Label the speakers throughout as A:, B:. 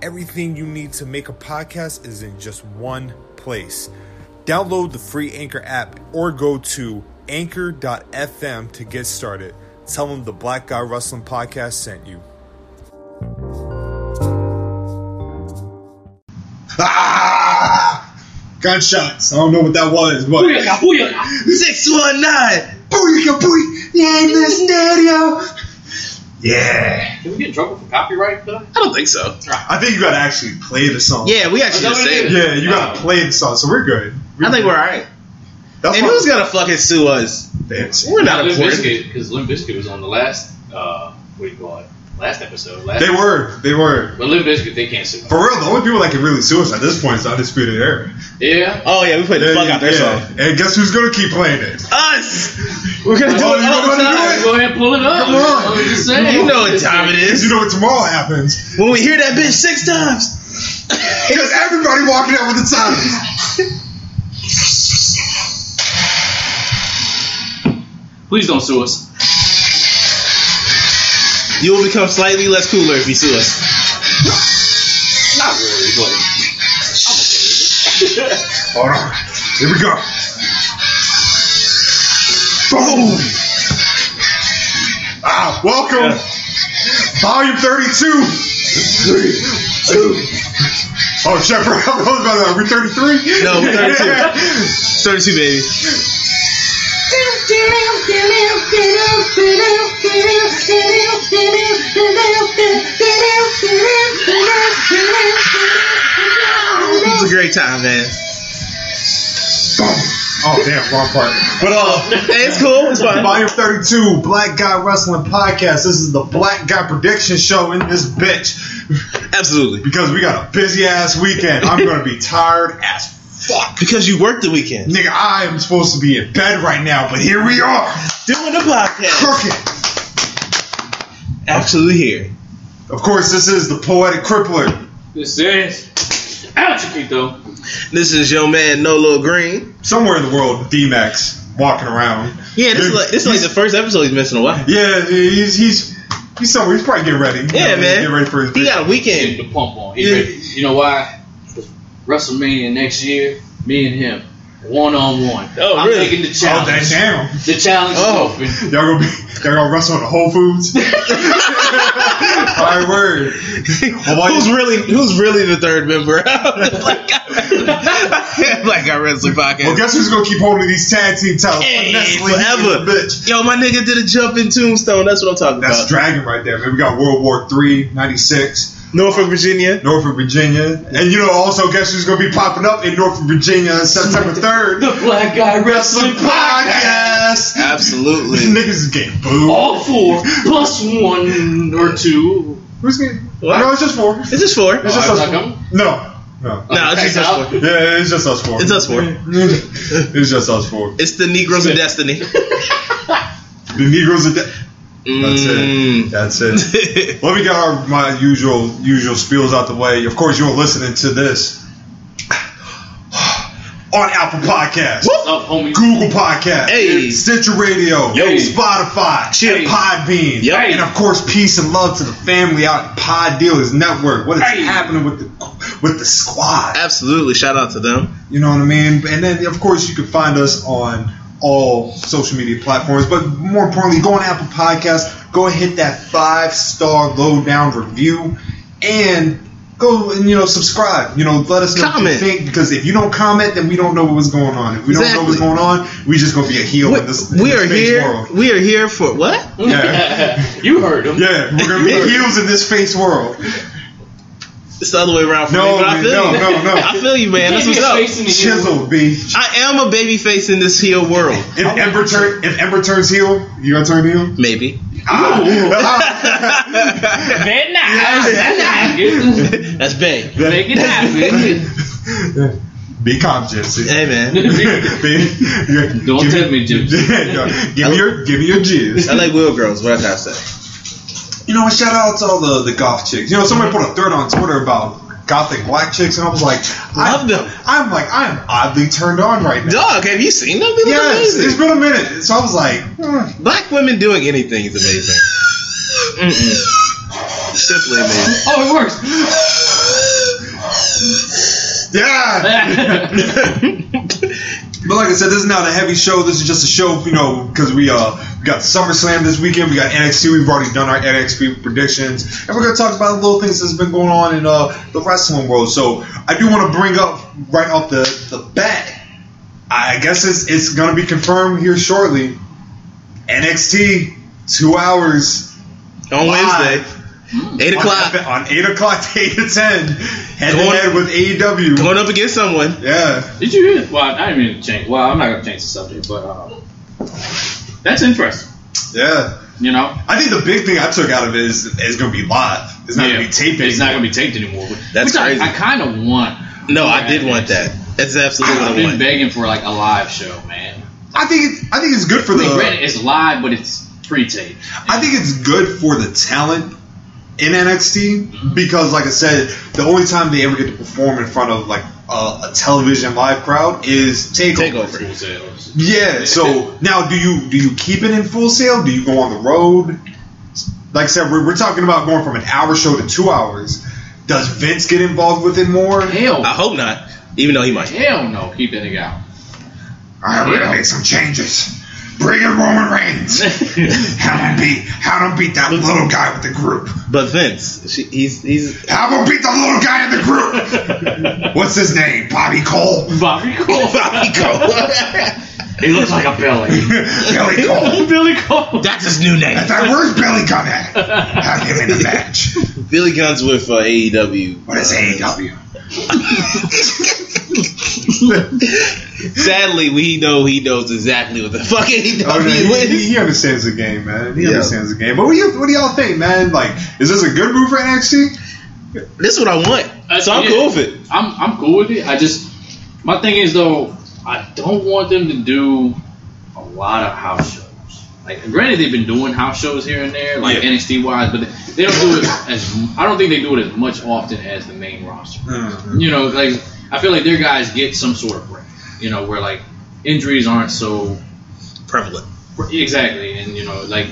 A: everything you need to make a podcast is in just one place. Download the free Anchor app or go to anchor.fm to get started. Tell them the Black Guy Wrestling Podcast sent you.
B: Ah! Gunshots. I don't know what that was, but
C: Booyaka, booyaka.
B: 619! Booyaka booy! Yeah, in the stereo! Yeah.
C: Can we get in trouble for copyright? Though?
D: I don't think so.
B: I think you gotta actually play the song.
D: Yeah, we
C: Oh,
D: actually
C: no,
D: just
C: we
D: saved
C: did.
D: it.
B: Yeah, you gotta play the song, so we're good.
D: I think we're alright.
B: That's
D: And
B: why-
D: who's gonna fucking sue us?
B: That's-
D: We're not
C: Limp
D: important.
C: Bizkit, because Limp Bizkit was on the last, uh, what do you call it? Last episode. Last
B: They were. They were.
C: But Limp Bizkit, they can't sue.
B: For real, the only people that can really sue us at this point is Undisputed Era.
C: Yeah.
D: Oh yeah, we played the fuck out their
B: Yeah.
D: song. Uh,
B: And guess who's gonna keep playing it?
D: Us. We're gonna do
B: Oh,
D: it
B: you
D: all
B: wanna
D: the
B: do
D: time.
B: it?
C: Go ahead and pull it up.
B: Come on.
C: I'm just saying.
D: You know what time it
B: Because
D: is.
B: you know what tomorrow happens.
D: When we hear that bitch six times.
B: Because everybody walking out with the time.
C: Please don't sue us.
D: you will become slightly less cooler if you sue us.
C: Not really, but I'm okay with
B: Hold on. Here we go. Boom! Ah, welcome. Volume 32. Three, two. Oh, Jeff, I was about to, are we 33?
D: No, we're 32.
B: Yeah.
D: 32 baby. It's a great time, man.
B: Boom. Oh, damn, wrong part.
D: But uh hey, it's cool, it's fine.
B: Volume 32, Black Guy Wrestling Podcast. This is the Black Guy Prediction Show in this bitch.
D: Absolutely.
B: Because we got a busy ass weekend. I'm going to be tired as fuck.
D: Because you worked the weekend.
B: Nigga, I am supposed to be in bed right now, but here we are,
D: Doing the podcast.
B: crooked.
D: Absolutely here.
B: Of course, this is the poetic crippler.
C: it. This is. Out, Chiquito.
D: This is your man Nolo Green.
B: Somewhere in the world, D-Max walking around.
D: Yeah, this is like this is like the first episode he's missing a while.
B: Yeah, he's he's he's somewhere. He's probably getting ready. You
D: Yeah,
B: know,
D: man.
B: Getting ready for his.
D: He got a
C: Get
D: weekend.
C: the pump on. He
D: Yeah.
C: ready. You know why? 'Cause WrestleMania next year, me and him, one on one.
D: Oh,
C: I'm
D: really?
C: taking the
B: Oh,
C: challenge.
B: damn!
C: the challenge
D: Oh.
C: is open.
B: Y'all gonna be y'all gonna wrestle in the Whole Foods? All right, word.
D: who's really who's really the third member? like, like I wrestling podcast.
B: Well, guess who's gonna keep holding these tag team titles?
D: Hey,
B: Nestle,
D: forever.
B: bitch.
D: Yo, my nigga did a jump in Tombstone. That's what I'm talking
B: That's
D: about.
B: Dragon right there, man. We got World War Three, '96.
D: Norfolk, Virginia.
B: Norfolk, Virginia. And you know, also, guess who's going to be popping up in Norfolk, Virginia on September 3rd?
C: The Black Guy Wrestling Podcast.
B: Podcast! These
D: Absolutely.
B: niggas is getting booed.
C: All four plus one or two.
B: Who's getting.
D: What?
B: No, it's just four.
D: Is this four?
B: It's
D: No,
B: just
C: Oh,
B: us
C: it's not
B: four. No, no.
D: it's just us four.
B: Yeah, it's just us four.
D: It's us four.
B: it's just us four.
D: It's the Negroes of Destiny.
B: The Negroes are. De- That's
D: Mm.
B: it. That's it. Let me get our, my usual usual spiels out the way. Of course, you're listening to this on Apple Podcasts,
C: What's up, homie?
B: Google Podcasts,
D: Hey.
B: Stitcher Radio,
D: Yo.
B: Spotify,
D: Shit.
B: and Podbean,
D: Yo.
B: and of course, peace and love to the family out at Pod Dealers Network. What is
D: Hey.
B: happening with the with the squad?
D: Absolutely. Shout out to them.
B: You know what I mean? And then, of course, you can find us on all social media platforms. But more importantly, go on Apple Podcasts, go and hit that five star lowdown review, and go and you know subscribe. You know, let us know
D: Comment.
B: what you think because if you don't comment, then we don't know what was going on. If we don't know what's
D: Exactly.
B: going on, we just gonna be a heel
D: We,
B: in this.
D: we
B: in
D: are
B: this fake
D: here.
B: World.
D: We are here for what?
B: Yeah.
C: um, you heard him.
B: Yeah, we're gonna be heels in this face world.
D: It's the other way around for
B: No,
D: me, but I
B: man,
D: feel
B: no,
D: you.
B: no, no.
D: I feel you, man. That's what's up.
B: Chisel, B.
D: I am a baby face in this heel world.
B: If Ember, turn, if Ember turns heel, you gonna turn heel?
D: Maybe.
C: Bad night.
D: That's Bay.
C: Make it happen.
B: Be calm, Gypsy.
D: Hey, man.
B: Don't
C: Don't tempt me, Gypsy.
B: give me your, give me your jizz.
D: I like wheel girls. What I gotta say.
B: You know, shout out to all the, the goth chicks. You know, somebody put a thread on Twitter about gothic black chicks, and I was like,
D: Love
B: I,
D: them.
B: I'm like, I'm oddly turned on right now.
D: Dog, have you seen them? They look
B: Yes,
D: amazing.
B: it's been a minute, so I was like, hmm.
D: Black women doing anything is amazing. Mm-mm. Simply amazing.
C: Oh, it works.
B: yeah. But like I said, this is not a heavy show. This is just a show, you know, because we uh we got SummerSlam this weekend. We got NXT. We've already done our NXT predictions, and we're gonna talk about the little things that's been going on in uh the wrestling world. So I do want to bring up right off the the bat. I guess it's it's gonna be confirmed here shortly. NXT two hours
D: On
B: Live.
D: Wednesday, eight
B: on,
D: o'clock.
B: on eight o'clock to eight to ten, head to
D: Going-
B: head with AEW.
D: Going up against someone.
B: yeah,
C: Did you hear? Well, I didn't mean to change. Well, I'm not gonna change the subject, but uh, that's interesting.
B: yeah.
C: You know,
B: I think the big thing I took out of it is it's going to be live. It's not
C: Yeah.
B: going to be taped
C: It's
B: anymore.
C: not gonna be taped anymore. which-
D: That's
C: which I-
D: crazy.
C: I, kind of want.
D: No, I
C: Yeah,
D: did want
C: it's-
D: that. That's absolutely
C: I've
D: what I
C: been
D: want.
C: begging for like a live show, man.
B: I think it's, I think it's good for
C: I mean,
B: the
C: granted, it's live, but it's pre-taped.
B: Uh, I think it's good for the talent in
C: Mm-hmm.
B: NXT because like I said, the only time they ever get to perform in front of like a, a television live crowd is takeover.
D: Takeover.
C: Full sales.
B: Yeah. So now, do you do you keep it in full sale? Do you go on the road? Like I said, we're, we're talking about going from an hour show to two hours. Does Vince get involved with it more?
C: Hell,
D: I hope not. Even though he might.
C: hell no, keep that nigga out.
B: Alright, we're gonna make some changes. Bring in Roman Reigns. Have him beat have him beat that little guy with the group.
D: But Vince, she, he's he's
B: Have him beat the little guy in the group. What's his name? Bobby Cole?
C: Bobby Cole.
D: Bobby Cole.
C: he looks like a belly.
B: Billy Cole.
C: Billy Cole.
D: That's his new name.
B: That where's Billy Gunn at? Have him in the match.
D: Billy Gunn's with uh, AEW.
B: What is E AEW?
D: Sadly, we know he knows exactly what the fuck AEW
B: Oh,
D: is.
B: understands the game, man. He
D: Yeah.
B: the game. But what do, you, what do y'all think, man? Like, is this a good move for NXT?
D: This is what I want.
C: Uh,
D: so I'm
C: yeah.
D: cool with it.
C: I'm I'm cool with it. I just my thing is though, I don't want them to do a lot of house shows. Like granted they've been doing house shows here and there, like
B: Yeah.
C: NXT wise, but they don't do it as I don't think they do it as much often as the main roster. You know, like I feel like their guys get some sort of break. You know, where like injuries aren't so
D: Prevalent.
C: Exactly, and you know, like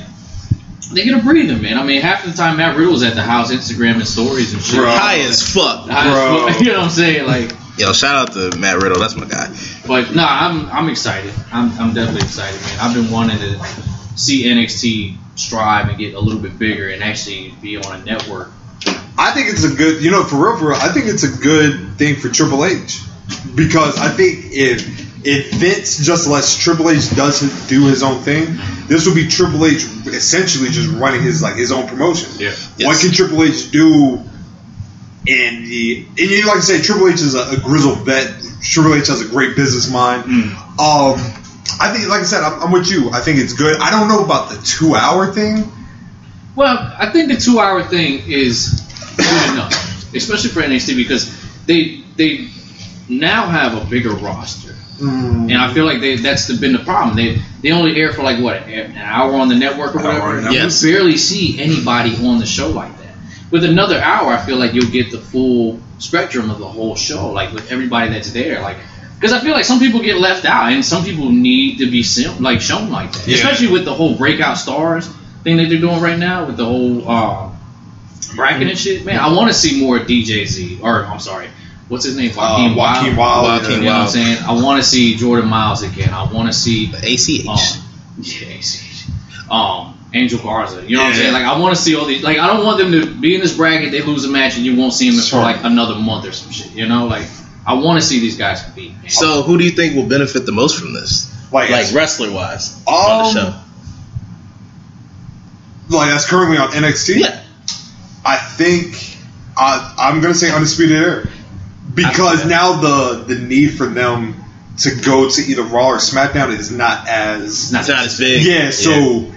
C: they get a breather, man. I mean, half the time Matt Riddle's at the house, Instagram and stories and shit.
B: Bro.
D: High as fuck.
C: High as
B: Bro.
C: fuck, you know what I'm saying? Like,
D: Yo, shout out to Matt Riddle. That's my guy.
C: but no, I'm I'm excited. I'm I'm definitely excited, man. I've been wanting to see NXT strive and get a little bit bigger and actually be on a network.
B: I think it's a good, you know, for real, for real. I think it's a good thing for Triple H because I think if if Vince just lets Triple H does his, do his own thing, this would be Triple H essentially just running his like his own promotion.
C: Yeah.
B: What
D: Yes.
B: can Triple H do? In the and you like I say, Triple H is a, a grizzled vet. Triple H has a great business mind. Um, I think, like I said, I'm, I'm with you. I think it's good. I don't know about the two hour thing.
C: Well, I think the two hour thing is good enough, especially for NXT because they they now have a bigger roster. And I feel like they, that's the, been the problem. They they only air for like what an hour on the network or
B: on
C: whatever.
B: the
C: You
D: network.
C: barely see anybody on the show like that. With another hour, I feel like you'll get the full spectrum of the whole show, like with everybody that's there, like. Because I feel like some people get left out, and some people need to be sim- like shown like that.
D: Yeah.
C: Especially with the whole breakout stars thing that they're doing right now, with the whole uh, bracket and shit. Man, I want to see more DJZ. Or I'm sorry, what's his name?
B: Uh, Joaquin Wild.
C: You
D: Joaquin
C: know what I'm
D: Wild.
C: saying? I want to see Jordan Miles again. I want to see
D: ACH.
C: um, yeah, ACH. Um, Angel Garza. You know what I'm
D: Yeah.
C: saying? Like I want to see all these. Like I don't want them to be in this bracket. They lose a match and you won't see them
B: Sure.
C: for like another month or some shit. You know, like I want to see these guys compete. man.
D: So, who do you think will benefit the most from this?
B: Like-
D: like wrestler wise
B: Um,
D: on the show?
B: Like that's currently on NXT.
D: Yeah,
B: I think I, I'm going to say undisputed era because
D: Okay.
B: now the the need for them to go to either Raw or SmackDown is not as
C: It's not-
D: it's not as big.
B: yeah. So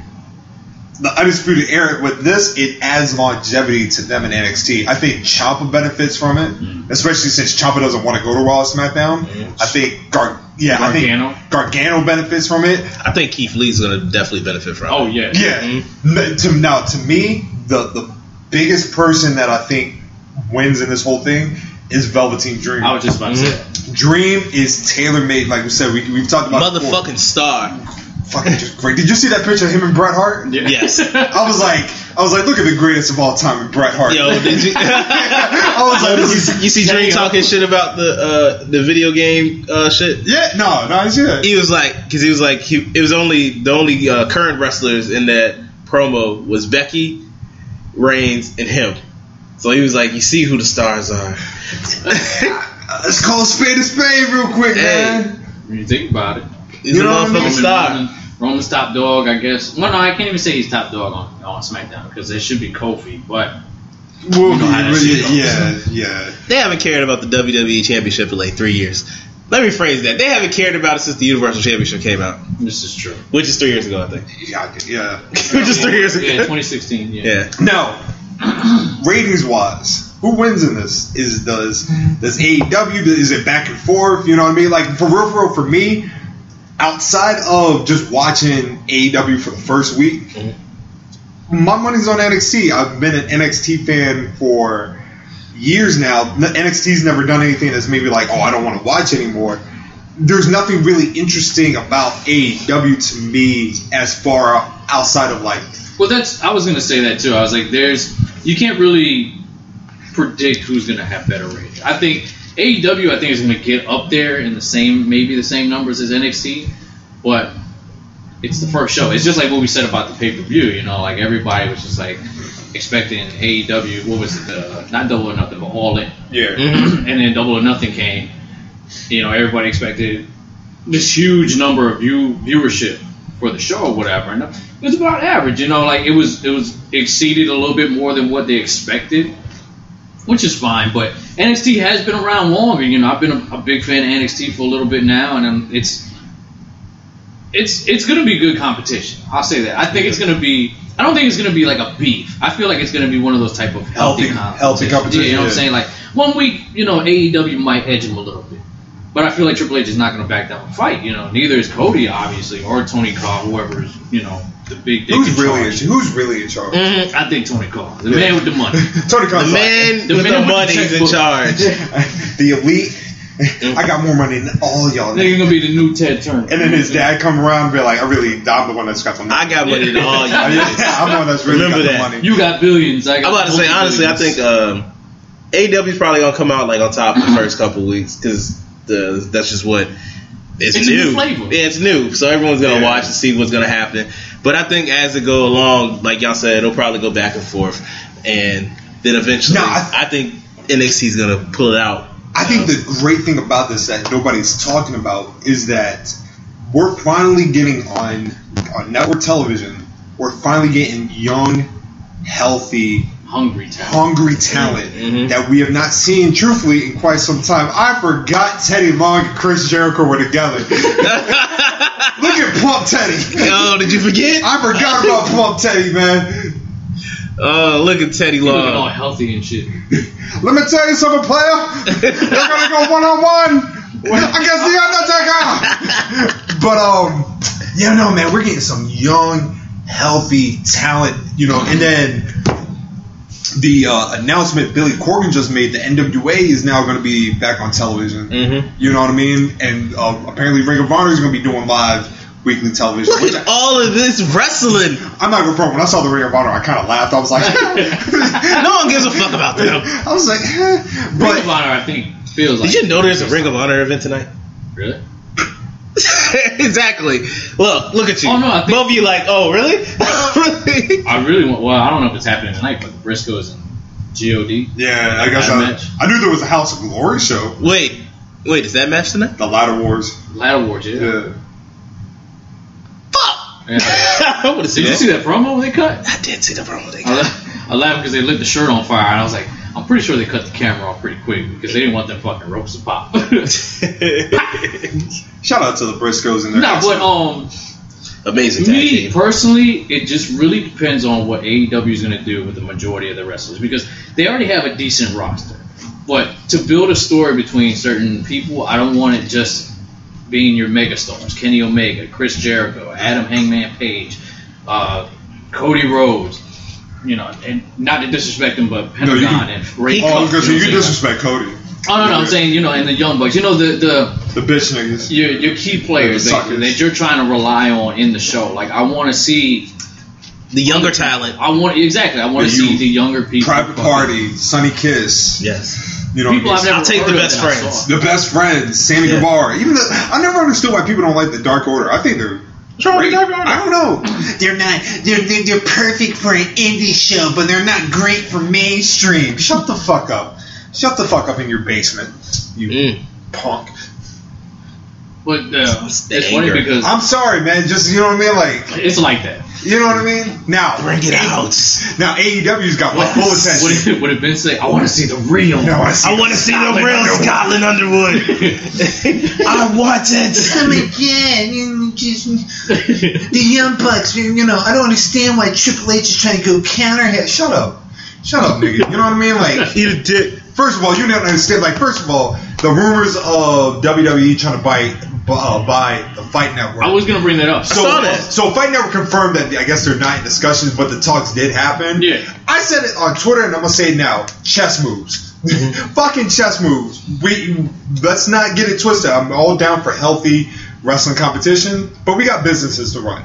B: the undisputed era with this it adds longevity to them in NXT. I think Ciampa benefits from it,
D: Mm-hmm.
B: especially since Ciampa doesn't want to go to Raw or SmackDown. I think Gar- yeah, I
C: Gargano?
B: think Gargano benefits from it.
D: I think Keith Lee's going to definitely benefit from.
C: Oh
D: it.
C: yeah.
B: Yeah. N- To, now, to me, the the biggest person that I think wins in this whole thing is Velveteen Dream.
C: I was just about to say. that.
B: Dream is tailor made, like we said. We, we've talked about it before.
D: motherfucking star.
B: fucking just great. Did you see that picture of him and Bret Hart?
C: Yeah.
D: Yes.
B: I was like, I was like, look at the greatest of all time, Bret Hart.
D: Yo, did you?
B: I was like, this is,
D: You see Dre talking shit about the uh, the video game uh, shit.
B: yeah, no, no, I see that.
D: He was like, because he was like, he, it was only the only uh, current wrestlers in that promo was Becky, Reigns, and him. So he was like, you see who the stars are.
B: Uh, Let's call a spade a spade real quick,
D: Hey.
B: man.
C: When you think about it.
D: He's
B: You
D: a
B: know what I
D: motherfucking
B: mean?
D: star.
C: Roman, Roman's top dog, I guess. Well, no, I can't even say he's top dog on, on SmackDown because it should be Kofi, but
B: We'll
C: You know
B: be-
C: how that shit
B: yeah, yeah.
D: They haven't cared about the WWE Championship in like three years. Let me phrase that. They haven't cared about it since the Universal Championship came out,
C: this is true.
D: which is three years ago, I think.
B: Yeah, I- yeah.
D: which is three years ago.
C: Yeah, 2016. Yeah.
D: yeah.
B: Now, ratings wise, who wins in this? Is does does AEW is it back and forth? You know what I mean? Like for real, for real, for me, outside of just watching AEW for the first week, my money's on NXT. I've been an NXT fan for years now. N- NXT's never done anything that's maybe like, oh, I don't want to watch anymore. There's nothing really interesting about AEW to me as far outside of like
C: Well, that's. I was gonna say that too. I was like, there's. You can't really predict who's gonna have better ratings. I think AEW. I think is gonna get up there in the same, maybe the same numbers as NXT, but it's the first show. It's just like what we said about the pay per view. You know, like everybody was just like expecting AEW. What was it? The, not double or nothing, but all in.
B: yeah.
C: and then Double or Nothing came, you know, everybody expected this huge number of view viewership for the show or whatever, and it was about average, you know, like it was it was exceeded a little bit more than what they expected, which is fine. But NXT has been around longer, you know. I've been a, a big fan of NXT for a little bit now, and um, it's it's it's gonna be good competition. I'll say that. I think it's gonna be. I don't think it's gonna be like a beef. I feel like it's gonna be one of those type of healthy,
B: Healthy- healthy competition,
C: Yeah, you know what I'm
B: yeah.
C: saying? Like one week, you know, AEW might edge him a little bit, but I feel like Triple H is not gonna back down and fight. You know, neither is Cody obviously or Tony Khan, whoever is you know the big. dick
B: Who's
C: in
B: really in,
C: charge.
B: who's really in charge?
C: I think Tony Khan, the man with the money.
B: Tony Khan's
D: The man
C: Mm-hmm. The
D: with
C: man
D: the
C: with the
D: money's in
C: checkbook.
D: charge.
B: like, the elite. I got more money than all y'all.
C: I think he's gonna be the new Ted Turner.
B: And then his dad come around and be like, "I really, I'm the one that's got the money.
D: I got money to all
B: I,
D: you.
B: am the one that's really got
D: Remember that.
B: the money."
C: You got billions. I got
D: I'm about to say honestly, I think
C: multi-billions.
D: um, AEW's probably gonna come out like on top the first couple weeks because that's just what it's,
C: It's a
D: new.
C: new flavor.
D: Yeah, it's new, so everyone's gonna
B: Yeah.
D: watch and see what's gonna happen. But I think as it go along, like y'all said, it'll probably go back and forth, and then eventually,
B: No, I-
D: I, think NXT's gonna pull it out.
B: I think the great thing about this that nobody's talking about is that we're finally getting on on network television. We're finally getting young, healthy
D: uh,
C: hungry town.
B: hungry talent that we have not seen truthfully in quite some time. I forgot Teddy Long and Chris Jericho were together. Look at Plump Teddy.
D: Oh, did you forget?
B: I forgot about Plump Teddy, man.
D: Oh, look at Teddy
C: Looking all
D: Long.
C: healthy and shit.
B: Let me tell you something, player. They're gonna go one on one. I guess yeah, I'm not that guy. but um, yeah, no, man, we're getting some young, healthy talent, you know. And then the uh, announcement Billy Corgan just made, the NWA is now going to be back on television.
D: Mhm.
B: You know what I mean? And uh, apparently, Ring of Honor is going to be doing live weekly television.
D: Look
B: which
D: at
B: I,
D: all of this wrestling.
B: I'm not gonna front. When I saw the Ring of Honor, I kind of laughed. I was like,
D: No one gives a fuck about them.
B: I was like, eh.
C: Ring of
B: but
C: Honor, I think, feels like.
D: Did you know there's a Ring of Honor event tonight?
C: Really?
D: exactly. Look, look at you.
C: Oh, no, I think-
D: Both of you like, oh, really? really?
C: I really want. Well, I don't know if it's happening tonight, but the Briscoes and God.
B: yeah, I guess I,
C: Match.
B: I knew there was a House of Glory show,
D: Wait, wait, is that match tonight?
B: the Ladder Wars.
C: Ladder Wars. Yeah.
B: Yeah.
D: Fuck!
C: Yeah.
D: I would have
C: Did
D: seen
C: you
D: that.
C: see that promo they cut?
D: I did see the promo they
C: I
D: got.
C: laugh- I laughed because they lit the shirt on fire, and I was like, I'm pretty sure they cut the camera off pretty quick because they didn't want them fucking ropes to pop. nah,
B: Shout out to the Briscoes and their
C: but um,
D: Amazing
C: to
D: tag
C: me
D: team.
C: personally, it just really depends on what AEW is going to do with the majority of the wrestlers because they already have a decent roster. But to build a story between certain people, I don't want it just being your megastars: Kenny Omega, Chris Jericho, Adam Hangman Page, uh, Cody Rhodes. You know, and not to disrespect them, but
B: you
C: Pentagon
B: can-
C: and Ray.
B: Oh, I was
C: Kroc,
B: gonna say
C: you
B: you can
C: know what I'm saying?
B: disrespect Cody.
C: Oh no, no, I'm saying you know, and the Young Bucks. You know, the
B: the
C: the
B: bitch niggas.
C: your, your key players
B: The
C: that,
B: suckers.
C: that you're trying to rely on in the show. Like I want to see,
D: The younger talent.
C: I want exactly, I want
B: The
C: to see
B: youth.
C: the younger people.
B: Private Party, Sunny Kiss.
D: Yes.
B: You know,
C: People
B: what I
C: I've
B: mean?
C: never
D: I'll take
C: heard
D: the
C: of
D: best
C: that I
D: friends.
C: saw.
B: the best friends, Sammy
D: Yeah.
B: Guevara. Even the, I never understood why people don't like the Dark Order. I think they're. great. I don't know. They're not. They're, they're they're perfect for an indie show, but they're not great for mainstream. Shut the fuck up. Shut the fuck up in your basement, you
D: Mm.
B: punk.
C: But uh,
D: It's
C: it's,
D: the
C: funny
D: anger.
C: because
B: I'm sorry, man. Just you know what I mean. Like
C: it's like that.
B: you know what I mean. Now
D: Bring it out.
B: Now AEW's got my full attention.
C: What did, what did Ben say? I want to see the real.
B: No, I see
D: I want to see the real Scotland Underwood. I want it.
B: Oh my god, you just- the Young Bucks, you, you know, I don't understand why Triple H is trying to go counter hit. Shut up. Shut up, nigga. You know what I mean? Like,
D: Eat a dick.
B: first of all, you don't understand. Like, first of all, the rumors of WWE trying to buy, bu- uh, buy the Fight Network.
C: I was gonna bring that up.
B: so,
D: saw that.
B: So Fight Network confirmed that I guess they're not in discussions, but the talks did happen.
C: Yeah.
B: I said it on Twitter, and I'm gonna say it now: chess moves, fucking chess moves. We let's not get it twisted. I'm all down for healthy wrestling competition, but we got businesses to run.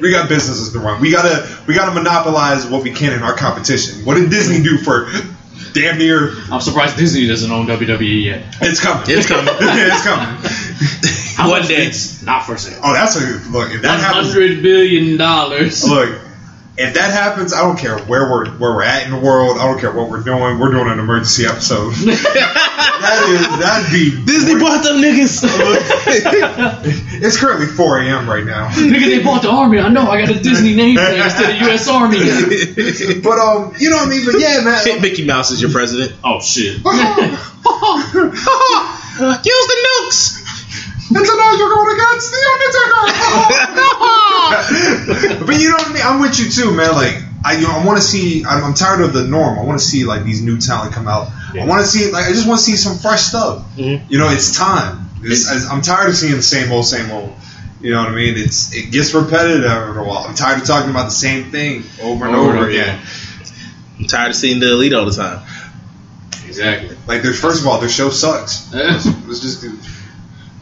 B: We got businesses to run. We gotta we gotta monopolize what we can in our competition. What did Disney do for? Damn near,
C: I'm surprised Disney doesn't own WWE yet.
B: it's coming.
D: It's coming.
B: it's coming.
C: How
D: One
C: much
D: day.
C: It's not for sale.
B: Oh, that's a look. If that
C: One
B: happens,
C: hundred billion dollars.
B: Look, if that happens, I don't care where we're where we're at in the world. I don't care what we're doing. We're doing an emergency episode. that is that'd be
D: Disney bought them niggas.
B: It's currently 4 a.m. right now.
C: Nigga, they bought the army. I know. I got a Disney name tag instead of U.S. Army.
B: But um, you know what I mean. But yeah, man.
D: Mickey Mouse is your president.
C: Oh shit.
D: Use the nukes.
B: It's an all you're going against the Undertaker. but you know what I mean. I'm with you too, man. Like I, you know, I want to see. I'm, I'm tired of the norm. I want to see like these new talent come out. I want to see like I just want to see some fresh stuff.
C: Mm-hmm.
B: You know, it's time. It's, I- I'm tired of seeing the same old, same old. You know what I mean? It's it gets repetitive after a while. I'm tired of talking about the same thing over and
C: Over
B: over,
C: and over
B: again.
D: I'm tired of seeing the elite all the time.
C: Exactly.
B: Like, their- first of all, their show sucks. Let's just do.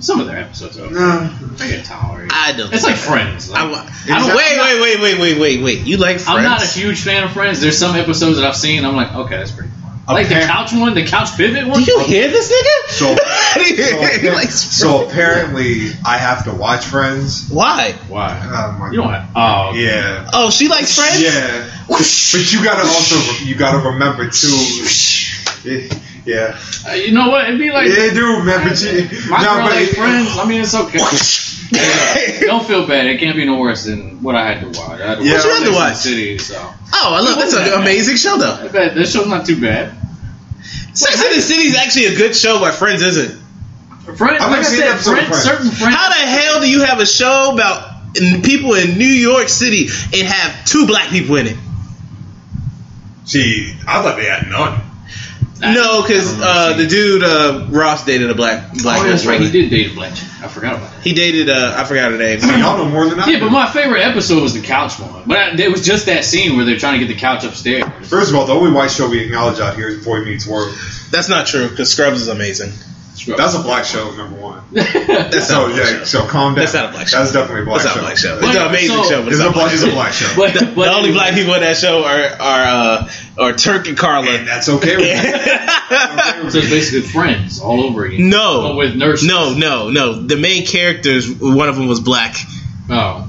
C: Some of their episodes are.
B: No.
C: I can tolerate.
D: I don't.
C: It's like Friends. Like,
D: I,
C: I'm,
D: wa- I don't, wait, wait, wait, wait, wait, wait, wait. You like Friends?
C: not a huge fan of Friends. There's some episodes that I've seen. I'm like, okay, that's pretty fun. Like the
B: Apparent-
C: couch one, the couch pivot one. Oh,
D: Do you hear this nigga?
B: So,
D: He
B: so,
D: likes
B: so apparently, I have to watch Friends.
D: Why?
C: Why?
B: Oh my
C: You don't have. Oh. okay.
B: Yeah.
D: Oh, she likes Friends.
B: Yeah. But you gotta also you gotta remember too. Yeah.
C: Uh, you know what? It'd be like.
B: Yeah, dude, man. But you,
C: My
B: nah,
C: girl
B: but-
C: like Friends. I mean, it's okay. don't feel bad. It can't be no worse than what I had to watch. I had to
B: Yeah. What you
C: watch
B: had
D: to
C: Sex and the
D: watch?
C: City, so.
D: Oh, I love that's an amazing show though.
C: Not bad. This show's not too bad.
D: Sex and the City is actually a good show, but Friends isn't.
C: Friends,
B: I've
C: like I
B: never seen an
C: said,
B: episode of
C: Friends,
B: Friends.
C: certain Friends.
D: How the hell do you have a show about n- people in New York City and have two black people in it?
B: Gee, I thought they had none.
D: No, because uh, the dude uh, Ross dated a black black.
C: Oh, that's right. He
D: woman.
C: did date a black chick. I forgot about that.
D: He dated. Uh, I forgot her name.
B: Y'all know more than I
C: Yeah, but
B: do.
C: my favorite episode was the couch one. But I, it was just that scene where they're trying to get the couch upstairs.
B: First of all, the only white show we acknowledge out here is Boy Meets World.
D: That's not true. Because Scrubs is amazing.
B: That's a black show, number one.
D: That's
B: So
D: not a black
B: yeah,
D: show.
B: so calm down.
D: That's not a black show.
B: That's definitely a black
D: That's not
B: show.
D: a black show.
B: It's
D: It's
C: But-
D: an amazing
C: so-
D: show, but it's
B: a
D: not a
B: black.
D: black
B: It's
D: show.
B: a black show.
C: but, but
D: The only black people in that show are are uh, are Turk and
B: and
D: Carla.
B: that's okay with me. That's okay with
C: So it's
B: me.
C: basically friends all over again.
D: No,
C: But Oh, with nurses.
D: No, no, no. The main characters. One of them was black.
C: Oh.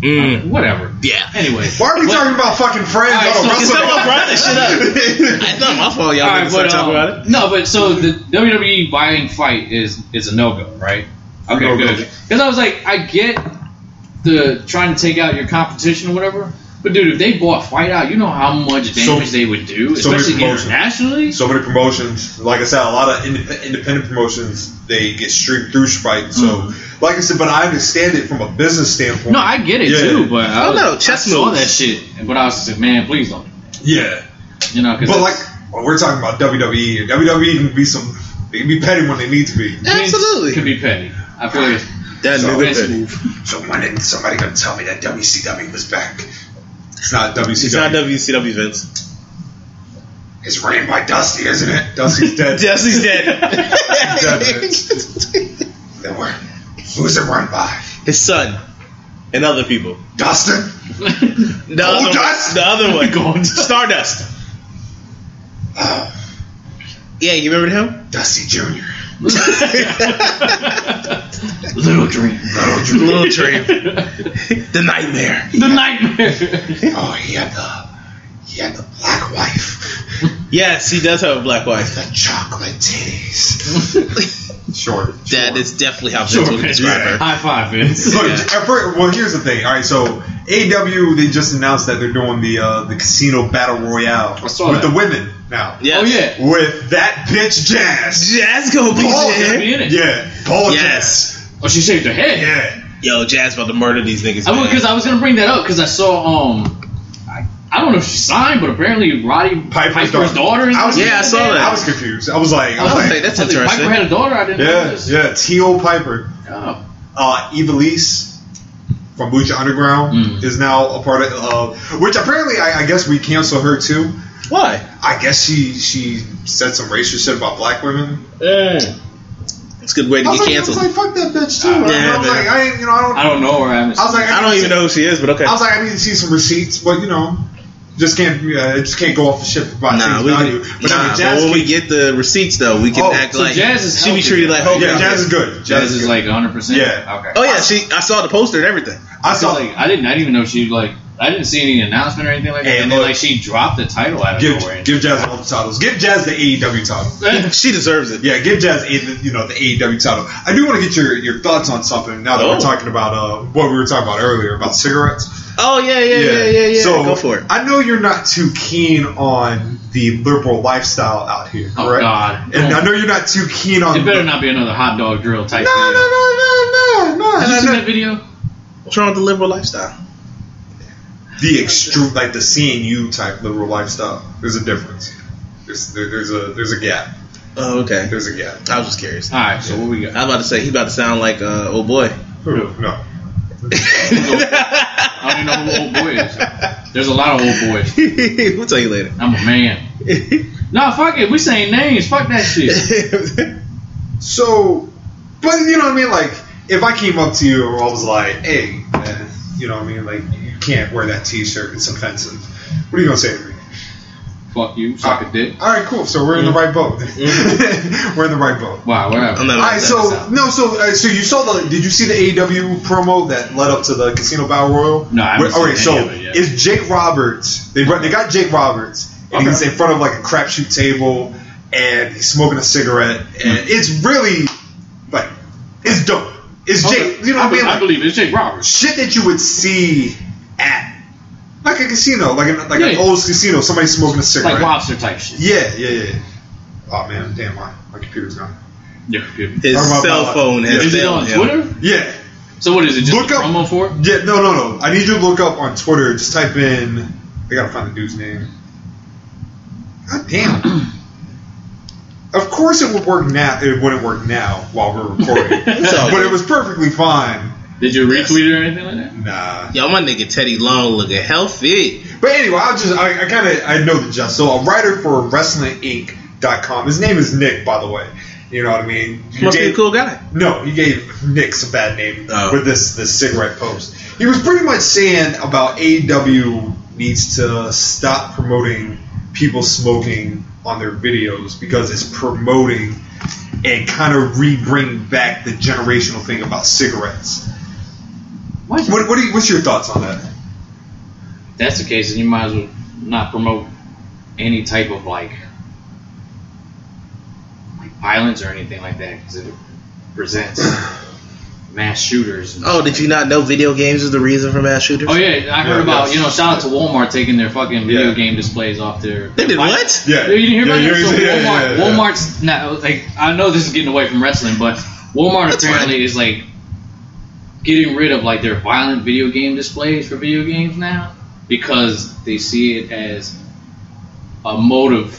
D: Mm.
C: Whatever.
D: Yeah.
C: Anyway.
B: Why are we talking about fucking friends?
C: All right,
B: Oh,
C: so-
D: Can
B: Russell-
D: someone brought this shit up? It's not my fault. Y'all
C: All right,
D: niggas start
C: but, um,
D: talking about it.
C: No, but so the WWE buying fight is is a no go, right? Okay,
B: No-go.
C: good. Because I was like, I get the trying to take out your competition or whatever, but dude, if they bought fight out, you know how much
B: So-
C: damage they would do,
B: so many
C: especially
B: promotions.
C: internationally.
B: so many promotions. Like I said, a lot of indep- independent promotions they get streamed through Sprite. So, like I said, but I understand it from a business standpoint.
C: no, I get it
B: Yeah.
C: too, but I,
D: Oh,
C: was,
D: no, chess
C: I saw
D: moves.
C: that shit, but I was just like, man, please don't,
B: yeah,
C: you know? Cause
B: but like
C: it's-
B: well, we're talking about E. WWE. and WWE can be some. They can be petty when they need to be.
C: Vince
D: Absolutely.
C: could be petty. I feel like
D: That
B: So-
D: nigga petty.
B: So when did somebody gonna tell me that WCW was back? It's not WCW.
D: It's not WCW Vince.
B: It's ran by Dusty, isn't it? Dusty's dead.
D: Jesse's dead.
B: Dead, Then we're- Who's it run by?
D: His son and other people.
B: Dustin?
D: The other,
B: Goldust?
D: the other one. Stardust.
B: Uh,
D: Yeah, you remember him?
B: Dusty Jr.
C: little dream,
D: Little Dream. the Nightmare.
C: the nightmare.
B: Oh, he had the he had the black wife,
D: Yes, he does have a black wife.
B: the chocolate titties. Sure.
D: That is definitely how Vince would describe her.
C: High five, Vince.
B: Look, at first- well, here's the thing. All right, so AW they just announced that they're doing the uh, the casino battle royale
C: I saw
B: with
C: that.
B: the women now.
D: Yes.
C: Oh yeah.
B: With that bitch Jazz.
D: Jazz gonna be
B: Paul
D: there.
C: be in it.
B: Yeah. Paul
D: Yes.
C: Oh, she shaved her head.
B: Jazz. Yeah.
D: Yo, Jazz about to murder these niggas.
C: I
D: man.
C: because I was gonna bring that up because I saw um, I, I don't know if she signed, but apparently Roddy
B: Piper's
C: Piper's daughter.
B: daughter.
C: is
B: I was-
C: gonna be
D: Yeah, I
C: in
D: saw
C: there.
D: that.
B: I was confused. I was like, I
C: I
B: was
C: was
B: like,
D: like, that's
C: I was like,
D: interesting.
C: Piper had a daughter. I didn't know
B: yeah,
C: this.
B: yeah. T.O. Piper.
C: Oh.
B: uh, Evilise from Lucha Underground
C: Mm.
B: is now a part of, uh, which apparently I, I guess we cancel her too.
D: Why?
B: I guess she she said some racist shit about black women.
D: It's a good way
B: I
D: to
B: was,
D: get
B: like, I was
D: canceled.
B: like, fuck that bitch too.
D: Yeah,
B: I was
D: man.
B: like, I ain't, you know, I don't.
C: I don't know her. I haven't
B: I was like,
D: I don't even know who she is, but okay.
B: I was like, I need to see some receipts, but you know, just can't, uh, just can't go off the ship about
D: Nah,
B: face
D: we
B: value.
D: can,
B: But
D: nah,
B: I mean,
D: but
B: Jazz,
D: when we
B: can-
D: get the receipts though, we can
B: Oh,
D: act
C: so
D: like
C: Jazz is
D: she be
C: healthy,
D: treated like
C: right?
D: Hogan.
B: yeah, Jazz is good. Jazz,
C: Jazz is like 100. percent
B: Yeah.
C: Okay.
D: Oh yeah, she. I saw the poster and everything.
B: I
C: So
B: saw.
C: like I didn't I didn't even know she like I didn't see any announcement or anything like that.
B: Hey,
C: and then
B: look.
C: like she dropped the title out of nowhere.
B: Give, give Jazz all the titles. Give Jazz the AEW title.
D: She deserves it.
B: Yeah, give Jazz A- you know the AEW title. I do want to get your, your thoughts on something now that we're
D: Oh.
B: talking about uh, what we were talking about earlier about cigarettes.
D: Oh yeah, yeah, yeah, yeah, yeah.
B: So
D: Go for it.
B: I know you're not too keen on the liberal lifestyle out here,
C: Oh,
B: correct?
C: God.
B: And I know you're not too keen on.
C: it better not be another hot dog drill type.
B: No,
C: video.
B: no, no, no, no,
C: Have you
B: no,
C: seen
B: no,
C: that video?
D: What's wrong with the liberal lifestyle?
B: The extreme, like the CNU type liberal lifestyle. There's a difference. There's there, there's a there's a gap.
D: Oh okay.
B: There's a gap.
D: I was just curious. I
C: All right. So what we got?
D: was about to say he about to sound like uh, oh boy.
B: No.
C: I don't even know who old boy is. There's a lot of old boys.
D: we'll tell you later.
C: I'm a man. Nah, fuck it. We saying names. Fuck that shit.
B: So, but you know what I mean? Like, if I came up to you and I was like, hey, man, you know what I mean? Like, you can't wear that t shirt, it's offensive. What are you going to say to me?
C: fuck you. Suck a dick.
B: All right, cool. So we're in the right boat. we're in the right boat.
C: Wow, whatever.
D: I'm not.
B: All right, so
C: out.
B: no, so uh, so you saw the? Did you see the AEW promo that led up to the Casino Battle Royal?
C: No, I haven't
B: Where- all right,
C: seen any
B: so
C: of it yet.
B: it's Jake Roberts. They run, they got Jake Roberts, and he's in front of like a crapshoot table, and he's smoking a cigarette,
C: Hmm.
B: and it's really like it's dope. It's Jake, you know what I mean?
C: I
B: Like,
C: believe it's Jake Roberts.
B: shit that you would see at like a casino, like an, like an
C: Yeah.
B: old casino, somebody smoking a cigarette.
C: Like lobster type shit.
B: Yeah, yeah, yeah. Oh man, damn, my my computer's gone.
C: Yeah.
D: His
B: Talking about
D: cell
B: my-
D: phone has
C: Is it
D: failed
C: on
D: him.
C: Twitter?
B: Yeah.
C: So what is it? Just
B: Look
C: a
B: up-
C: promo for it?
B: Yeah, no, no, no. I need you to look up on Twitter. Just type in. I gotta find the dude's name. God damn. Of course, it would work now. It wouldn't work now while we're recording,
D: all
B: but
D: good.
B: it was perfectly fine.
C: Did you retweet it or anything like that?
B: Nah.
D: Yo, my nigga Teddy Long looking healthy.
B: But anyway, I'll just I, I kind of I know the gist. So a writer for WrestlingInc.com. His name is Nick, by the way. You know what I mean? You
D: Must be a
B: gave-
D: cool guy.
B: No, he gave Nick's a bad name
D: Oh.
B: with this this cigarette post. He was pretty much saying about AEW needs to stop promoting people smoking on their videos because it's promoting and kind of re bring back the generational thing about cigarettes.
C: What?
B: What, what are you, what's your thoughts on that?
C: If that's the case, then you might as well not promote any type of like, like violence or anything like that because it presents mass shooters. And,
D: Oh, did you not know video games is the reason for mass shooters?
C: Oh, yeah, I heard
B: Yeah,
C: about
B: yes.
C: you know. Shout out to Walmart taking their fucking video
B: Yeah.
C: game displays off their.
D: They did what?
B: Yeah,
C: You didn't hear
B: yeah,
C: about
B: you're-
C: that? So
B: yeah, yeah,
C: Walmart,
B: yeah, yeah.
C: Walmart's not like I know this is getting away from wrestling, but Walmart
D: That's
C: apparently
D: fine.
C: is like getting rid of like their violent video game displays for video games now because they see it as a motive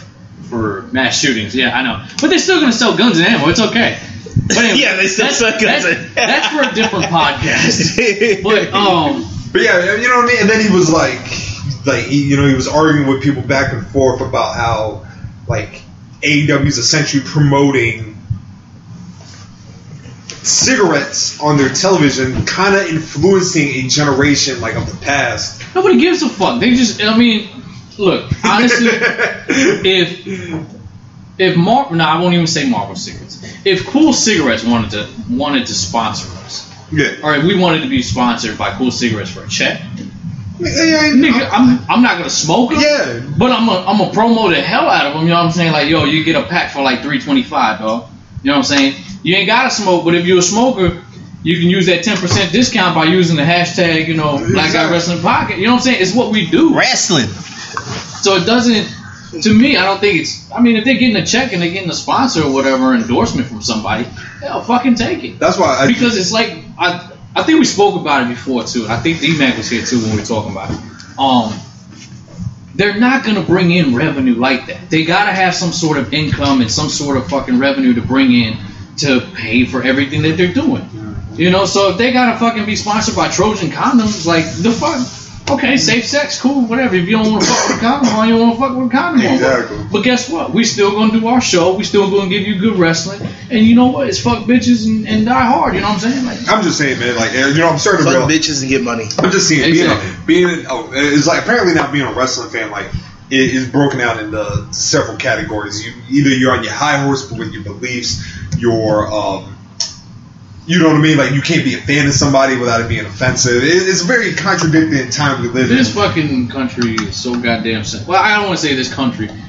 C: for mass shootings. Yeah, I know, but they're still going to sell guns and ammo. It's okay. But anyway,
D: Yeah, they still
C: that's-
D: sell guns
C: that's-
D: and-
C: that's for a different podcast. But um.
B: But yeah, you know what I mean. And then he was like, like he, you know, he was arguing with people back and forth about how like AEW is essentially promoting cigarettes on their television, kind of influencing a generation like of the past.
C: Nobody gives a fuck. They just, I mean, look, honestly, if if Marvel, no, I won't even say Marvel cigarettes. If Cool Cigarettes wanted to wanted to sponsor us,
B: Yeah,
C: or if we wanted to be sponsored by Cool Cigarettes for a check,
B: Yeah, yeah,
C: nigga, I'm I'm not gonna smoke them.
B: Yeah.
C: but I'm gonna I'm gonna promo the hell out of them. You know what I'm saying? Like, yo, you get a pack for like three twenty five, dog. You know what I'm saying? You ain't gotta smoke, but if you're a smoker. You can use that ten percent discount by using the hashtag, you know, Black Guy
B: Exactly.
C: Wrestling Pocket. You know what I'm saying? It's what we do.
D: Wrestling.
C: So it doesn't. To me, I don't think it's. I mean, if they're getting a check and they're getting a sponsor or whatever endorsement from somebody, hell, fucking take it.
B: that's why I,
C: Because it's like I. I think we spoke about it before too. I think D Mac was here too when we were talking about it. Um, they're not gonna bring in revenue like that. They gotta have some sort of income and some sort of fucking revenue to bring in to pay for everything that they're doing. You know, so if they gotta fucking be sponsored by Trojan condoms, like the fuck, okay, safe sex, cool, whatever. If you don't want to fuck with a condom, why you want to fuck with a condom? on?
B: Exactly.
C: But guess what? We still gonna do our show. We still gonna give you good wrestling, and you know what? It's fuck bitches and, and die hard. You know what I'm saying? Like,
B: I'm just saying, man. Like you know, I'm starting to
D: Fuck
B: realize.
D: bitches and get money.
B: I'm just seeing
C: Exactly.
B: being a, being a, oh, it's like apparently not being a wrestling fan like it is broken out into several categories. You either you're on your high horse with your beliefs, your um, you know what I mean. Like you can't be a fan of somebody without it being offensive. It, it's a very contradicting time we live in.
C: this fucking country is so goddamn. Sen- well, I don't want to say this country.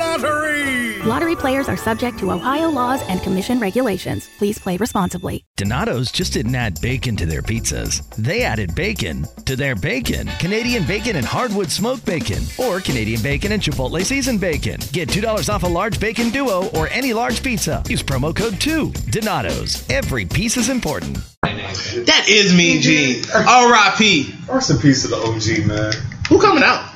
E: Lottery!
F: Lottery players are subject to Ohio laws and commission regulations. Please play responsibly.
G: Donato's just didn't add bacon to their pizzas. They added bacon to their bacon. Canadian bacon and hardwood smoked bacon, or Canadian bacon and Chipotle seasoned bacon. Get $2 off a large bacon duo or any large pizza. Use promo code 2. Donato's. Every piece is important.
D: That is Mean Gene. R.I.P.
B: Rest in peace to the OG man.
D: Who coming out?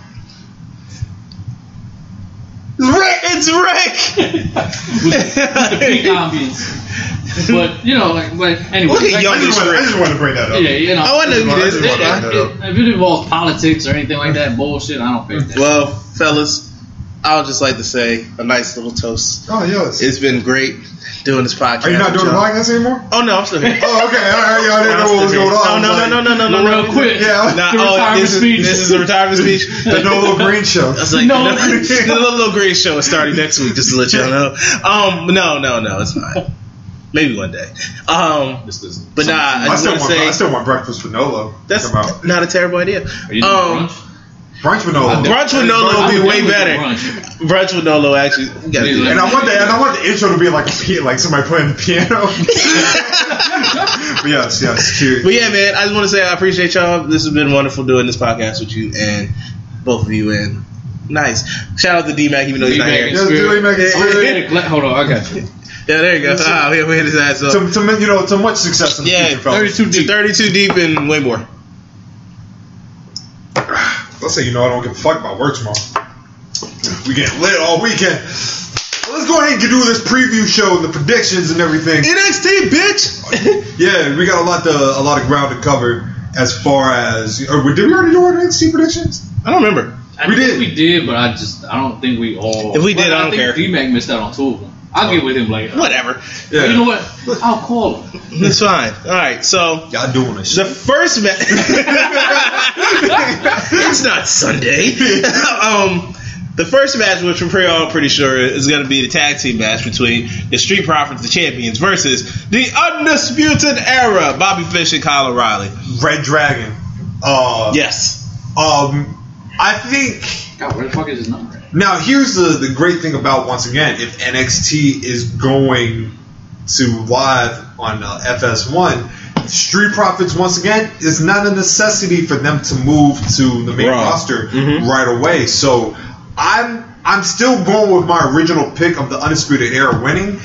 D: Rick, it's Rick.
C: Big ambience. But you know, like, but anyway,
D: Look at
C: like,
D: young-
B: I just, wanted, I just wanted to bring that up.
C: yeah, you know,
D: I want to
B: I
D: do
B: just wanted
D: this.
B: to bring that up.
C: If it involves politics or anything like that, bullshit, I don't think that.
D: Well, fellas, I would just like to say a nice little toast.
B: Oh yes.
D: It's been great doing this podcast.
B: Are you not doing the
D: with y'all.
B: podcast anymore?
D: Oh no, I'm still here.
B: Oh okay. All right, yeah, I didn't know what was going on.
D: No,
B: I
D: no,
B: was
D: no,
B: like,
D: no, no, no, no,
C: Real
D: no.
C: quick,
B: Yeah.
D: Nah,
C: The
D: oh,
C: retirement
D: this is,
C: speech.
D: this is the retirement speech.
B: The No Little Green Show.
D: That's like
C: No.
D: no. the little green show is starting next week. Just to let y'all know. Um, no, no, no, it's fine. Maybe one day. Um,
C: This is-
D: but nah, I
B: I
D: just
B: still
D: want to
B: want. I
D: say
B: still want breakfast for Nolo.
D: that's
B: Come out.
D: not a terrible idea.
C: Are you doing
D: Um,
C: brunch?
B: Brunch Manolo.
D: Brunch with Nolo
C: I
D: would
C: would
D: be way
C: do the
D: better.
C: brunch.
D: Brunch with Nolo actually. we gotta do that.
B: And I want the and I want the intro to be like a pi- like somebody playing the piano. But yes, yes, cute.
D: But yeah, man, I just want to say I appreciate y'all. This has been wonderful doing this podcast with you and both of you. And nice. Shout out to D Mac, even though he's not
C: D-Mac.
D: here.
B: Yes, Julie Mac-
D: Yeah,
C: Oh, we
B: Julie-
C: had a gla- Hold on, I got you.
D: Yeah, there you go. Ah, we we hit his ass up.
B: To, to you know, to much success in the
D: Yeah,
B: future, fellas.
D: 32 deep. 32 deep and way more.
B: Let's say you know I don't give a fuck about work tomorrow. We getting lit all weekend. Well, let's go ahead and do this preview show and the predictions and everything.
D: NXT, bitch!
B: Yeah, we got a lot to a lot of ground to cover as far as or did we already do our NXT predictions?
D: I don't remember.
C: I
B: We
C: think
B: did.
C: we did, but I just I don't think we all.
D: If we did,
C: Well,
D: I don't
C: think
D: care.
C: D-Mac missed out on two of them. I'll get with him later.
D: Whatever.
B: Yeah.
C: You know what? I'll call him.
D: It's fine. All right, so
B: Y'all doing this
D: the
B: shit.
D: first match. it's not Sunday. um, the first match, which we're pretty all pretty sure is going to be the tag team match between the Street Profits, the champions, versus the Undisputed Era, Bobby Fish and Kyle O'Reilly.
B: Red Dragon. Uh,
D: Yes.
B: Um, I think
C: God, where the fuck is his number? At?
B: Now, here's the, the great thing about once again, if NXT is going to live on uh, FS1, Street Profits once again is not a necessity for them to move to the main
D: Raw.
B: roster right away. So I'm I'm still going with my original pick of the Undisputed Era winning,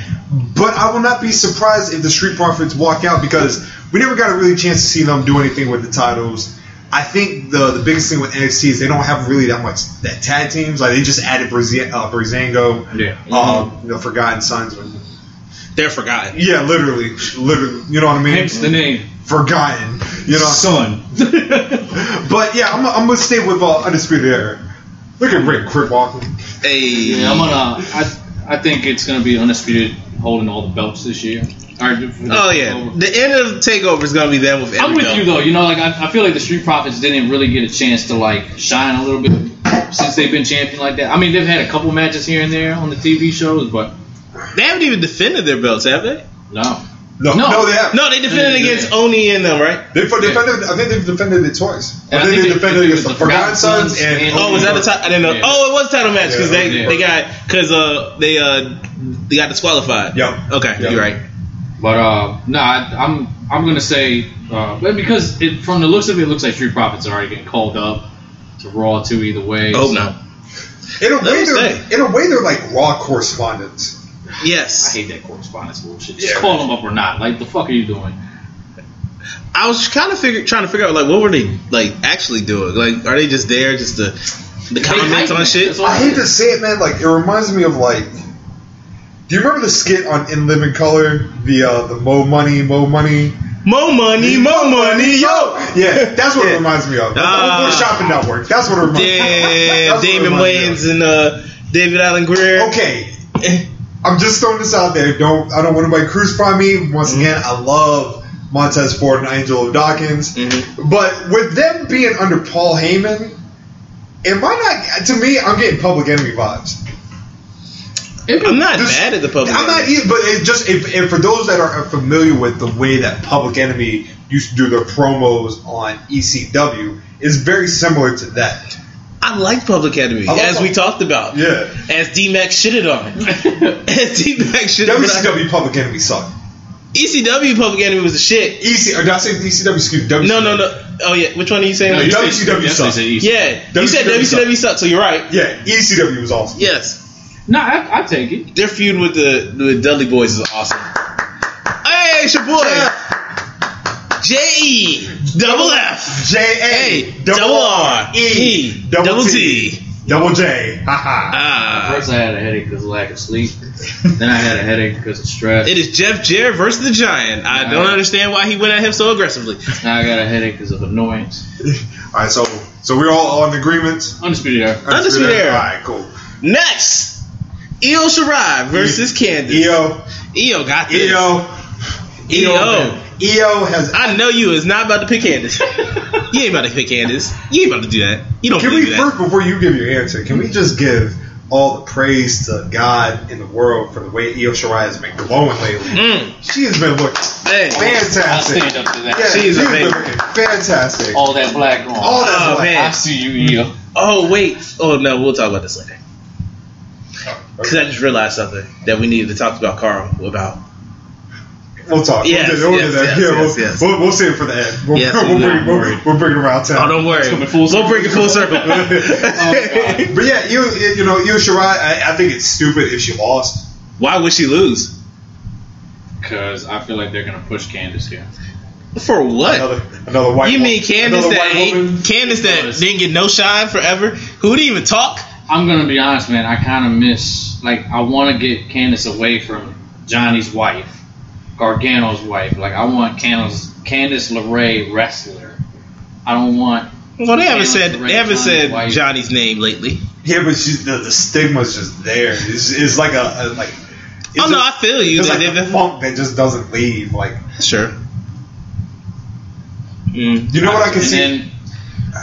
B: but I will not be surprised if the Street Profits walk out because we never got a really chance to see them do anything with the titles. I think the the biggest thing with NXT is they don't have really that much that tag teams. Like they just added Brazango, uh, Breezango,
C: Yeah.
B: uh, you know, Forgotten Sons.
D: They're forgotten.
B: Yeah, literally, literally. You know what I mean?
C: Hence the name.
B: Forgotten. You know,
D: Son.
B: But yeah, I'm, I'm gonna stay with uh, Undisputed Era. Look at Rick Crip walking.
D: Hey.
C: Yeah, I'm gonna. I I think it's gonna be undisputed holding all the belts this year. All right, for the
D: Oh yeah,
C: takeover.
D: the end of the takeover is gonna be them with.
C: I'm
D: every
C: with
D: belt.
C: you though. You know, like I, I feel like the Street Profits didn't really get a chance to like shine a little bit since they've been champion like that. I mean, they've had a couple matches here and there on the TV shows, but
D: They haven't even defended their belts, have they?
C: no.
B: No, no,
C: No.
B: they have.
D: No, they defended
C: they didn't.
D: against Oni and them, right?
B: They, they defended. I think they've defended it twice.
C: And
B: I
C: I
B: think
C: think
B: they
C: they-
B: defended
C: they-
B: against the
C: the
B: Forgotten
C: Forgotten
B: Sons
C: Sons
B: and,
C: and-
D: Oh, was that the title? I didn't know.
C: Yeah.
D: Oh, it was a title match because
B: Yeah.
D: they
C: Yeah.
D: they got because uh they uh they got disqualified.
B: Yeah.
D: Okay,
B: Yeah.
D: you're right.
C: But uh, no, I, I'm I'm gonna say, uh, but because it, from the looks of it, it looks like Street Profits are already getting called up to Raw too. Either way,
D: I hope
C: so-
D: not.
B: in a
D: Let
B: way,
D: me
B: they're in a way they're like raw correspondents.
C: I
D: Yes,
C: hate that correspondence bullshit. Just
B: Yeah.
C: call them up or not. Like the fuck are you doing?
D: I was kind of figure, trying to figure out like what were they like actually doing? Like, are they just there just to the comments
C: hyping
D: on
C: it.
D: shit?
C: That's all-
B: I hate to say it, man. Like it reminds me of like. Do you remember the skit on In Living Color? The uh, the Mo Money, Mo Money.
D: Mo money, mo money, yo.
B: Yeah, that's what
D: Yeah.
B: it reminds me of. The
D: Ah.
B: Old Boy Shopping Network. That's what it reminds me.
D: Damn,
B: of. That's what it
D: Damon
B: reminds me of.
D: Wayans and uh David Allen Greer.
B: Okay, I'm just throwing this out there. Don't I don't want anybody crucify me. Once
D: Mm-hmm.
B: again, I love Montez Ford and Angelo Dawkins,
D: Mhm.
B: but with them being under Paul Heyman, am I not? To me, I'm getting Public Enemy vibes.
D: I'm not mad at the public.
B: I'm not either, but it just if, and for those that are familiar with the way that Public Enemy used to do their promos on E ECW, is very similar to that.
D: I like Public Enemy,
B: e- I like
D: as
B: Public-
D: we talked about.
B: Yeah.
D: As D Mac shitted on. as D Mac shitted on.
B: WCW Public Enemy sucked.
D: ECW E Public Enemy was the shit.
B: EC, or did I say ECW? Excuse me.
D: No, no, no. Oh, yeah. Which one are you E saying?
C: No,
D: was-
C: you said-
B: WCW
C: yes, they
B: sucks.
C: said you-
D: yeah. you said
B: WCW
D: WCW sucked, so you're right.
B: Yeah, ECW was awesome.
D: Yes.
C: No, I, I take it.
D: Their feud with the with Dudley Boys is awesome. Hey, it's your boy. J E double F
B: J
D: A
B: A
D: double R E double T.
B: double J. Haha.
D: Ah.
C: First, I had a headache because of lack of sleep. then I had a headache because of stress.
D: It is Jeff Jarrett versus the Giant. I don't
C: Alright.
D: understand why he went at him so aggressively.
C: now I got a headache because of annoyance.
B: All right, so so we're all on agreement.
C: Undisputed era.
D: Undisputed
B: All
D: Era.
B: right, cool.
D: Next, Io Shirai versus
B: E,
D: Candice.
B: EO,
D: Io got this. E
B: EO, E
D: EO.
B: EO has.
D: I know you is not about to pick Candice. you ain't about to pick Candice. You ain't about to do that. You don't
B: Can
D: really
B: we
D: do that.
B: first before you give your answer? Can we just give all the praise to God in the world for the way Io Shirai has been glowing lately.
D: Mm.
B: She has been looking
D: Hey.
C: I
B: fantastic.
C: stand up to that. Oh,
B: Yeah,
D: She's
B: she's been
D: amazing.
B: looking fantastic.
C: All that black on. Mm-hmm.
B: All that
D: Oh,
B: black.
D: man.
C: I see you, E Eo.
D: Oh wait. Oh no, we'll talk about this later. Because I just realized something that we needed to talk about Carl about.
B: We'll talk.
D: Yes,
B: we'll, do- we'll do
D: yes,
B: that.
D: yes,
B: yeah, we'll,
D: yes, yes.
B: We'll, we'll save it for the end. We'll,
D: Yes,
B: we'll,
D: no,
B: bring,
D: don't
B: we'll,
D: worry.
B: we'll bring it around town.
D: Oh, don't worry. We'll bring it full circle.
B: Um, but yeah, you you know, Io Shirai, I, I think it's stupid if she lost.
D: Why would she lose?
C: Because I feel like they're going to push Candace here.
D: For what?
B: Another another white.
D: you mean
B: wo-
D: Candace
B: another
D: that
B: white woman?
D: ain't, Candace that didn't get no shine forever? Who didn't even talk?
C: I'm gonna be honest, man. I kind of miss like I want to get Candace away from Johnny's wife, Gargano's wife. Like I want Candace Candace LeRae wrestler. I don't want.
D: Well, they haven't
C: Candace
D: said
C: LeRae,
D: they haven't
C: Johnny's
D: said
C: wife.
D: Johnny's name lately.
B: Yeah, but she's, the, the stigma's just there. It's, it's like a, a like. it's
D: Oh no, I
B: just-
D: feel you.
B: It's
D: They-
B: like
D: they've
B: a
D: been-
B: funk that just doesn't leave. Like
D: Sure. Mm.
B: you know what I can
C: and
B: see.
C: Then,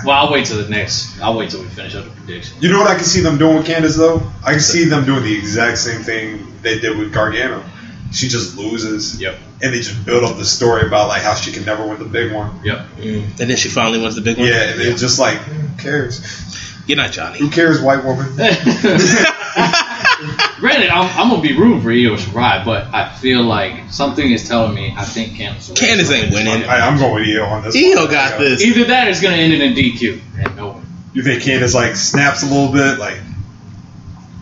C: well, I'll wait till the next. I'll wait till we finish up the prediction.
B: You know what I can see them doing with Candace though? I can see them doing the exact same thing they did with Gargano. She just loses.
C: Yep.
B: And they just build up the story about like how she can never win the big one.
C: Yep.
D: Mm. And then she finally wins the big one.
B: Yeah, and it's just like who cares?
D: You're not Johnny.
B: Who cares, white woman?
C: Granted, I'm, I'm gonna be rooting for Io Shirai, but I feel like something is telling me I think Candace. LeRae-
D: Candace ain't winning.
B: I, I'm going with Io on this.
D: Eo
B: one.
D: E got
B: Yeah.
D: this.
C: Either that or it's gonna end in a DQ. And no one.
B: You think Candace like snaps a little bit, like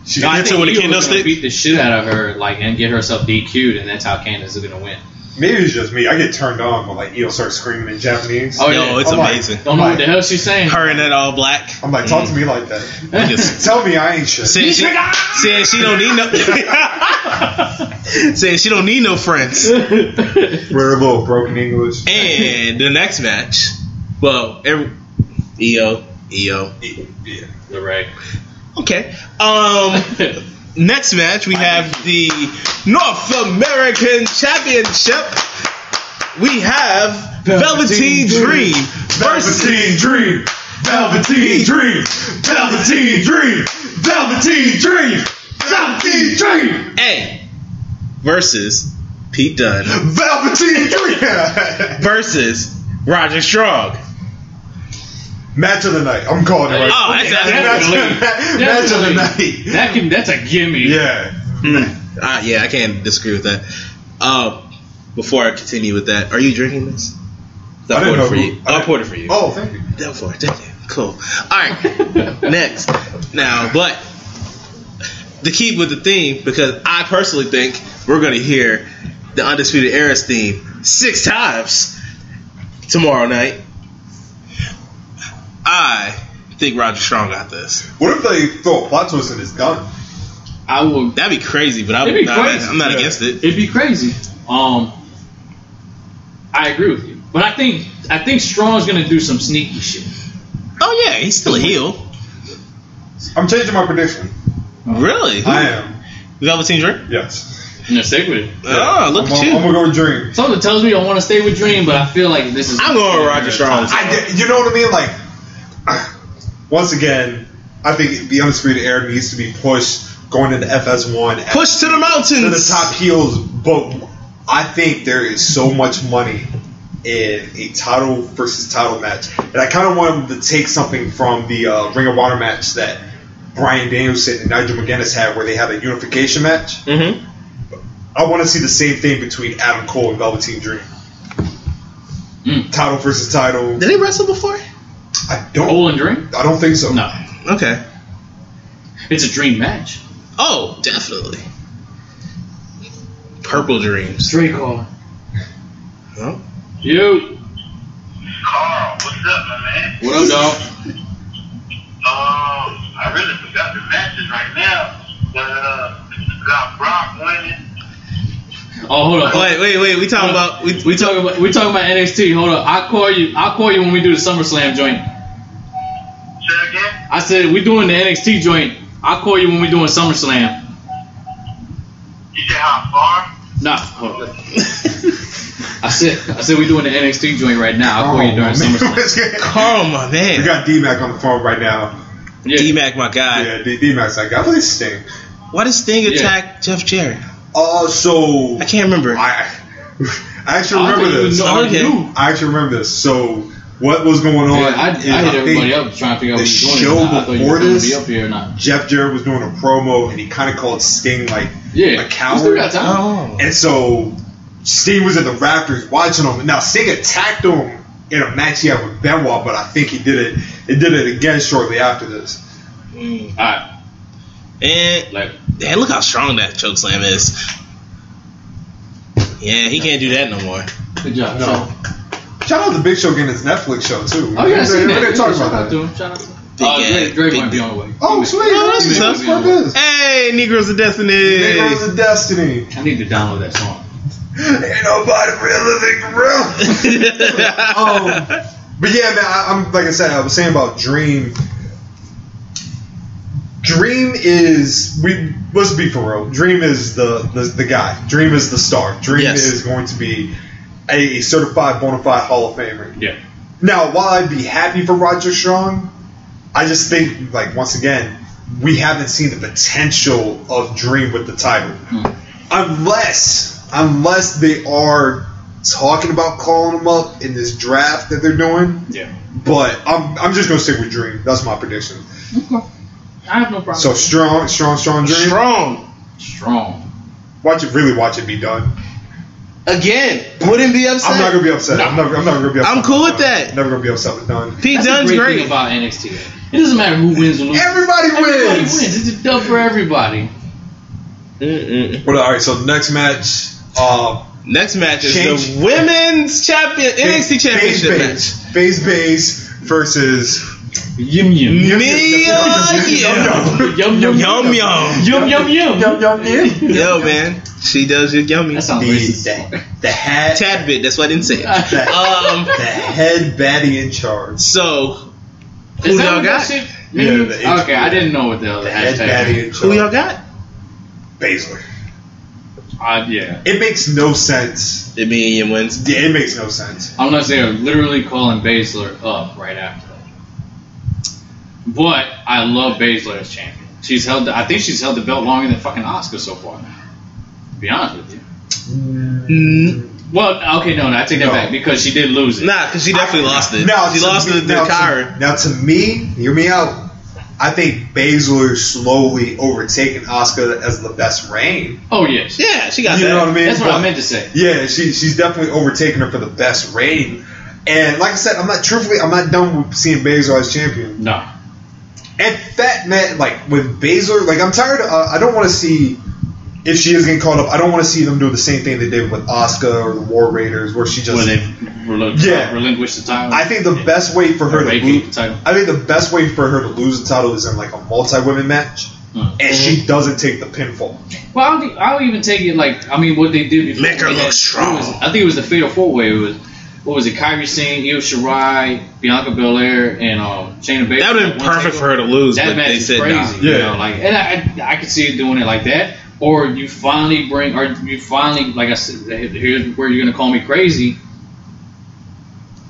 B: she
C: No, I
D: Hits
C: think
D: her with a
C: Io was
D: kendo
C: gonna
D: stick?
C: Beat the shit out of her, like, and get herself DQ'd, and that's how Candace is gonna win.
B: maybe it's just me. I get turned on when like Io starts screaming in Japanese.
C: Oh,
D: Yo,
C: yeah.
D: it's
B: I'm like-
D: amazing.
C: Don't know what the hell she's saying.
D: Her and that all black.
B: I'm like, talk to me like that.
D: Just
B: Tell me I ain't shit.
D: saying, she, saying she don't need no saying she don't need no friends.
B: We're a little broken English.
D: And the next match, well, every, E EO, EO.
B: Yeah.
C: Lorraine.
D: Okay. Um, next match, we have the North American Championship. We have
B: Velveteen
D: Velveteen, Dream versus
B: Velveteen Dream! Velveteen Dream! Velveteen Dream! Velveteen Dream! Velveteen Dream!
D: A versus Pete Dunne
B: Velveteen Dream!
D: versus Roger Strong.
B: Match of the night. I'm calling it right
D: Oh, that's, that's,
B: Match of
C: definitely.
B: the- match of the night.
C: That can, that's a gimme.
B: Yeah. Hmm.
D: Uh, yeah, I can't disagree with that. Uh, before I continue with that, are you drinking this? I,
B: I didn't
D: poured it
B: know
D: for
B: who-
D: you.
B: I
D: I,
B: didn't-
D: poured it for you.
B: Oh, thank you.
D: Down for it. Thank you. Cool. All right. Next. Now, but to keep with the theme, because I personally think we're going to hear the Undisputed Era's theme six times tomorrow night. I think Roger Strong got this.
B: What if they throw a plot twist and it's done?
C: I will.
D: That'd be crazy, but I,
C: It'd be
D: not,
C: crazy.
D: I'm not
B: Yeah.
D: against it.
C: It'd be crazy. Um, I agree with you, but I think I think Strong's gonna do some sneaky shit.
D: Oh, yeah, he's still a heel.
B: I'm changing my prediction.
D: Really?
B: Oh. I am.
D: Velveteen Dream?
B: Yes.
C: No, stick with it.
D: Oh, look
B: I'm
D: at
B: gonna-
D: you.
B: I'm gonna go with Dream.
C: Something tells me I want to stay with Dream, but I feel like this is.
D: I'm going with Roger Strong.
B: I get- you know what I mean? Like, once again, I think the Undisputed Era needs to be pushed going into FS1. as
D: Push to the mountains.
B: to the top heels, but I think there is so much money in a title versus title match. And I kind of want them to take something from the uh, Ring of Honor match that Brian Danielson and Nigel McGuinness had where they had a unification match.
D: Mhm.
B: I want to see the same thing between Adam Cole and Velveteen Dream.
C: Mm.
B: Title versus title.
D: Did they wrestle before?
B: I don't.
C: Cole and Dream?
B: I don't think so.
C: No,
D: Okay.
C: it's a Dream match.
D: Oh, definitely. Purple Dreams.
C: Dream call.
D: Huh?
C: You.
H: Carl, what's up, my man?
C: What up, dog?
H: Um, I really forgot the matches right now, but uh, we got Brock winning.
C: Oh, hold up.
D: Wait, wait, wait. We talking about we,
C: We talking about we talking about NXT. Hold up, I'll call you. I'll call you when we do the SummerSlam joint.
H: Say again?
C: I said we doing the NXT joint. I'll call you when we doing SummerSlam.
H: You said how far?
C: Nah, hold up. I said I said we doing the NXT joint right now. I'll call you during
B: Oh, man.
C: SummerSlam.
D: Carl, my
B: we
D: man.
B: got D Mac on the phone right now.
D: D-Mac, my guy.
B: Yeah, D-Mac's my guy. What is Sting?
D: Why does Sting attack Jeff Jarrett?
B: Oh, so
D: I can't remember.
B: I, I actually
D: I
B: remember
D: don't even
B: this.
D: know how to
B: Okay.
D: do.
B: I actually remember this. So what was going on?
C: Yeah, I, I
B: is
C: hit
B: think
C: everybody up trying to figure out
B: the
C: what he's doing.
B: show
C: I thought you were
B: before
C: going to
B: this-
C: be up here or not.
B: Jeff Jarrett was doing a promo and he kind of called Sting like
C: Yeah,
B: a coward.
C: still got time.
D: Oh.
B: And so Sting was in the Raptors watching him. Now Sting attacked him in a match he had with Benoit, but I think he did it. He did it again shortly after this.
D: All right. And like, damn, look how strong that choke slam is. Yeah, he can't do that no more.
C: Good job.
B: No. Shout out to Big Show getting his Netflix show too.
C: Oh, yeah, I
B: We're
C: seen
B: gonna
C: that.
B: talk
C: Shout
B: about
C: out to
B: that.
C: him. Shout out to him. Uh, Drake, Drake might be on the way.
B: Oh, sweet.
D: that's
B: That's
D: what's
B: what it is.
D: Hey, Negroes of Destiny.
B: Negroes of Destiny.
C: I need to download that song.
B: Ain't nobody real living real. um, but yeah, man, I, I'm like I said, I was saying about Dream. Dream is we let's be for real. Dream is the the, the guy. Dream is the star. Dream
D: Yes.
B: is going to be a certified bona fide Hall of Famer.
C: Yeah.
B: Now, while I'd be happy for Roger Strong, I just think like once again we haven't seen the potential of Dream with the title unless unless they are talking about calling him up in this draft that they're doing.
C: Yeah.
B: But I'm I'm just gonna stick with Dream. That's my prediction.
C: I have no problem.
B: So strong, strong, strong Dream.
D: Strong.
C: Strong.
B: Watch it, really watch it be done.
D: Again, wouldn't be upset.
B: I'm not gonna be upset. I'm not. I'm not gonna be upset.
D: I'm cool
B: with
D: with
B: Dunn.
D: that.
B: Never gonna be upset with done.
D: Pete
C: That's
D: Dunne's
C: the great,
D: great.
C: thing about NXT. It doesn't matter who wins or loses.
B: Everybody
C: Everybody
B: wins.
C: wins. It's a dub for everybody.
D: Mm-mm.
B: But all right, so the next match, uh,
D: Next match is
B: Change-
D: the women's champion NXT championship match.
B: Phase Bays versus
C: Yum yum.
D: Mia
C: Yum yum.
D: Yum Yum Yum.
C: Yum yum yum.
D: Yo, man, she does your yummy.
C: That sounds
B: The-
C: racist.
B: the hat,
D: Tad bit. That's what I didn't say. Um,
B: the head baddie in charge.
D: so
C: Is
D: Who
C: that
D: y'all
C: what that
D: got?
C: shit
B: Yeah,
C: means?
B: the H-
C: okay, I didn't know what the other
B: The head baddie
C: hashtag.
B: in charge.
D: who y'all got?
B: Baszler.
C: Uh, yeah.
B: It makes no sense.
D: It being Yum wins.
B: Yeah, it makes no sense.
C: Unless they are literally calling Baszler up right after that. But I love Baszler as champion. She's held. The, I think she's held the belt longer than fucking Oscar so far. Now, to be honest with you.
D: Mm.
C: Well, okay, no, no, I take that
B: No.
C: back because she did lose it.
D: Nah, because she definitely lost it.
B: Now
D: she
B: to
D: lost
B: me-
D: it to
B: now to-
D: Kyra.
B: Now to me, hear me out. I think Baszler is slowly overtaking Oscar as the best reign.
C: Oh yes,
D: Yeah, she got
B: You
D: that.
B: know what I mean?
C: that's what
B: But-
C: I meant to say.
B: Yeah, she, she's definitely overtaking her for the best reign. And like I said, I'm not truthfully, I'm not done with seeing Baszler as champion.
C: No,
B: And Fat Man, like with Baszler, like I'm tired. Of, uh, I don't want to see if she is getting called up. I don't want to see them do the same thing they did with Oscar or the War Raiders, where she just.
C: when they relu-
B: Yeah.
C: relinquished the title.
B: I think the
C: Yeah.
B: best way for her
C: Or
B: to
C: vacate
B: lose,
C: the title.
B: I think the best way for her to lose the title is in like a multi women match,
C: Hmm.
B: and she doesn't take the pinfall.
C: Well, I don't, think- I don't even take it like I mean what they did before.
D: Make her
C: they
D: look
C: had-
D: strong.
C: it was- I think it was the fatal four way. It was what was it? Kyrie Singh, Io Shirai, Bianca Belair, and um, Shayna Baszler.
D: That would have been
C: One
D: perfect
C: takeover.
D: for her to lose,
C: That
D: but
C: match
D: they
C: is
D: said
C: crazy.
D: nah.
C: You
B: Yeah.
C: know, like and I, I I could see it doing it like that. Or you finally bring, or you finally like I said, here's where you're gonna call me crazy.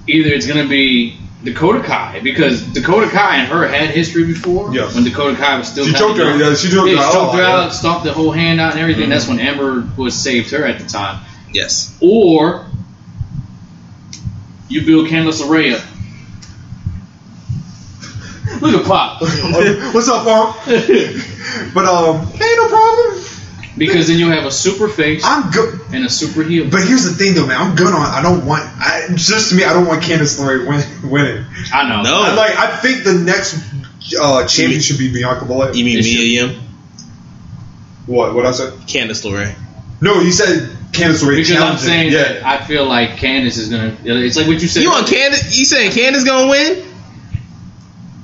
C: Either it's gonna be. Dakota Kai, because Dakota Kai and her had history before.
B: Yes.
C: When Dakota Kai was still
B: She
C: kinda
B: choked her,
C: young.
B: yeah, she choked her out a
C: choked her
B: lot, yeah. Mm-hmm.
C: out, stomped the whole hand out and everything. That's when Amber was saved her at the time.
D: Yes.
C: Or you build Candice LeRae up. Look at Pop.
B: What's up, Mom? but um, hey, no problem.
C: because then you have a super face
B: I'm good.
C: and a super heel.
B: But here's the thing, though, man. I'm good on. I don't want. I, just to me, I don't want Candice LeRae win, winning.
C: I know.
D: No.
B: I like. I think the next uh, champion should be Bianca Belair.
D: You mean
C: It should-
D: Mia Yim?
B: What? What I said?
D: Candice LeRae.
B: No, you said Candice LeRae.
C: Because I'm
B: challenged it.
C: saying
B: yeah.
C: that I feel like Candice is gonna. It's like what you said.
D: You want Candice? You saying Candice gonna win?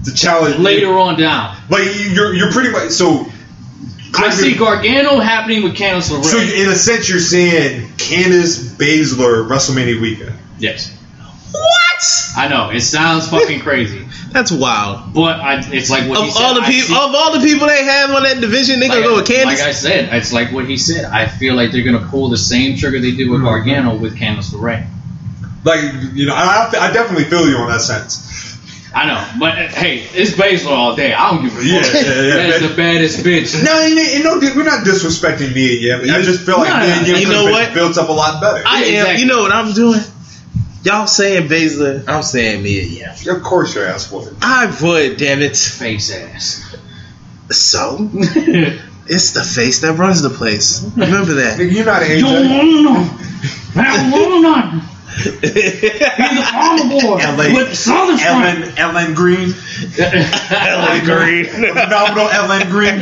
B: the challenge
C: later on down.
B: Like you're you're pretty much so.
C: I see Gargano happening with Candice LeRae.
B: So in a sense, you're saying Candice Baszler WrestleMania weekend.
C: yes,
D: What?
C: I know. It sounds fucking crazy,
D: That's wild.
C: but I, it's like what he
D: Of
C: said,
D: all the
C: I
D: people,
C: see-
D: of all the people they have on that division, they gonna go with
C: Like
D: Candice.
C: I said, it's like what he said. I feel like they're gonna pull the same trigger they did with Gargano with Candice LeRae.
B: Like you know, I, I definitely feel you on that sense.
C: I know, but uh, hey, it's baseball all day. I don't give a
B: Yeah,
C: fuck.
B: yeah, yeah.
C: That's the baddest bitch.
B: No, and, and no, we're not disrespecting me and Yim. I just feel like
C: No,
B: me and Yim
C: no, you
B: could've
C: know
B: been
C: what?
B: built up a lot better.
D: I am.
C: exactly.
D: You know what I'm doing? Y'all saying Baszler, I'm saying Mia Yim.
B: Of course, your ass was.
D: I would, damn it.
C: Face ass.
D: So
C: you
D: it's the face that runs the place. Remember that.
B: Nigga, you're not an
C: don't
B: AJ.
C: want to know. I don't want to know. He's on the board
B: LA.
C: with Southern Front.
B: Ellen, Ellen Green,
D: Ellen Green.
B: phenomenal Ellen Green.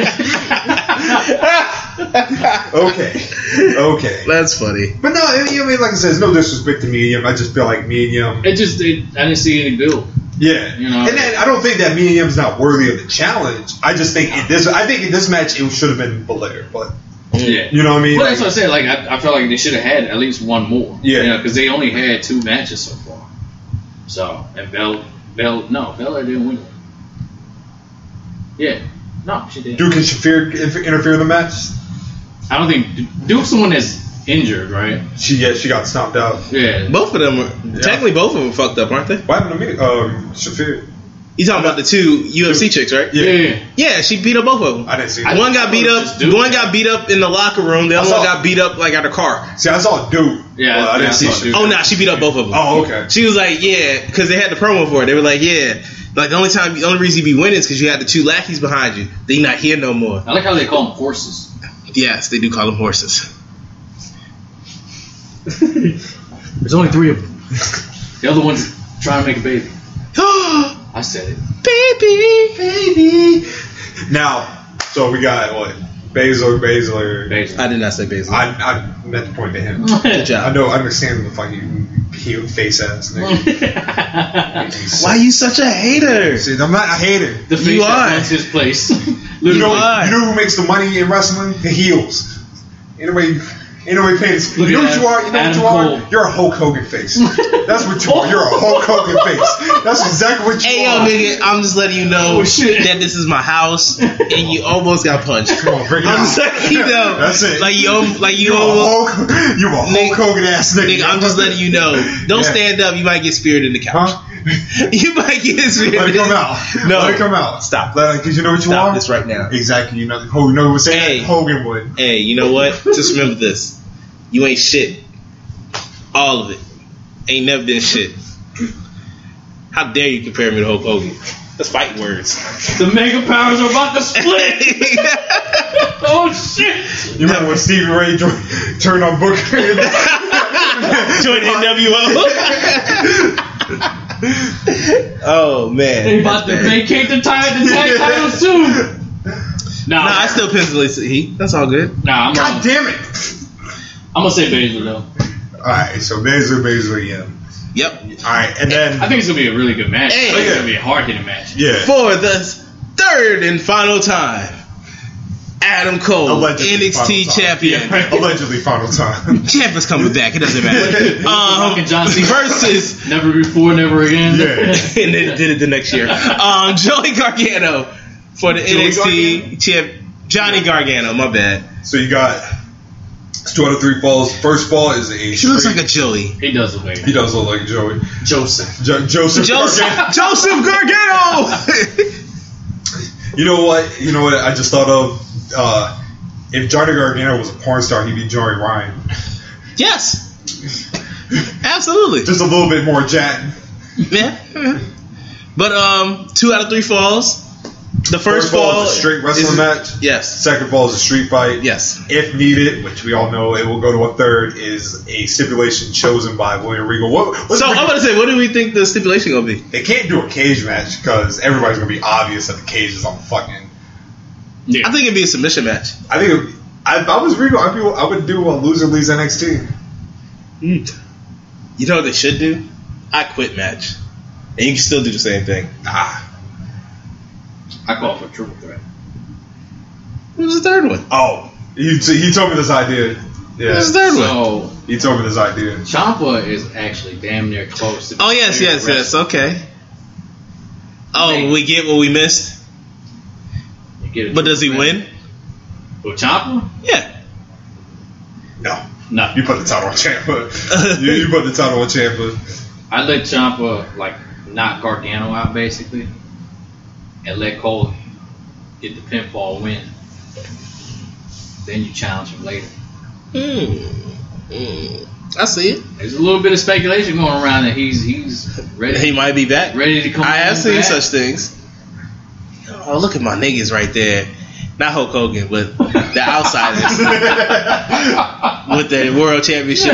B: okay, okay.
D: That's funny.
B: But no, I mean, I mean, like I said, it's no disrespect to me and Yim. I just feel like me and Yim
C: It just, it, I didn't see any build.
B: Yeah,
C: You know?
B: and then, I don't think that me and him is not worthy of the challenge. I just think in this, I think in this match it should have been Belair, but
C: Yeah.
B: you know what I mean.
C: Well, that's what I'm saying. Like, I, I felt like they should have had at least one more.
B: Yeah.
C: Because they only had two matches so far. So, and Bell, Bell, no, Bella didn't win. it. Yeah. No, she didn't.
B: Duke and Shafir inf- interfere in the match.
C: I don't think Duke's the one that's injured, right?
B: She yeah, she got stomped out.
C: Yeah.
D: Both of them are technically both of them fucked up, aren't they?
B: What happened to me? Um, Shafir.
D: You talking about the two UFC chicks, right?
C: yeah.
D: Yeah, she beat up both of them.
B: I didn't see that.
D: One got beat
C: Just
D: up.
C: do it.
D: One got beat up in the locker room. The other
B: saw-
D: one got beat up like at a car.
B: See, I saw Duke.
C: Yeah,
B: but I
C: yeah,
B: didn't
C: I
B: see
C: saw
B: Shafir.
C: Duke.
D: Oh no, she beat up both of them.
B: Oh, okay.
D: She was like, yeah, because they had the promo for it. They were like, yeah, like the only time, the only reason you be winning is because you had the two lackeys behind you. They not here no more.
C: I like how they call them horses.
D: Yes, they do call them horses.
C: There's only three of them. the other one's trying to make a baby. I said it.
D: baby, baby.
B: Now, so we got what Baszler, Baszler.
C: Baby.
D: I did not say basil.
B: I, I meant to point to him.
C: Mm.
D: Good
B: I
D: job.
B: know, I understand the fucking heel face ass nigga.
D: Why you such a hater?
B: See, I'm not a hater.
C: the face
D: You
C: that
D: are.
C: runs his place.
B: You know,
C: Literally.
D: Why?
B: you know who makes the money in wrestling? The heels. Anyway, anyway, Pence. You
C: Look
B: know
C: at
B: what you are. You know
C: Adam
B: what you
C: Cole.
B: are. You're a Hulk Hogan face. That's what you are. You're a Hulk Hogan face. That's exactly what you
D: Hey
B: are.
D: yo, nigga, I'm just letting you know
C: Oh, shit.
D: that this is my house, and you almost got punched.
B: Come on, bring it
D: I'm
B: out.
D: just letting you know,
B: That's it.
D: Like you, al- like
B: you
D: you,
B: are a
D: almost,
B: Hulk. You a
D: Nigga-
B: Hulk Hogan ass nigga.
D: nigga. I'm just letting you know. Don't
B: Yeah.
D: stand up. You might get speared in the couch.
B: Huh?
D: You might get speared.
B: Let it
D: in
B: come
D: the-
B: out.
D: No,
B: Let it come out.
D: Stop.
B: Because you know what you
D: Stop
B: are.
D: this right now.
B: Exactly. You know, Hogan. You know what I'm saying?
D: Hey.
B: Hogan would.
D: Hey, you know what? Just remember this. You ain't shit. All of it. Ain't never been shit. How dare you compare me to Hulk Hogan? That's fight words.
C: The mega powers are about to split. oh shit!
B: You remember when Stevie Ray joined, turned on Booker?
D: Join NWO. oh man.
C: They about to vacate the tag the tag title soon. Nah,
D: Nah, I
C: nah,
D: still pencil it to heat. That's all good.
C: nah I'm,
B: God
C: gonna,
B: damn it!
C: I'm gonna say Baszler though.
B: All right, so Baszler, Baszler, yeah.
D: Yep.
B: All right, and then
C: I think it's gonna be a really good match. I
D: Hey.
C: think it's gonna be a hard hitting match.
B: yeah,
D: For the third and final time, Adam Cole,
B: Allegedly final
D: NXT
B: time.
D: champion.
C: Yeah, right.
B: allegedly final time.
D: Champion's coming back. It doesn't matter.
C: Rock
D: um,
C: and John Cena.
D: versus
C: Never before, never again.
B: Yeah.
D: and then did it the next year. Um, Joey Gargano for the
B: Joey
D: NXT champ. Johnny Gargano. My bad.
B: so you got it's two out of three falls. First fall is the age.
D: She looks like a Joey.
C: he does away.
B: he does look like Joey
C: Joseph.
B: jo- Joseph.
D: Joseph,
B: Gargano.
D: Joseph Gargano.
B: You know what? You know what? I just thought of uh, if Johnny Gargano was a porn star, he'd be Joey Ryan.
D: yes, absolutely.
B: Just a little bit more jack.
D: Yeah. But um, two out of three falls. The first, fall
B: is a straight wrestling
D: is-
B: match.
D: Yes,
B: Second fall is a street fight.
D: yes.
B: if needed, which we all know it will go to a third, is a stipulation chosen by William Regal. What, what's
D: So
B: the-
D: I'm gonna say, what do we think the stipulation gonna be?
B: they can't do a cage match because everybody's gonna be obvious that the cage is on fucking.
C: Yeah.
D: I think it'd be a submission match.
B: I think it- I, if I was Regal, I'd be, I would do a loser leaves NXT. Mm.
D: You know what they should do? I quit match, and you can still do the same thing.
B: Nah.
C: I call for triple threat.
D: What was the third one?
B: Oh, he, he told me this idea.
D: What
B: Yeah,
D: was the third one?
C: So
B: he told me this idea.
C: Champa is actually damn near close. To
D: Oh yes, yes, yes. Okay. Oh,
C: Man.
D: we get what we missed,
C: You get a
D: but does he
C: triple threat.
D: win?
C: Who, Ciampa?
D: Yeah.
B: No,
C: No.
B: you put the title on Champa. you, you put the title on Champa.
C: I let Champa like knock Gargano out basically and let Cole get the pinfall win. Then you challenge him later.
D: Hmm. I see it.
C: There's a little bit of speculation going around that he's he's ready.
D: He might be back.
C: Ready to come.
D: I have seen
C: back.
D: such things. Oh, look at my niggas right there. Not Hulk Hogan, but the outsiders with the World Championship,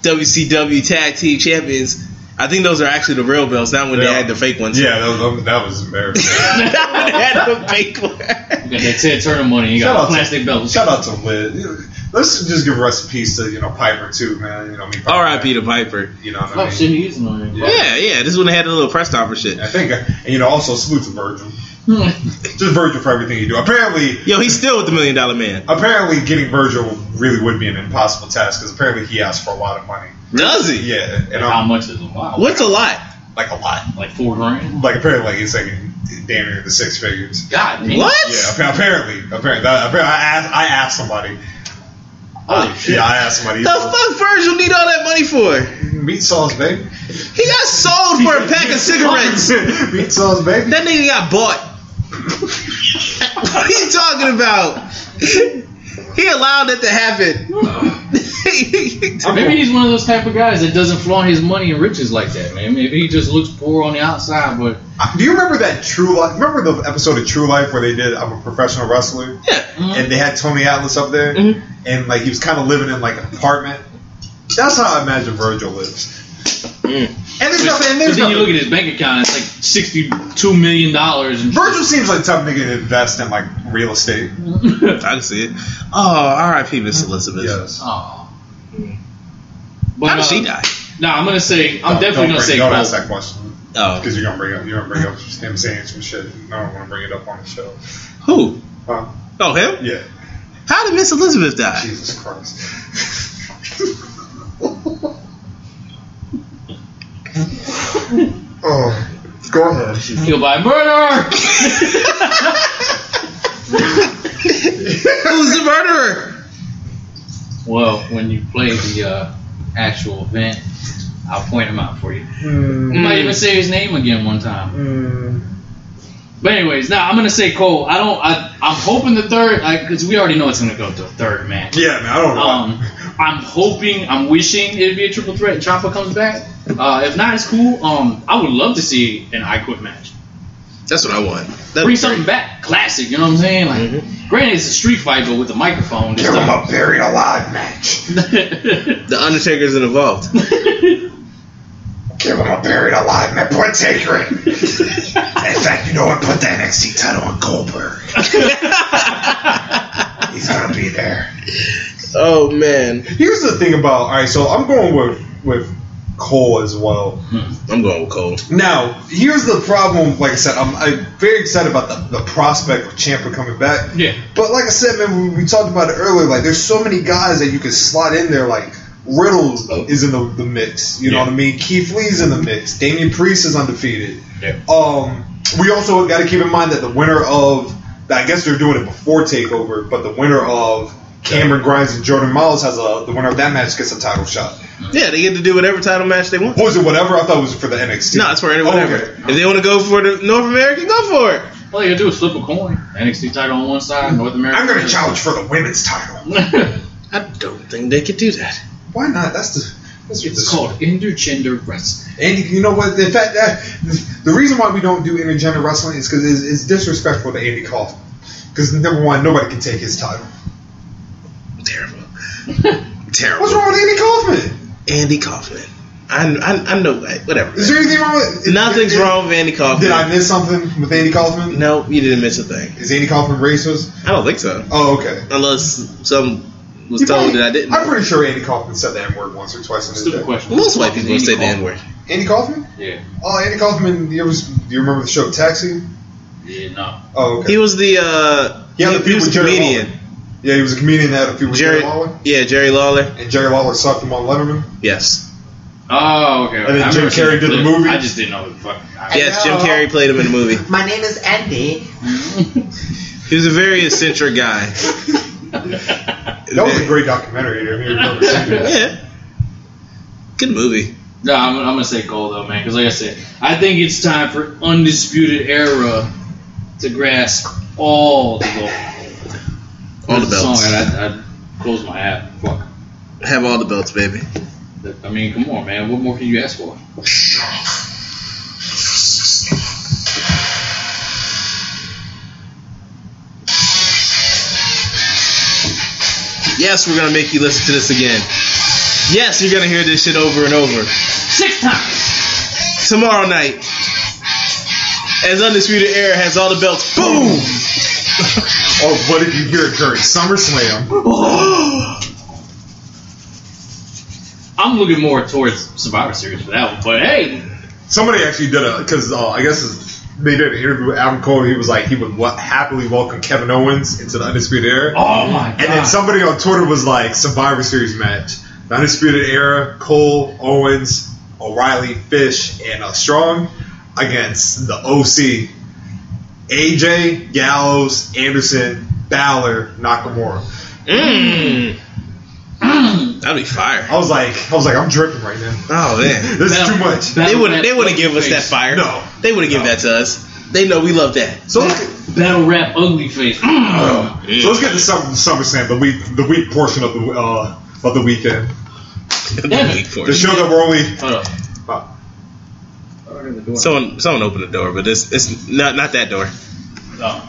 D: WCW Tag Team Champions. I think those are actually the real belts, not when they had the fake ones.
B: Yeah, that was, um, that was embarrassing.
C: You got that Ted Turner money. You
B: Shout
C: got
B: out
C: a plastic
B: to,
C: belt.
B: Shout out to Liz. You know, Let's just give rest in peace to you know Piper too, man. You know, I mean, Piper,
D: R.I.P. to Piper.
B: You know what I
C: Fuck,
B: mean?
C: Oh, shit, he is annoying.
D: Yeah, yeah. This is when they had the little press conference shit.
B: I think, and you know, also salute to Virgil. Just Virgil for everything you do. Apparently,
D: Yo, he's still with the Million Dollar Man.
B: apparently getting Virgil really would be an impossible task because apparently he asked for a lot of money.
D: Does he?
B: Yeah, and
C: How
B: I'm
C: much is a lot?
D: What's a lot?
B: like a lot.
C: Like four grand?
B: Like apparently, like, it's like damn near the six figures.
C: God damn.
D: What?
B: Yeah, appa- apparently, apparently, that- apparently I asked, I asked somebody.
C: Holy shit.
B: Yeah, I asked somebody.
D: The fuck Virgil need all that money for?
B: Meat sauce, baby.
D: He got sold for a pack of cigarettes.
B: Meat sauce, baby.
D: That nigga got bought. what are you talking about? he allowed that to happen.
C: Maybe he's one of those type of guys that doesn't flaunt his money and riches like that, man. Maybe he just looks poor on the outside, but
B: Uh, Do you remember that True Life? Remember the episode of True Life where they did "I'm a professional wrestler"
D: yeah.
C: Mm-hmm.
B: and they had Tony Atlas up there, and like he was kind of living in like an apartment. That's how I imagine Virgil lives. And there's nothing. And
C: But
B: there's
C: Mm. then you look
B: nothing.
C: at his bank account, it's like sixty-two million dollars. And
B: Virgil seems like the type of nigga to invest in like real estate.
D: I can see it. Oh, R.I.P. Miss Elizabeth.
B: Yes.
C: Aw. But,
D: How did
C: uh,
D: she die?
C: No, I'm gonna say I'm definitely
B: don't
C: gonna
B: bring,
C: say
B: Don't
C: Cole.
B: ask that question
D: Oh,
B: because you're gonna bring up you're gonna bring up him saying some shit. No, I don't want to bring it up on the show.
D: who?
B: Huh?
D: Oh, him?
B: Yeah.
D: How did Miss Elizabeth die?
B: Jesus Christ. oh, go ahead.
C: Killed by murder.
D: Who's the murderer?
C: well, when you play the uh, actual event, I'll point him out for you. I might even say his name again one time. But anyways, now I'm gonna say Cole. I don't. I, I'm hoping the third because we already know it's gonna go to a third match.
B: Yeah, man, I don't know.
C: Um, I'm hoping, I'm wishing it'd be a triple threat. and Ciampa comes back. Uh, if not, it's cool. Um, I would love to see an I Quit match.
D: That's what I want. That'd be
C: Bring something back, classic. You know what I'm saying? Like,
D: Mm-hmm.
C: granted, it's a street fight, but with a microphone. It's
B: Give him
C: like,
B: a buried alive match.
D: great. The Undertaker's involved.
B: Give him a buried alive match. Put Taker in. in fact, you know what? Put the NXT title on Goldberg. He's gonna be there.
D: oh man,
B: Here's the thing about all right. So I'm going with with Cole as well.
D: I'm going with Cole.
B: Now, here's the problem. Like I said, I'm, I'm very excited about the, the prospect of Champa coming back.
C: Yeah.
B: But like I said, man, we, we talked about it earlier. Like, there's so many guys that you can slot in there. Like, Riddle is in the, the mix. You know
C: Yeah.
B: what I mean? Keith Lee's in the mix. Damian Priest is undefeated.
C: Yeah.
B: Um, we also got to keep in mind that the winner of, I guess they're doing it before Takeover, but the winner of Cameron Grimes and Jordan Miles has a the winner of that match gets a title shot.
D: Yeah, they get to do whatever title match they want.
B: Was it whatever? I thought it was for the NXT.
D: No, it's for any whatever.
B: Okay.
D: If they want to go for the North American, go for it.
C: all you gotta do is flip a coin. NXT title on one side, North America.
B: I'm going to challenge for the women's title.
D: I don't think they could do that.
B: Why not? That's the. That's what
C: It's
B: this.
C: called intergender wrestling.
B: And you know what? In fact, that the reason why we don't do intergender wrestling is because it's, it's disrespectful to Andy Kaufman. Because number one, nobody can take his title.
D: Terrible.
B: What's
D: Terrible.
B: wrong with Andy Kaufman?
D: Andy Kaufman. I, I, I know that. Whatever.
B: Is there anything wrong with?
D: Nothing's
B: did-
D: wrong with Andy Kaufman.
B: Did I miss something with Andy Kaufman?
D: No, you didn't miss a thing.
B: Is Andy Kaufman racist?
D: I don't think so.
B: Oh, okay.
D: Unless some was
B: He
D: told
B: probably-
D: that I didn't.
B: I'm pretty sure Andy Kaufman said the N word once or twice in his
C: Stupid
B: day.
C: question.
D: Most white people would say the N word.
B: Andy Kaufman?
C: Yeah.
B: Oh, Andy Kaufman. You ever, do you remember the show Taxi?
C: Yeah. No.
B: Oh, okay.
D: He was the uh,
B: Yeah, the
D: he,
B: people
D: was a
B: Jerry
D: comedian.
B: Lawler. Yeah, he was a comedian that had a few with
D: Jerry,
B: Jerry Lawler.
D: yeah, Jerry Lawler.
B: And Jerry Lawler sucked him on Letterman.
D: Yes,
C: Oh, okay.
B: then
C: I
B: Jim
C: remember
B: Carrey
C: seeing
B: did the
C: clip.
B: movie.
C: I just didn't know what the fuck. I-
D: yes. Jim Carrey played him in the movie.
I: My name is Andy.
D: He was a very eccentric guy.
B: That was a great documentary. I mean, I remember seeing that.
D: Yeah, good movie.
C: No, I'm, I'm gonna say gold though, man. Because like I said, I think it's time for undisputed era to grasp all the gold.
D: All the
C: That's
D: belts.
C: Song, and I, I close my app. Fuck.
D: Have all the belts, baby.
C: I mean, come on, man. What more can you ask for?
D: Yes, we're gonna make you listen to this again. Yes, you're gonna hear this shit over and over.
C: Six times.
D: Tomorrow night, as Undisputed Era has all the belts. Boom!
B: Or Oh, what if you hear it during SummerSlam?
C: I'm looking more towards Survivor Series for that one. But hey,
B: Somebody actually did a because uh, I guess it's- they did an interview with Adam Cole. He was like he would wa- happily welcome Kevin Owens into the Undisputed Era.
C: oh my god.
B: And then somebody on Twitter was like, Survivor Series match. The Undisputed Era, Cole, Owens, O'Reilly, Fish, and uh, Strong against the OC. AJ, Gallows, Anderson, Balor, Nakamura.
C: Mm.
D: Mmm. Mm. That'd be fire.
B: I was like, I was like, I'm dripping right now.
D: Oh man,
B: This is
C: Battle-
B: too much.
C: battle
D: they wouldn't. They
C: rap
D: wouldn't give us
C: ugly
D: that
C: face.
D: fire.
B: No.
D: they wouldn't give that to us. They know we love that.
B: So let's get,
C: Battle rap ugly face. Mm.
B: so let's get to Summer, SummerSlam, the week, the week portion of the uh, of the weekend.
C: Damn it.
D: Weak for
B: The
D: it.
B: show that we're only.
C: Hold up.
B: Uh,
D: Someone, someone opened the door, but it's it's not not that door.
C: Oh.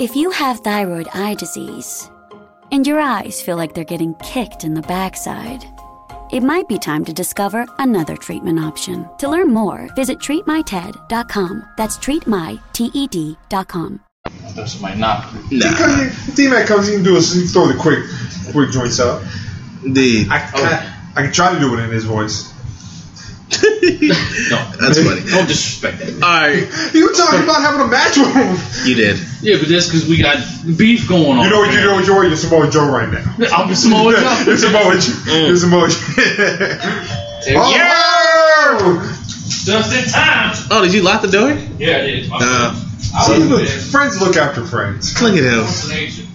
J: If you have thyroid eye disease and your eyes feel like they're getting kicked in the backside, it might be time to discover another treatment option. To learn more, visit treatmyted.com. That's treatmyted.com.
C: That shit might not.
D: Nah,
B: If D-Mac comes, you can do a, you can throw the quick, quick joints out.
D: dude,
B: I, I, I can try to do it in his voice.
C: No.
D: that's funny.
C: Don't disrespect that.
D: All right,
B: You talking about having a match with him?
D: you did.
C: Yeah, but that's because we got beef going on.
B: You know what you know what you're you're Samoa Joe right now.
C: I'm Samoa Joe.
B: You're Samoa Joe. You're Samoa Joe. Oh,
C: Just in time.
D: Oh, did you lock the door?
C: Yeah, I did. My
D: Uh,
C: I
B: See,
C: was
B: look,
C: there.
B: friends look after friends.
D: look at him.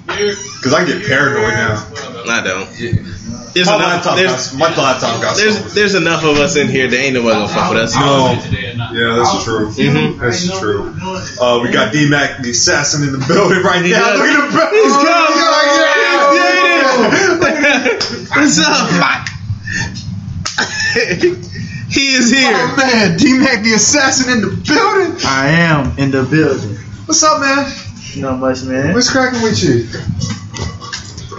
B: Because I get paranoid now.
D: I don't. There's
B: My
D: enough.
B: laptop
D: There's,
B: got, my laptop got
D: there's
B: stolen.
D: there's enough of us in here. There ain't nobody gonna fuck with us.
B: No. Yeah, this is true.
D: Mhm.
B: This is true. Uh, we got D Mac, the assassin, in the building right now.
D: does.
B: Look at Oh, the belt.
D: He's
B: Look
D: gone.
B: at it.
D: What's up, Mike? he is
B: Oh
D: here.
B: man, D Mac, the assassin, in the building.
K: I am in the building.
B: What's up, man?
K: Not much, man.
B: What's cracking with you?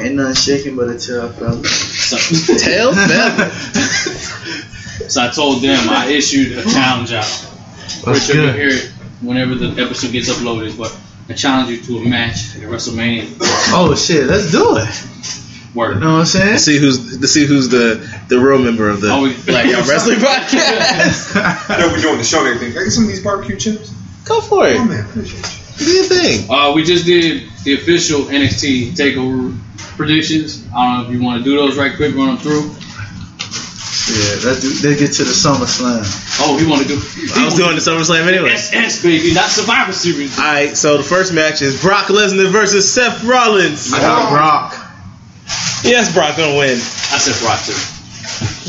K: Ain't nothing shaking but a tail, fellas.
C: So,
D: Hell, man.
C: so I told them I issued a challenge out. Which you'll hear it whenever the episode gets uploaded. But I challenge you to a match at WrestleMania.
K: Oh shit, let's do it. You
C: Word.
K: know what I'm saying?
D: To see who's to see who's the the real member of the
C: Oh, we-
D: Black Out Wrestling Podcast.
B: I know we're doing the show and everything. Can I get some of these barbecue chips?
D: Go for
B: Oh
D: it.
B: man, appreciate you.
D: Do your thing.
C: Uh, we just did the official NXT Takeover predictions. I don't know if you want to do those right quick, run them through.
K: Yeah, let's do. Let's get to the SummerSlam.
C: Oh, he want to do.
D: I was doing the SummerSlam anyway.
C: SS baby, not Survivor Series.
D: All right, so the first match is Brock Lesnar versus Seth Rollins.
K: I got Brock.
D: Yes, Brock gonna win.
C: I said Brock too.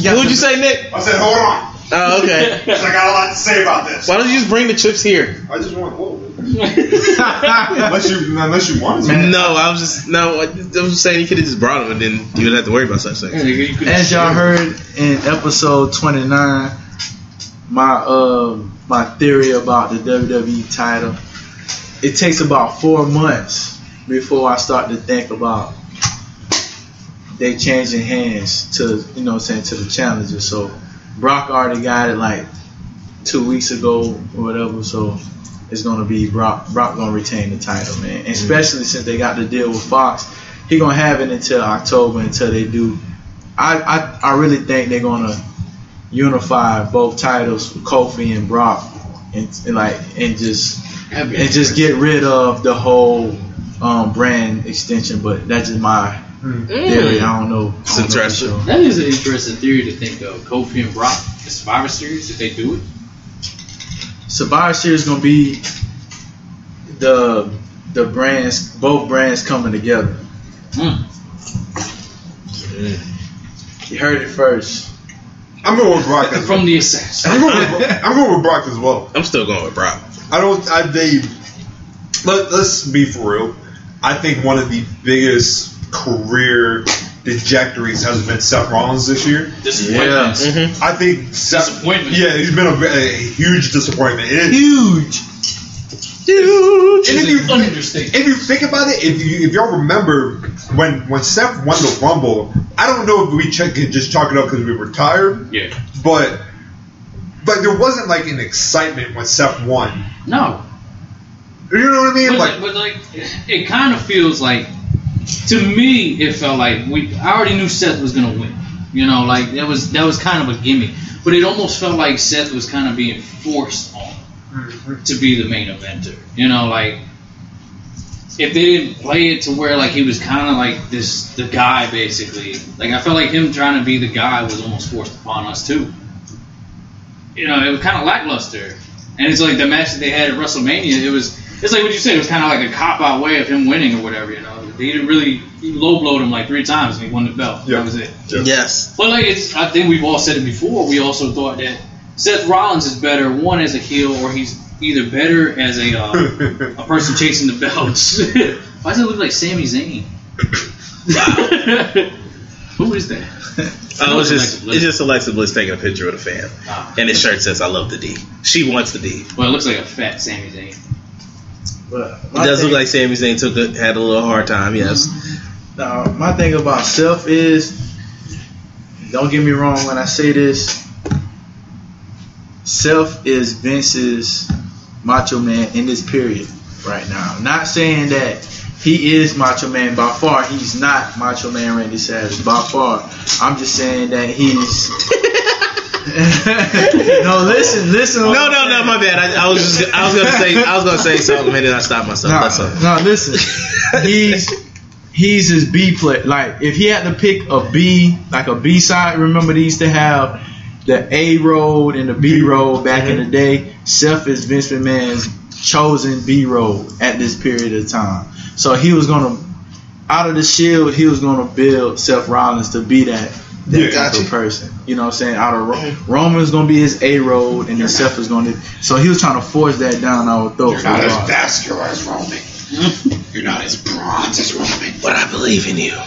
D: Who'd you say, Nick?
B: I said, hold on.
D: Oh, okay.
B: 'cause I got a lot to say about this.
D: Why don't you just bring the chips here?
B: I just want whoa. unless you unless you want to.
D: No, I was just no. I was just saying you could have just brought them and then you wouldn't have to worry about such things.
C: Nigga, you could-
K: As y'all heard in episode 29, my uh my theory about the WWE title, it takes about four months before I start to think about they changing hands to you know what I'm saying to the challengers. So Brock already got it like two weeks ago or whatever. So it's gonna be Brock. Brock gonna retain the title, man. And Especially since they got the deal with Fox, he gonna have it until October until they do. I I, I really think they're gonna
D: unify both titles, Kofi and Brock, and, and like and just and just get rid of the whole um, brand extension. But that's just my theory. I don't know.
C: It's
D: I don't know for sure.
C: That is an interesting theory to think of. Kofi and Brock, the Survivor Series, if they do it.
D: Survivor Series gonna be the the brands, both brands coming together.
C: Mm.
D: You heard it first.
B: I'm going with Brock.
C: From the assassin.
B: I'm going, with, Bro- I'm going with Brock as well.
G: I'm still going with Brock.
B: I don't. I they. Let, let's be for real. I think one of the biggest career trajectories has been Seth Rollins this year.
D: Mm.
C: Disappointments.
G: Mm-hmm.
C: Yeah.
B: I think Seth, Mm-hmm. disappointment. Yeah, he's been a, a huge disappointment. It,
D: huge.
B: Huge. And if you, if you think about it, if you if y'all remember when when Seth won the Rumble, I don't know if we check could just chalk it up because we were tired,
C: Yeah.
B: but but there wasn't like an excitement when Seth won.
C: No.
B: You know what I mean?
C: But,
B: Like
C: but like, it kind of feels like, to me, it felt like we. I already knew Seth was gonna win. You know, like that was that was kind of a gimme. But it almost felt like Seth was kind of being forced on to be the main eventer. You know, like if they didn't play it to where like he was kind of like this the guy basically. Like I felt like him trying to be the guy was almost forced upon us too. You know, it was kind of lackluster. And it's like the match that they had at WrestleMania. It was it's like what you said. It was kind of like a cop out way of him winning or whatever. You know, they didn't really he low blowed him like three times and he won the belt. That was it.
G: Yes.
C: But like it's, I think we've all said it before. We also thought that Seth Rollins is better one as a heel, or he's either better as a uh, a person chasing the belts. Why does it look like Sami Zayn? Who is that?
G: I was just it's just Alexa Bliss taking a picture with a fan, and his shirt says "I love the D." She wants the D.
C: Well, it looks like a fat Sami Zayn.
D: But Mm-hmm.
G: It does look like Sami Zayn took a, had a little hard time. Yes.
D: Now, my thing about Seth is, don't get me wrong when I say this, Seth is Vince's Macho Man in this period right now. Not saying that he is Macho Man by far. He's not Macho Man Randy Savage by far. I'm just saying that he's. no, listen, listen.
G: No, no, no, my bad. I, I was just, I was gonna say, I was gonna say something, and then I stopped myself.
D: Nah,
G: That's all.
D: No, listen. He's he's his B play. Like if he had to pick a B, like a B side. Remember they used to have the A road and the B road back
G: Mm-hmm.
D: in the day. Seth is Vince McMahon's chosen B road at this period of time. So he was gonna out of the shield. He was gonna build Seth Rollins to be that. That
B: Yeah,
D: type
B: gotcha. Mm-hmm.
D: of person, you know what I'm saying? Out of Ro- Roman's gonna be his A road, and then Seth is gonna. So he was trying to force that down our throat.
L: You're not
D: for a
L: as
D: while.
L: vascular as Roman. You're not as bronze as Roman. But I believe in you.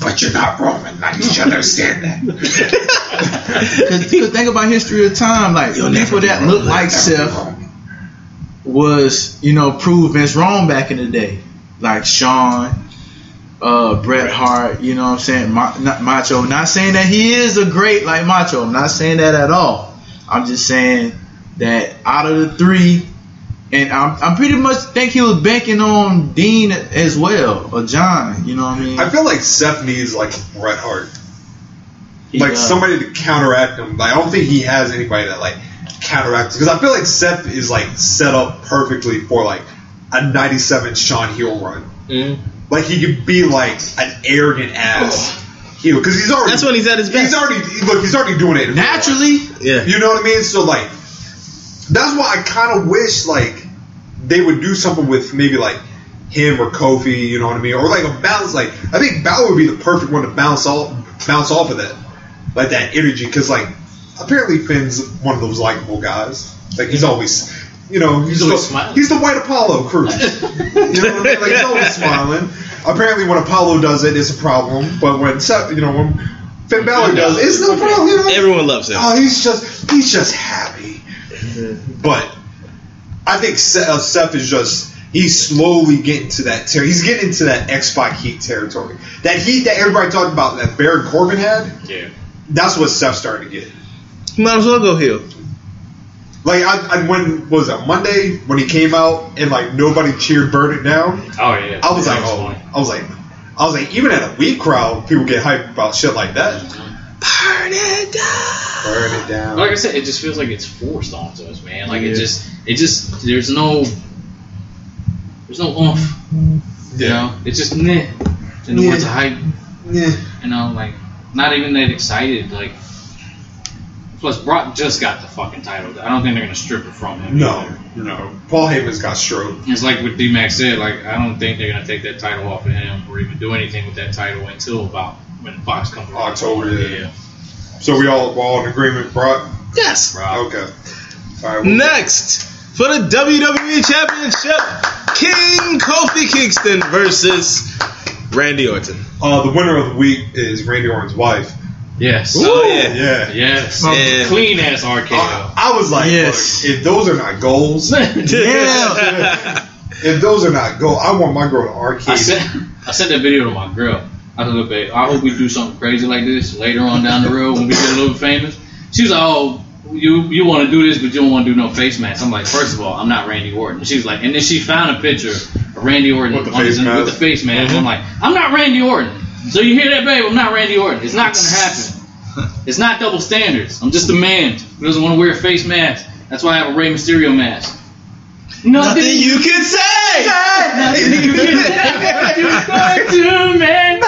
L: But you're not Roman. I need you to understand that.
D: Because think about history of time, like people that look like Seth was, you know, proved Vince wrong back in the day, like Sean, uh, Bret Hart. You know what I'm saying? Ma- not Macho. Not saying that he is a great like Macho. I'm not saying that at all. I'm just saying that out of the three, and I'm, I'm pretty much think he was banking on Dean as well or John. You know what I mean?
B: I feel like Seth needs like a Bret Hart,
D: He uh,
B: like
D: does.
B: somebody to counteract him. Like, I don't think he has anybody that like counteracts because I feel like Seth is like set up perfectly for like a '97 Sean Hill run. Like he could be like an arrogant ass heel because he's already. That's when
G: he's at his
B: best. He's already look. He's already doing it
D: naturally.
G: Yeah,
B: you know what I mean. So like, that's why I kind of wish like they would do something with maybe like him or Kofi. You know what I mean? Or like a balance. Like I think Balor would be the perfect one to bounce off, bounce off of that, like that energy. Because like apparently Finn's one of those likable guys. Like he's always. You know, he's, the, he's the white Apollo crew. you know what I mean? Like he's always smiling. Apparently, when Apollo does it, it's a problem. But when Seth- you know when Finn Balor does, it, it's no problem. You know?
G: Everyone loves him.
B: Oh, he's just he's just happy. But I think Se- uh, Seth is just he's slowly getting to that ter- he's getting into that X Pac heat territory. That heat that everybody talked about that Baron Corbin had.
C: Yeah.
B: That's what Seth's starting to get.
G: Might as well go heel.
B: Like I, I when was that Monday when he came out and like nobody cheered Burn It Down.
C: Oh yeah.
B: I was like,
C: That was
B: oh, I was like, I was like, even at a weak crowd, people get hyped about shit like that.
G: Burn it down.
B: Burn it down.
C: Like I said, it just feels like it's forced onto us, man. Like
B: Yeah.
C: it just, it just, there's no, there's no oomph. You know, it's just meh. And the
B: Yeah.
C: words of hype.
B: Yeah.
C: You know, like not even that excited. Like, plus Brock just got the fucking title. I don't think they're gonna strip it from him.
B: No, no. Paul Heyman's got strode.
C: It's like what D Max said. Like, I don't think they're gonna take that title off of him or even do anything with that title until about when Fox comes around.
B: October. Yeah. So we all we're all in agreement, Brock? Ah,
D: Yes.
B: Okay. All right.
D: Next, for the WWE Championship, King Kofi Kingston versus Randy Orton.
B: Uh, the winner of the week is Randy Orton's wife.
C: Yes.
D: Oh, yeah.
B: Yeah. Uh,
C: Yes.
B: Yeah.
C: Clean ass RKO.
B: I was like, yes. if those are not goals,
C: Yeah.
B: if those are not goals, I want my girl to arcade.
C: I sent I sent that video to my girl. I said, "Look, babe, I hope we do something crazy like this later on down the road when we get a little famous." She's like, "Oh, you you want to do this, but you don't want to do no face mask." I'm like, first of all, I'm not Randy Orton." She's like, and then she found a picture of Randy Orton
B: With the
C: on his-
B: face mask.
C: with the face mask. I'm like, "I'm not Randy Orton." So you hear that, babe? I'm not Randy Orton. It's not gonna happen. It's not double standards. I'm just a man who doesn't want to wear a face mask. That's why I have a Rey Mysterio mask. Nothing,
D: you can say.
C: Nothing you can say to me.
D: I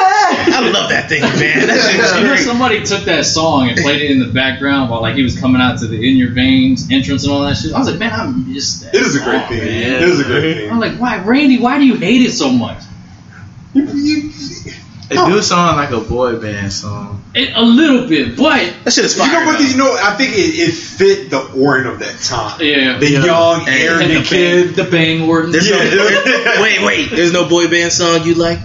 D: love that thing, man. That shit was
C: You know,
D: great.
C: somebody took that song and played it in the background while like he was coming out to the In Your Veins entrance and all that shit. I was like, man, I missed that.
B: It is a great
C: song,
B: thing.
C: Oh, man.
B: It is a great thing.
C: I'm like, why, Randy? Why do you hate it so much?
M: It do sound like a boy band song.
C: It, a little bit, but
D: that shit is
B: You know, but you know, I think it, it fit the Orton of that time.
C: Yeah.
B: The
C: Yeah.
B: young,
C: And-
B: arrogant
C: and the
B: kid.
C: the Bang Orton.
D: There's no-
B: Yeah.
D: wait, wait. There's no boy band song you like?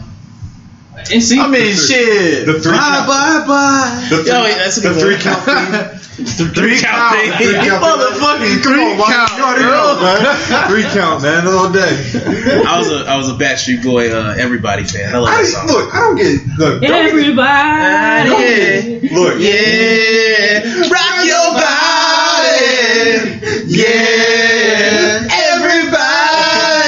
C: And see,
D: I mean, shit.
B: The three
D: bye,
B: count-
D: bye, bye.
B: The three-
D: Yo, wait, that's a
B: the
D: good
B: three
D: one.
B: count
D: three count thing.
B: Three count Come
D: Motherfucking three
B: on, Mike.
D: count,
B: You already know, man. Three count, man, all day.
D: I was a I was a Backstreet Boy uh, everybody fan. I love
B: I
D: that
B: just,
D: song.
B: look, I don't get look. Don't get,
C: Everybody.
B: don't get, look,
D: Yeah, rock your body. Yeah,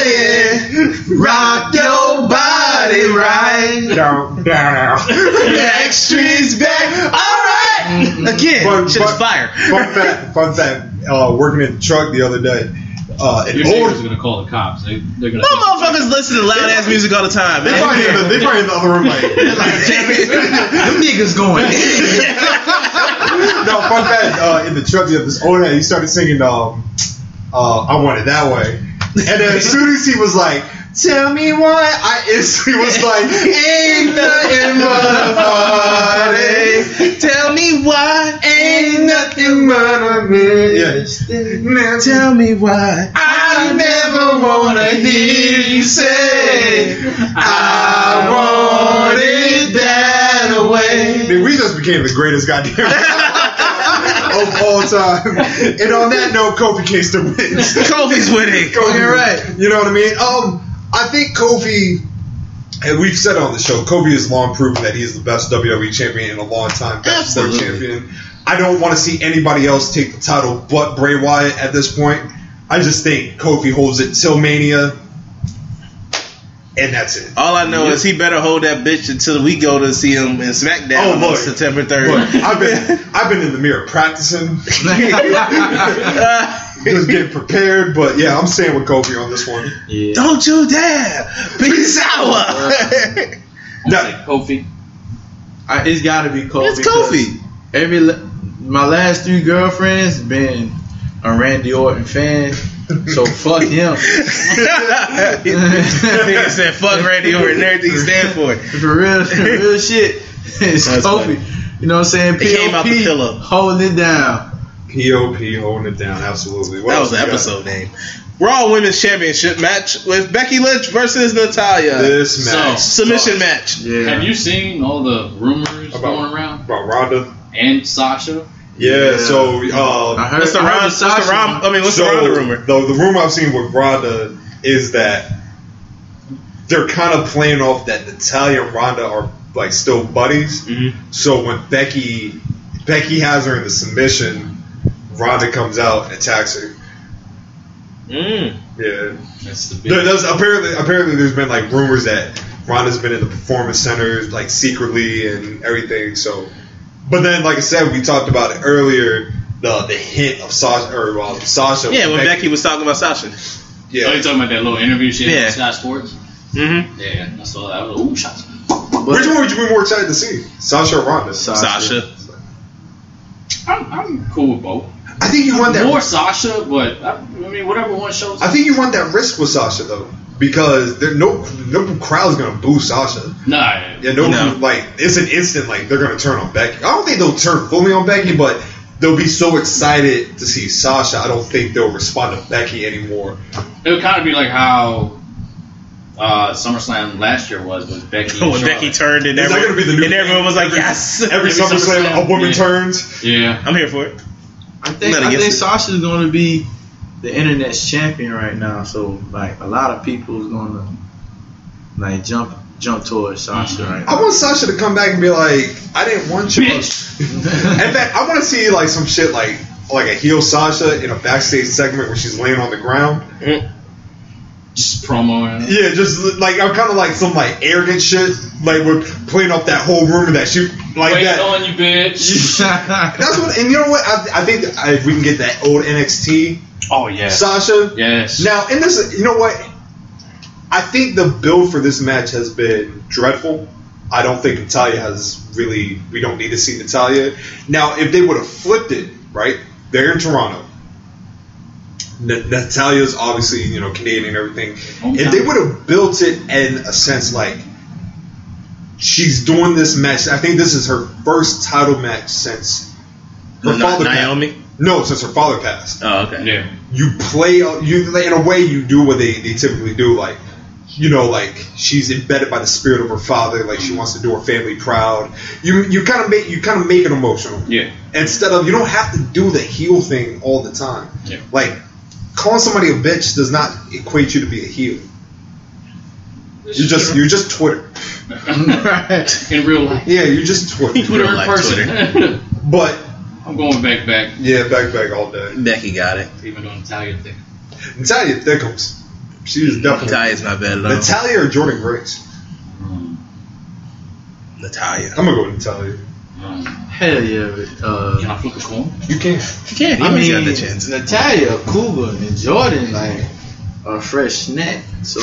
D: everybody, rock your body right.
B: down, down, down.
D: Backstreet's back. All right. Again,
B: Fun-
D: shit is
B: fun-
D: fire.
B: Fun fact, fun fact. Uh, working in the truck the other day, uh, an
C: Your neighbors are
B: old.
C: gonna call the cops. They, they're gonna.
D: My motherfuckers listen to loud ass music all the time,
B: They probably, in the,
D: man.
B: they probably in the other room like,
M: Them niggas going.
B: no, fun fact. Uh, in the truck, yeah, this old head, he started singing, um, uh, "I Want It That Way," and then as soon as he was like, "Tell me why," I instantly was like, "Ain't nothing but a party."
D: Tell me why ain't nothing but a bitch.
B: Now
D: Tell me why
B: I never wanna hear you say I want it that way. we just became the greatest goddamn of all time. And on that note, Kofi Kingston wins.
D: Kofi's winning.
B: Kofi,
D: You're right.
B: You know what I mean? Um, I think Kofi, and we've said on the show, Kofi has long proven that he is the best WWE champion in a long time, best sport
D: Absolutely.
B: champion. I don't want to see anybody else take the title but Bray Wyatt at this point. I just think Kofi holds it till Mania, and that's it.
D: All I know is he better hold that bitch until we go to see him in
B: Oh,
D: SmackDown on
B: look.
D: September
B: Look,
D: 3rd.
B: I've been I've been in the mirror practicing, just getting prepared. But yeah, I'm staying with Kofi on this one.
D: Don't you dare be sour.
C: Like, Kofi.
M: I, it's got to be Kofi.
D: It's Kofi.
M: because Every la- my last three girlfriends been a Randy Orton fan, so fuck him.
D: Nigga said fuck Randy Orton and everything he stand for.
M: For real, for real shit. It's
D: That's
M: Kofi.
D: funny.
M: You know what I'm saying?
D: It came out the
M: P.O.P.
D: pillow.
M: Holding it down.
B: Pop holding it down, absolutely. What
D: That
B: else
D: was the
B: we got?
D: episode name. Raw Women's Championship match with Becky Lynch versus Natalya.
B: This
C: So-
B: match
D: Submission match.
M: Yeah.
C: Have you seen all the rumors going around?
B: about Ronda.
C: And Sasha.
B: Yeah,
M: Yeah.
B: so uh,
M: I heard,
D: What's the
M: I heard
D: Ron? What's the
M: Sasha-
D: Ron? I mean, what's
B: so
D: the Ronda rumor?
B: The, the rumor I've seen with Ronda is that they're kind of playing off that Natalia and Ronda are like still buddies. So when Becky Becky has her in the submission, Ronda comes out and attacks her.
D: Mm.
B: Yeah,
C: That's the big.
B: there, there's, apparently apparently there's been like rumors that Ronda's been in the performance centers like secretly and everything. So But then, like I said, we talked about it earlier. The the hint of Sasha or well, Sasha.
D: Yeah, when Becky was talking about Sasha.
B: Yeah.
C: Oh, you talking about that little interview she had
D: Yeah.
C: on Sky Sports?
D: Mm-hmm.
C: Yeah, I saw that. I was like, ooh, shots.
B: Which one would you be more excited to see? Sasha or Ronda?
D: Sasha.
C: I'm, I'm cool with both.
B: I think you want that
C: more Sasha, but I, I mean, whatever one shows.
B: I think you run that risk with Sasha though, because there no no crowd's gonna boo Sasha.
C: Nah,
B: Yeah, no,
C: No.
B: like it's an instant like they're gonna turn on Becky. I don't think they'll turn fully on Becky, but they'll be so excited to see Sasha. I don't think they'll respond to Becky anymore.
C: it would kind of be like how uh, SummerSlam last year was with Becky.
B: Oh,
C: and
D: when Becky
C: Charlotte.
D: turned and,
C: Is that
D: everyone-
C: gonna be the new
D: and everyone was like,
C: every-
D: yes.
C: every SummerSlam, a woman Yeah.
B: turns.
C: Yeah.
D: I'm here for it.
M: I think, I think Sasha's going to be the internet's champion right now. So like a lot of people is going to like jump jump towards Sasha
D: Mm-hmm.
M: right
B: I
M: now.
B: want Sasha to come back and be like, I didn't want you. in fact, I want to see like some shit like like a heel Sasha in a backstage segment where she's laying on the ground.
C: Just promo.
B: Yeah, just like I'm kind of like some like arrogant shit. Like we're playing off that whole rumor that she like
C: Wait
B: that.
C: on you, bitch.
B: That's what, and you know what? I, I think that if we can get that old NXT,
C: oh yeah,
B: Sasha.
C: Yes.
B: Now, in this, you know what? I think the build for this match has been dreadful. I don't think Natalia has really. We don't need to see Natalia now. If they would have flipped it, right? They're in Toronto. N- Natalia's obviously you know Canadian and everything.
D: Oh
B: If they would have built it in a sense like she's doing this match, I think this is her first title match since her
D: Na-
B: father. passed.
D: Naomi?
B: No, since her father passed.
D: Oh, okay.
C: Yeah.
B: You play you in a way you do what they, they typically do like. You know, like she's embedded by the spirit of her father. Like she wants to do her family proud. You you kind of make you kind of make it emotional
C: Yeah.
B: instead of you don't have to do the heel thing all the time.
C: Yeah.
B: Like calling somebody a bitch does not equate you to be a heel. You're just you're just Twitter.
C: In real life.
B: Yeah, you're just Twitter.
C: Twitter in person.
B: But
C: I'm going back, back.
B: yeah, back back all day.
D: Becky got it.
C: Even though Natalia thing.
B: Natalia Thickums. She was definitely
D: Natalia's not bad at all.
B: Natalia or Jordan Grace.
D: Natalia.
B: I'm gonna go with Natalia.
M: Hell yeah! but, Uh,
C: Can I flip a coin?
B: You can.
D: You can't. You
M: I
D: always
M: mean,
D: got the chance.
M: Natalia, Cuba, and Jordan like are a fresh snack. So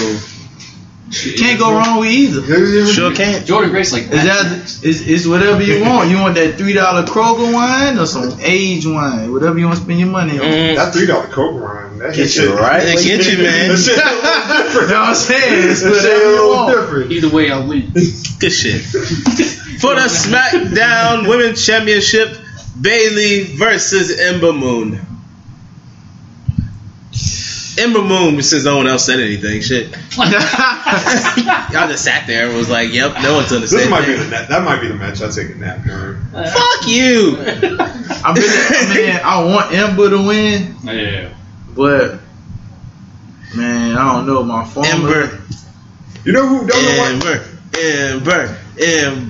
M: you can't go wrong with either.
D: Sure can.
C: Jordan Grace like
M: Is
C: that.
M: that is is whatever you want? You want that three dollar Kroger wine or some age wine? Whatever you want to spend your money on.
B: That three dollar coke rhyme. That
M: Get
B: shit-
M: you right.
D: They
B: Mm-hmm. that
D: get
B: shit-
D: you, man.
M: You
B: That shit a little different.
M: know what I'm saying? It's
B: That shit a
M: whatever you
B: little
M: want.
B: different.
C: Either way, I win.
D: Good shit. For the SmackDown Women's Championship, Bailey versus Ember Moon. Ember Moon, since no one else said anything, shit. I just sat there and was like, "Yep, no one's
B: This
D: understanding."
B: might be the na- that might be the match I take a nap during.
D: Fuck you.
M: I mean, I mean, I want Ember to win,
C: Yeah.
M: but man, I don't know my former.
D: Ember,
B: You know who don't know what?
D: Ember, Ember,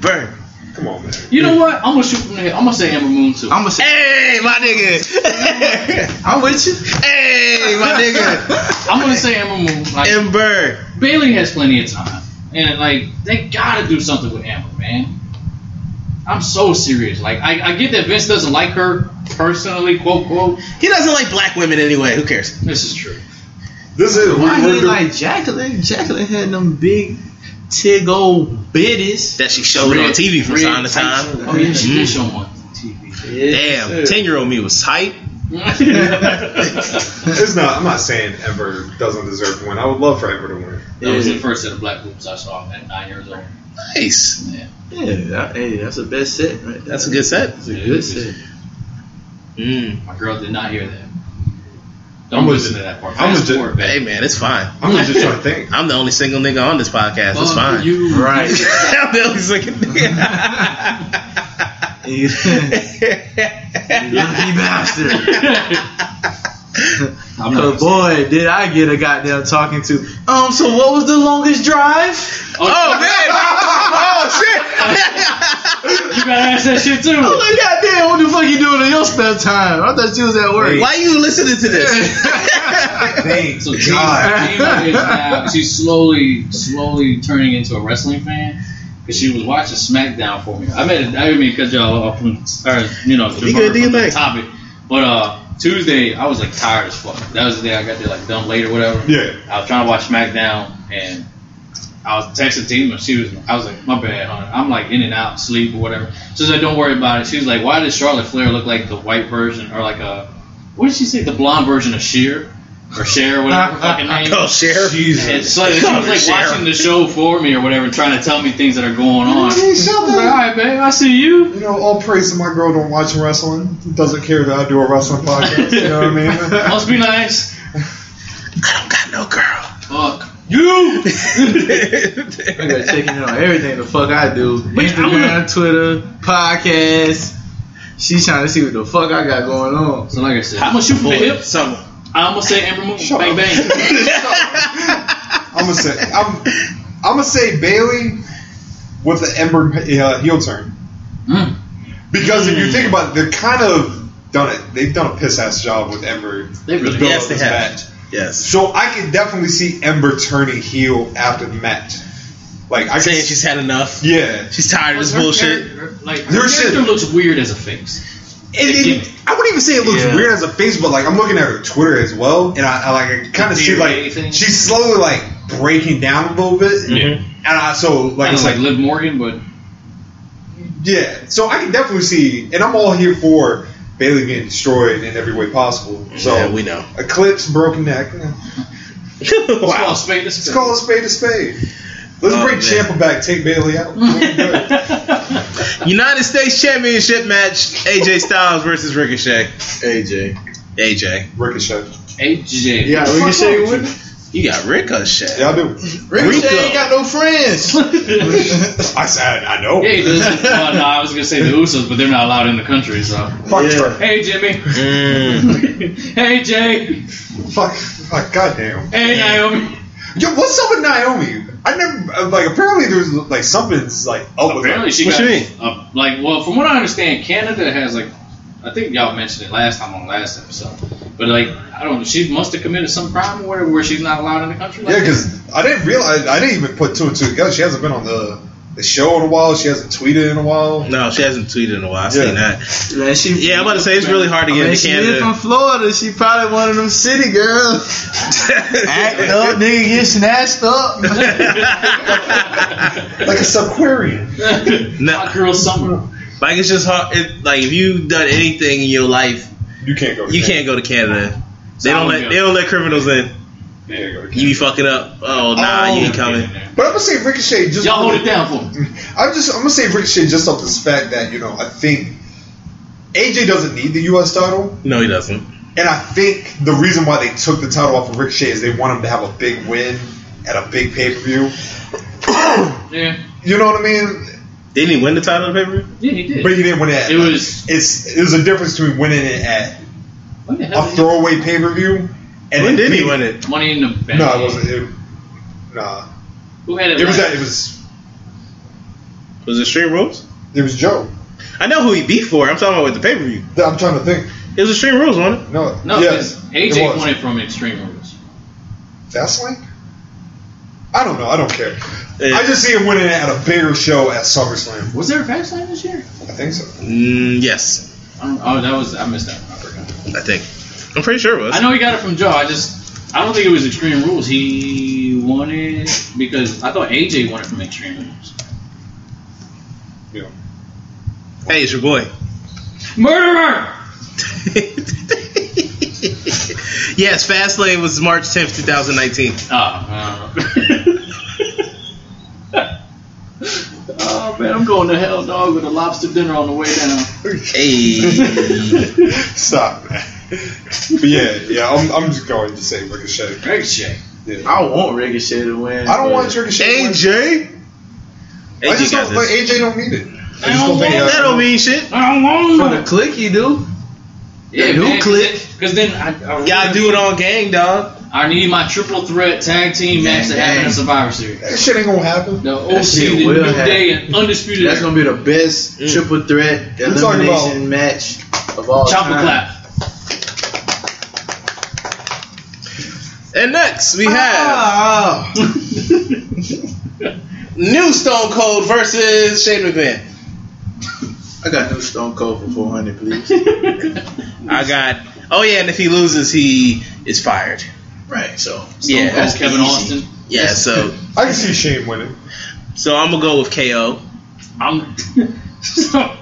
D: Ember.
B: Come on, man.
C: You know what? I'm gonna shoot from the head. I'm gonna say Amber Moon too.
M: I'm gonna say,
D: Hey, my nigga.
M: I'm with you.
D: hey, my nigga.
C: I'm gonna say Amber Moon. Like
D: Ember.
C: Bailey has plenty of time, and like they gotta do something with Amber, man. I'm so serious. Like I, I get that Vince doesn't like her personally, quote quote.
D: He doesn't like black women anyway. Who cares?
C: This is true.
B: This is we-
M: Why
B: we're
M: he
B: doing-
M: like Jacqueline? Jacqueline had them big tig old bitties.
D: that she showed on
C: Red-
D: TV from
C: red
D: time to
C: tights.
D: time. Mm-hmm.
C: Oh yeah, she did show one on TV.
D: Damn, ten year old me was hype.
C: that
B: It's not. I'm not saying Ember doesn't deserve to win. I would love for Ember to win.
C: was the first set of black boobs I saw at nine years old.
D: Nice.
M: Yeah, that- hey, that's the best set. Right?
D: That's a good set.
M: That's a good set.
D: Mm.
C: My girl did not hear that. Don't
B: I'm
C: listen
B: legit-
C: to that part.
B: I'm
C: Fast
B: legit-
C: forward, babe.
D: Hey man, it's fine.
B: I'm gonna just trying to think.
D: I'm the only single nigga on this podcast.
C: Fuck
D: It's fine.
C: You.
M: Right.
D: I'm the only single nigga.
M: you lucky bastard.
C: I'm
M: But
C: not
M: boy, did I get a goddamn talking to. Um, so what was the longest drive? Oh,
D: oh man,
C: You gotta ask that shit too.
M: I'm like, Oh, goddamn, what the fuck you doing in your spare time? I thought you was at work.
D: why you listening to this?
B: Thank
C: So Gina,
B: God.
C: Gina is now she's slowly, slowly turning into a wrestling fan. because she was watching SmackDown for me. I met. I didn't mean cut y'all off from, or you know,
D: You
C: divert
D: good, do your
C: from the
D: thing.
C: topic. But uh, Tuesday, I was like tired as fuck. That was the day I got there like dumb late or whatever.
B: Yeah.
C: I was trying to watch SmackDown and I was texting Tima. She was. I was like, my bad, hon. I'm like in and out, sleep or whatever. She said, don't worry about it. She was like, why does Charlotte Flair look like the white version or like a what did she say? The blonde version of Sheer or Cher, whatever her fucking name.
D: Oh, Cher. Jesus.
C: And so she was like
D: Cher.
C: watching the show for me or whatever, trying to tell me things that are going on.
B: Hey, shut up.
C: right, babe. I see you.
B: You know, all praise to my girl don't watch wrestling. Doesn't care that I do a wrestling podcast. You know what I mean?
C: Must be nice. Fuck.
D: You.
M: I got checking in on everything the fuck I do. Instagram, Twitter, podcast. She trying to see what the fuck I got going on.
C: So like I said, I'm gonna shoot from the hip.
D: Someone.
C: I'm gonna say Amber Moon. Bang bang.
B: I'm gonna say I'm I'm gonna say Bailey with the Ember uh, heel turn.
D: Mm.
B: Because if you think about it, they're kind of done it. They've done a piss ass job with Ember.
D: They really-
B: to build
D: Yes,
B: up
D: they
B: this
D: have.
B: match.
D: Yes.
B: So I can definitely see Ember turning heel after the match. Like I
D: saying she's had enough.
B: Yeah,
D: she's tired of this
C: Her
D: bullshit.
C: character- Like
B: Her
C: her character
B: shit.
C: looks weird as a face.
B: And then, I wouldn't even say it looks
D: Yeah.
B: weird as a face, but like I'm looking at her Twitter as well, and I, I like I kind of see like she's slowly like breaking down a little bit.
D: Mm-hmm.
C: Yeah.
B: And I so like
C: Like
B: it's
C: it's
B: like
C: like Liv Morgan, but
B: Yeah, so I can definitely see, and I'm all here for Bailey being destroyed in every way possible. So
D: Yeah, we know.
B: Eclipse, broken neck. eh,
C: Let's call a
D: wow.
C: spade a spade.
B: Let's call a spade a spade. Let's
D: Oh,
B: bring
D: man.
B: Champa back, take Bailey out.
D: United States Championship match: AJ Styles versus Ricochet.
M: AJ.
D: AJ,
B: Ricochet.
C: AJ.
M: You got Ricochet with it?
D: you got Ricochet.
B: Yeah, I do.
M: Ricochet ain't got no friends.
B: I said, I know.
C: Yeah, he does. Well, no, I was gonna say the Usos, but they're not allowed in the country. So,
B: Fuck her.
C: hey Jimmy,
D: Mm.
C: hey Jay,
B: Fuck, fuck, goddamn.
C: hey Naomi.
B: Yo, what's up with Naomi? I never, uh, like, apparently there's, like, something's, like, up with her.
C: Apparently, she
D: What
C: got
D: you mean?
C: uh, like well, from what I understand, Canada has like I think y'all mentioned it last time on the last episode, but like I don't know, she must have committed some crime or whatever where she's not allowed in the country. Like
B: Yeah, because I didn't realize, I didn't even put two and two together. She hasn't been on the, the show in a while. She hasn't tweeted in a while.
D: No, she hasn't tweeted in a while. I've
B: Yeah.
D: seen that.
M: Man, she,
D: Yeah, I'm about to say it's really hard to get
M: man,
D: into
M: she is from
D: Canada.
M: Florida. She probably one of them city girls. Acting up, nigga get snatched up.
B: Like a Subquarian.
D: no,
C: hot girl summer.
D: like it's just hard. It, like if you've done anything in your life,
B: You can't go. to
D: you
B: Canada.
D: can't go to Canada.
C: So
D: They don't
C: I'm
D: let
C: good.
D: they don't let criminals in.
B: You can't go to
D: You
B: Canada.
D: be fucking up. Oh nah,
B: Oh.
D: you ain't coming.
B: But I'm gonna say Ricochet just.
C: Y'all hold it down for me.
B: I'm just. I'm gonna say Ricochet just off this fact that you know I think AJ doesn't need the U.S. title,
D: No, he doesn't.
B: and I think the reason why they took the title off of Ricochet is they want him to have a big win at a big pay per view.
C: Yeah,
B: You know what I mean?
D: Didn't he win the title of the paper?
C: yeah, he did.
B: But he didn't win it. At,
C: It was-
B: It's. There's a difference between winning it at
C: What the hell?
B: a
C: is
B: throwaway pay per view and
D: When
B: it
D: did he
B: being-
D: win it?
C: it? Money in the bank.
B: No, it wasn't. It, nah,
C: Who had it?
B: it was
C: last?
B: that. It was.
D: Was it Stream Rules?
B: It was Joe.
D: I know who he beat for. I'm talking about with the pay per view.
B: I'm trying to think.
D: It was Extreme Rules, wasn't it?
B: No.
C: No,
B: yes,
C: because AJ
B: it was.
C: won it from Extreme Rules.
B: Fastlane? I don't know. I don't care.
D: Yeah.
B: I just see him winning at a bigger show at SummerSlam.
C: Was there a Fastlane this year?
B: I think so.
D: Mm, yes,
C: I don't, oh, that was I missed that. One. I forgot.
D: I think. I'm pretty sure it was.
C: I know he got it from Joe. I just I don't think it was Extreme Rules. He won it because I thought AJ won it from Extreme Rules.
B: You know.
D: Hey, it's your boy.
C: Murderer.
D: yes, Fastlane was March 10th, 2019.
C: Oh, I don't know. oh man, I'm going to hell, dog, with a lobster dinner on the way down.
D: Hey.
B: Stop, man. but yeah, yeah. I'm, I'm just going to say Ricochet.
C: Great shit.
B: Yeah.
M: I want Ricochet to win.
B: I don't
M: but-
B: want Ricochet. to
D: AJ?
B: win. I
D: AJ
B: just
D: got
B: don't. But
D: this.
B: AJ don't need it. I just
C: don't
B: don't think
C: want
B: he has
D: That
B: it.
D: don't mean shit.
C: I don't want
M: For the click you do.
C: Yeah,
M: New
C: man,
M: click.
C: Because then I, I
D: Y'all do it on gang, dog.
C: I need my triple threat tag team match to happen in Survivor Series.
B: That shit ain't gonna happen.
C: The
M: That
C: OC,
M: shit
C: the New
M: will happen.
C: Day, and Undisputed
M: That's
C: Era.
M: gonna be the best
D: Mm.
M: triple threat
B: We're talking about-
M: elimination match of all
C: Chopper
M: time.
C: clap.
D: And next, we have
M: Ah,
D: New Stone Cold versus Shane McMahon.
M: I got new Stone Cold for 400, please.
D: I got. Oh yeah, and if he loses, he is fired.
M: Right. So
D: yeah,
C: Cold
D: that's
C: Kevin
D: easy.
C: Austin?
D: Yeah. So
B: I can see Shane winning.
D: so I'm gonna go with KO.
C: I'm.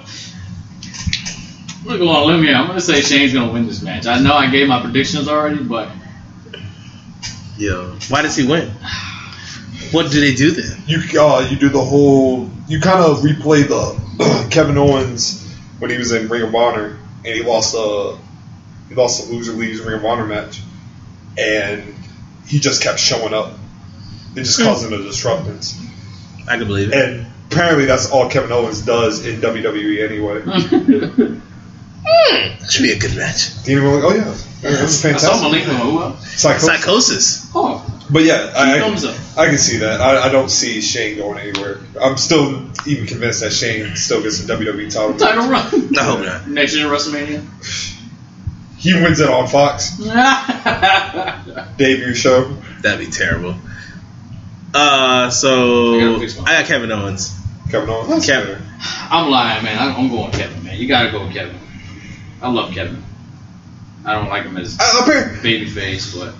C: Look on a limb here. I'm gonna say Shane's gonna win this match. I know I gave my predictions already, but
D: Yo, why does he win? What do they do then?
B: You uh, you do the whole. You kind of replay the Kevin Owens when he was in Ring of Honor and he lost a he lost a loser leaves Ring of Honor match, and he just kept showing up and just causing a disruptance.
D: I can believe it.
B: And apparently, that's all Kevin Owens does in WWE anyway.
D: Hmm, Should be a good match.
B: Dean Ambrose, oh yeah, that's
C: I saw
B: fantastic.
C: Malik Mahmoud.
B: Psycho-
D: Psychosis.
C: Oh,
B: But yeah, I,
C: thumbs up.
B: I can see that. I, I don't see Shane going anywhere. I'm still even convinced that Shane still gets a WWE E title.
C: Title run.
D: I hope not.
C: Next year WrestleMania.
B: He wins it on Fox debut show.
D: That'd be terrible. Uh, so I got Kevin Owens.
B: Kevin Owens.
D: Kevin.
C: I'm lying, man. I- I'm going Kevin, man. You gotta go with Kevin. I love Kevin. I don't like him as
B: I, apparently,
C: baby face, but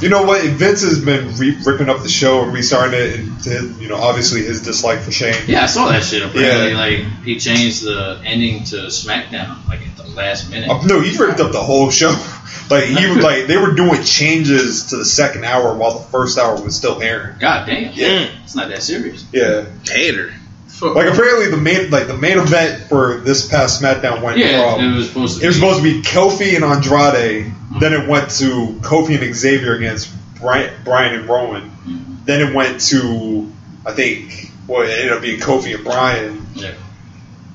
B: You know what? Vince has been re- ripping up the show and restarting it, and his, you know, obviously his dislike for Shane.
C: yeah, I saw that shit. Apparently,
B: Yeah.
C: like he changed the ending to SmackDown like at the last minute.
B: Uh, no, he ripped up the whole show. Like he was like they were doing changes to the second hour while the first hour was still airing.
C: God damn,
B: Yeah.
C: it's not that serious.
B: Yeah.
D: Hater.
B: Like apparently the main like the main event for this past SmackDown went
C: Yeah,
B: from
C: it was Mm-hmm. supposed
B: Um, it
C: to.
B: was supposed to be Kofi and Andrade, then it went to Kofi and Xavier against Brian, Brian and Rowan,
C: Mm-hmm.
B: then it went to I think well it ended up being Kofi and Brian.
C: Yeah.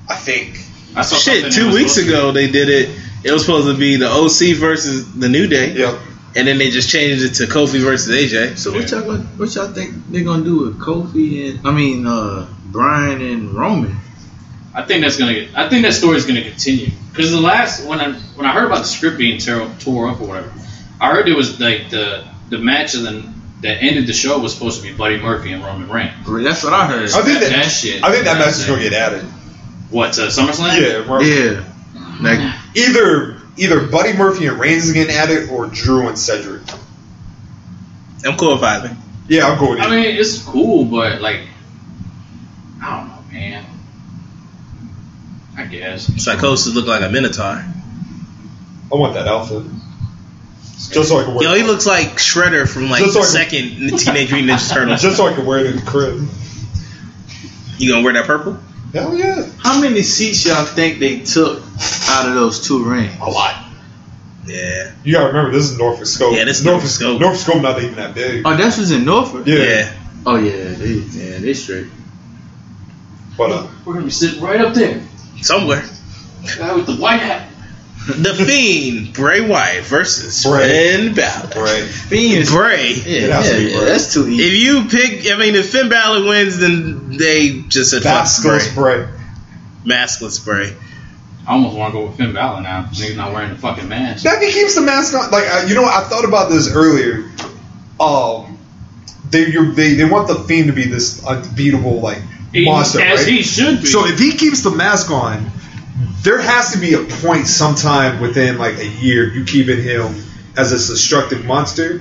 B: I think
C: I saw something
D: Shit,
C: that
D: two
C: was
D: weeks
C: supposed to-
D: ago they did it. It was supposed to be the OC versus the New Day.
B: Yeah.
D: And then they just changed it to Kofi versus AJ.
M: So what y'all gonna, what y'all think they're gonna do with Kofi and I mean uh Brian and Roman?
C: I think that's gonna. Get, I think that story's gonna continue because the last when I when I heard about the script being tear, tore up or whatever, I heard it was like the the match and then that ended the show was supposed to be Buddy Murphy and Roman Reigns.
M: That's what I heard.
B: I think that,
C: That shit.
B: I think that match is gonna get added.
C: What to SummerSlam?
B: Yeah, Mur-
M: Yeah. Like
B: either either Buddy Murphy and Reigns is getting added or Drew and Cedric.
D: I'm cool with either.
B: Yeah, I'm going.
C: I mean, it's cool, but like, I don't know, man. I guess.
D: Psychosis looked like a Minotaur.
B: I want that outfit just so I can wear.
D: Yo, he looks like Shredder from like
B: Just
D: the
B: like-
D: second Teenage Mutant Ninja Turtles.
B: just so I can wear it in the crib.
D: You gonna wear that purple?
B: Hell yeah!
M: how many seats y'all think they took out of those two rings?
B: A lot.
D: Yeah.
B: You gotta remember this is Norfolk Scope.
D: Yeah, this is Norfolk Scope.
B: Norfolk Scope not even that big.
M: Oh, that's was in Norfolk.
B: Yeah,
D: Yeah.
M: Oh yeah, they yeah, they straight.
B: but uh,
C: We're gonna be sitting right up there,
D: Somewhere.
C: guy with the white hat.
D: The Fiend, Bray Wyatt versus
B: Bray.
D: Finn Balor.
B: right.
M: Fiend.
D: Bray.
M: Yeah,
B: It has
M: yeah,
B: to be
M: yeah,
B: Bray.
M: that's too easy.
D: If you pick, I mean, if Finn Balor wins, then they just said fuck Bray.
B: Vasquez Bray.
D: Maskless Bray.
C: I almost want to go with Finn Balor now. He's not wearing the fucking mask.
B: Now if he keeps the mask on, like uh, you know, what? I thought about this earlier. Um, they you're, they they want the Fiend to be this unbeatable like
C: He-
B: monster,
C: as
B: right?
C: he should be.
B: So if he keeps the mask on, there has to be a point sometime within like a year you keeping him as this destructive monster.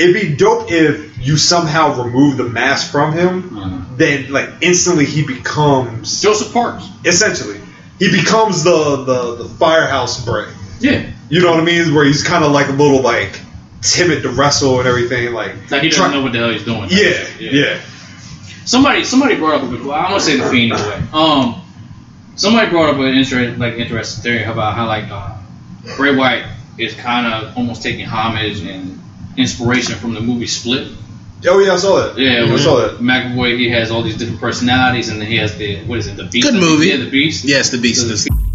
B: It'd be dope if you somehow remove the mask from him,
C: Uh-huh.
B: then like instantly he becomes
C: Joseph Parks.
B: essentially he becomes the the, the firehouse Bray.
C: Yeah.
B: You know what I mean? Where he's kind of like a little like timid to wrestle and everything. Like,
C: Like he doesn't
B: try-
C: know what the hell he's doing.
B: Yeah, yeah,
C: Somebody somebody brought up a good. Well, I'm gonna say the fiend anyway. Um, somebody brought up an interest like interesting theory about how like uh, Bray Wyatt is kind of almost taking homage and inspiration from the movie Split.
B: Oh yeah, I saw that.
C: Yeah,
B: I
C: where
B: saw that.
C: McAvoy he has all these different personalities and he has the what is it the beast?
D: Good movie.
C: Yeah, the beast.
D: Yes, the Beast is.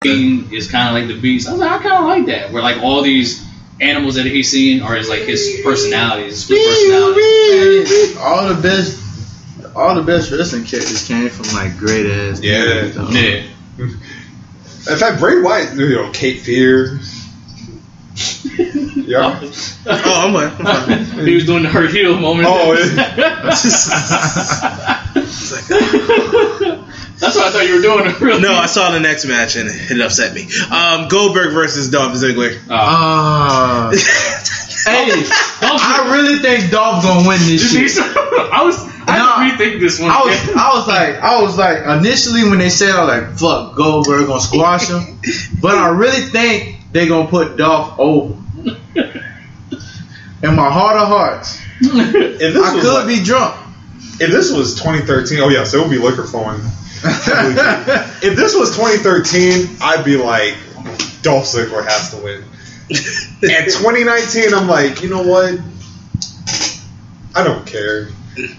C: Bean is kind of like the beast. I was like, I kind of like that. Where like all these animals that he's seeing are his like his personalities, his split personality.
M: all the best, all the best wrestling characters came from like great ass.
B: Yeah.
C: Yeah.
B: In fact, Bray Wyatt, you know, Kate Fear. yeah.
D: Oh, I'm like,
C: he was doing the hurt heel moment.
B: Oh,
C: That's what I thought you were doing. Really.
D: No, I saw the next match and it upset me. Um, Goldberg versus Dolph Ziggler.
M: Uh,
C: hey,
M: I really think Dolph gonna win this shit.
C: I was, I had to rethink this one.
M: I was, I was like, I was like, initially when they said, I was like, fuck Goldberg gonna squash him, but I really think they gonna put Dolph over. In my heart of hearts,
B: If this
M: I
B: was
M: could
B: like-
M: be drunk.
B: If this was 2013, oh yes, it would be liquor flowing. if this was 2013, I'd be like, Dolph Ziggler has to win. At 2019, I'm like, you know what? I don't care.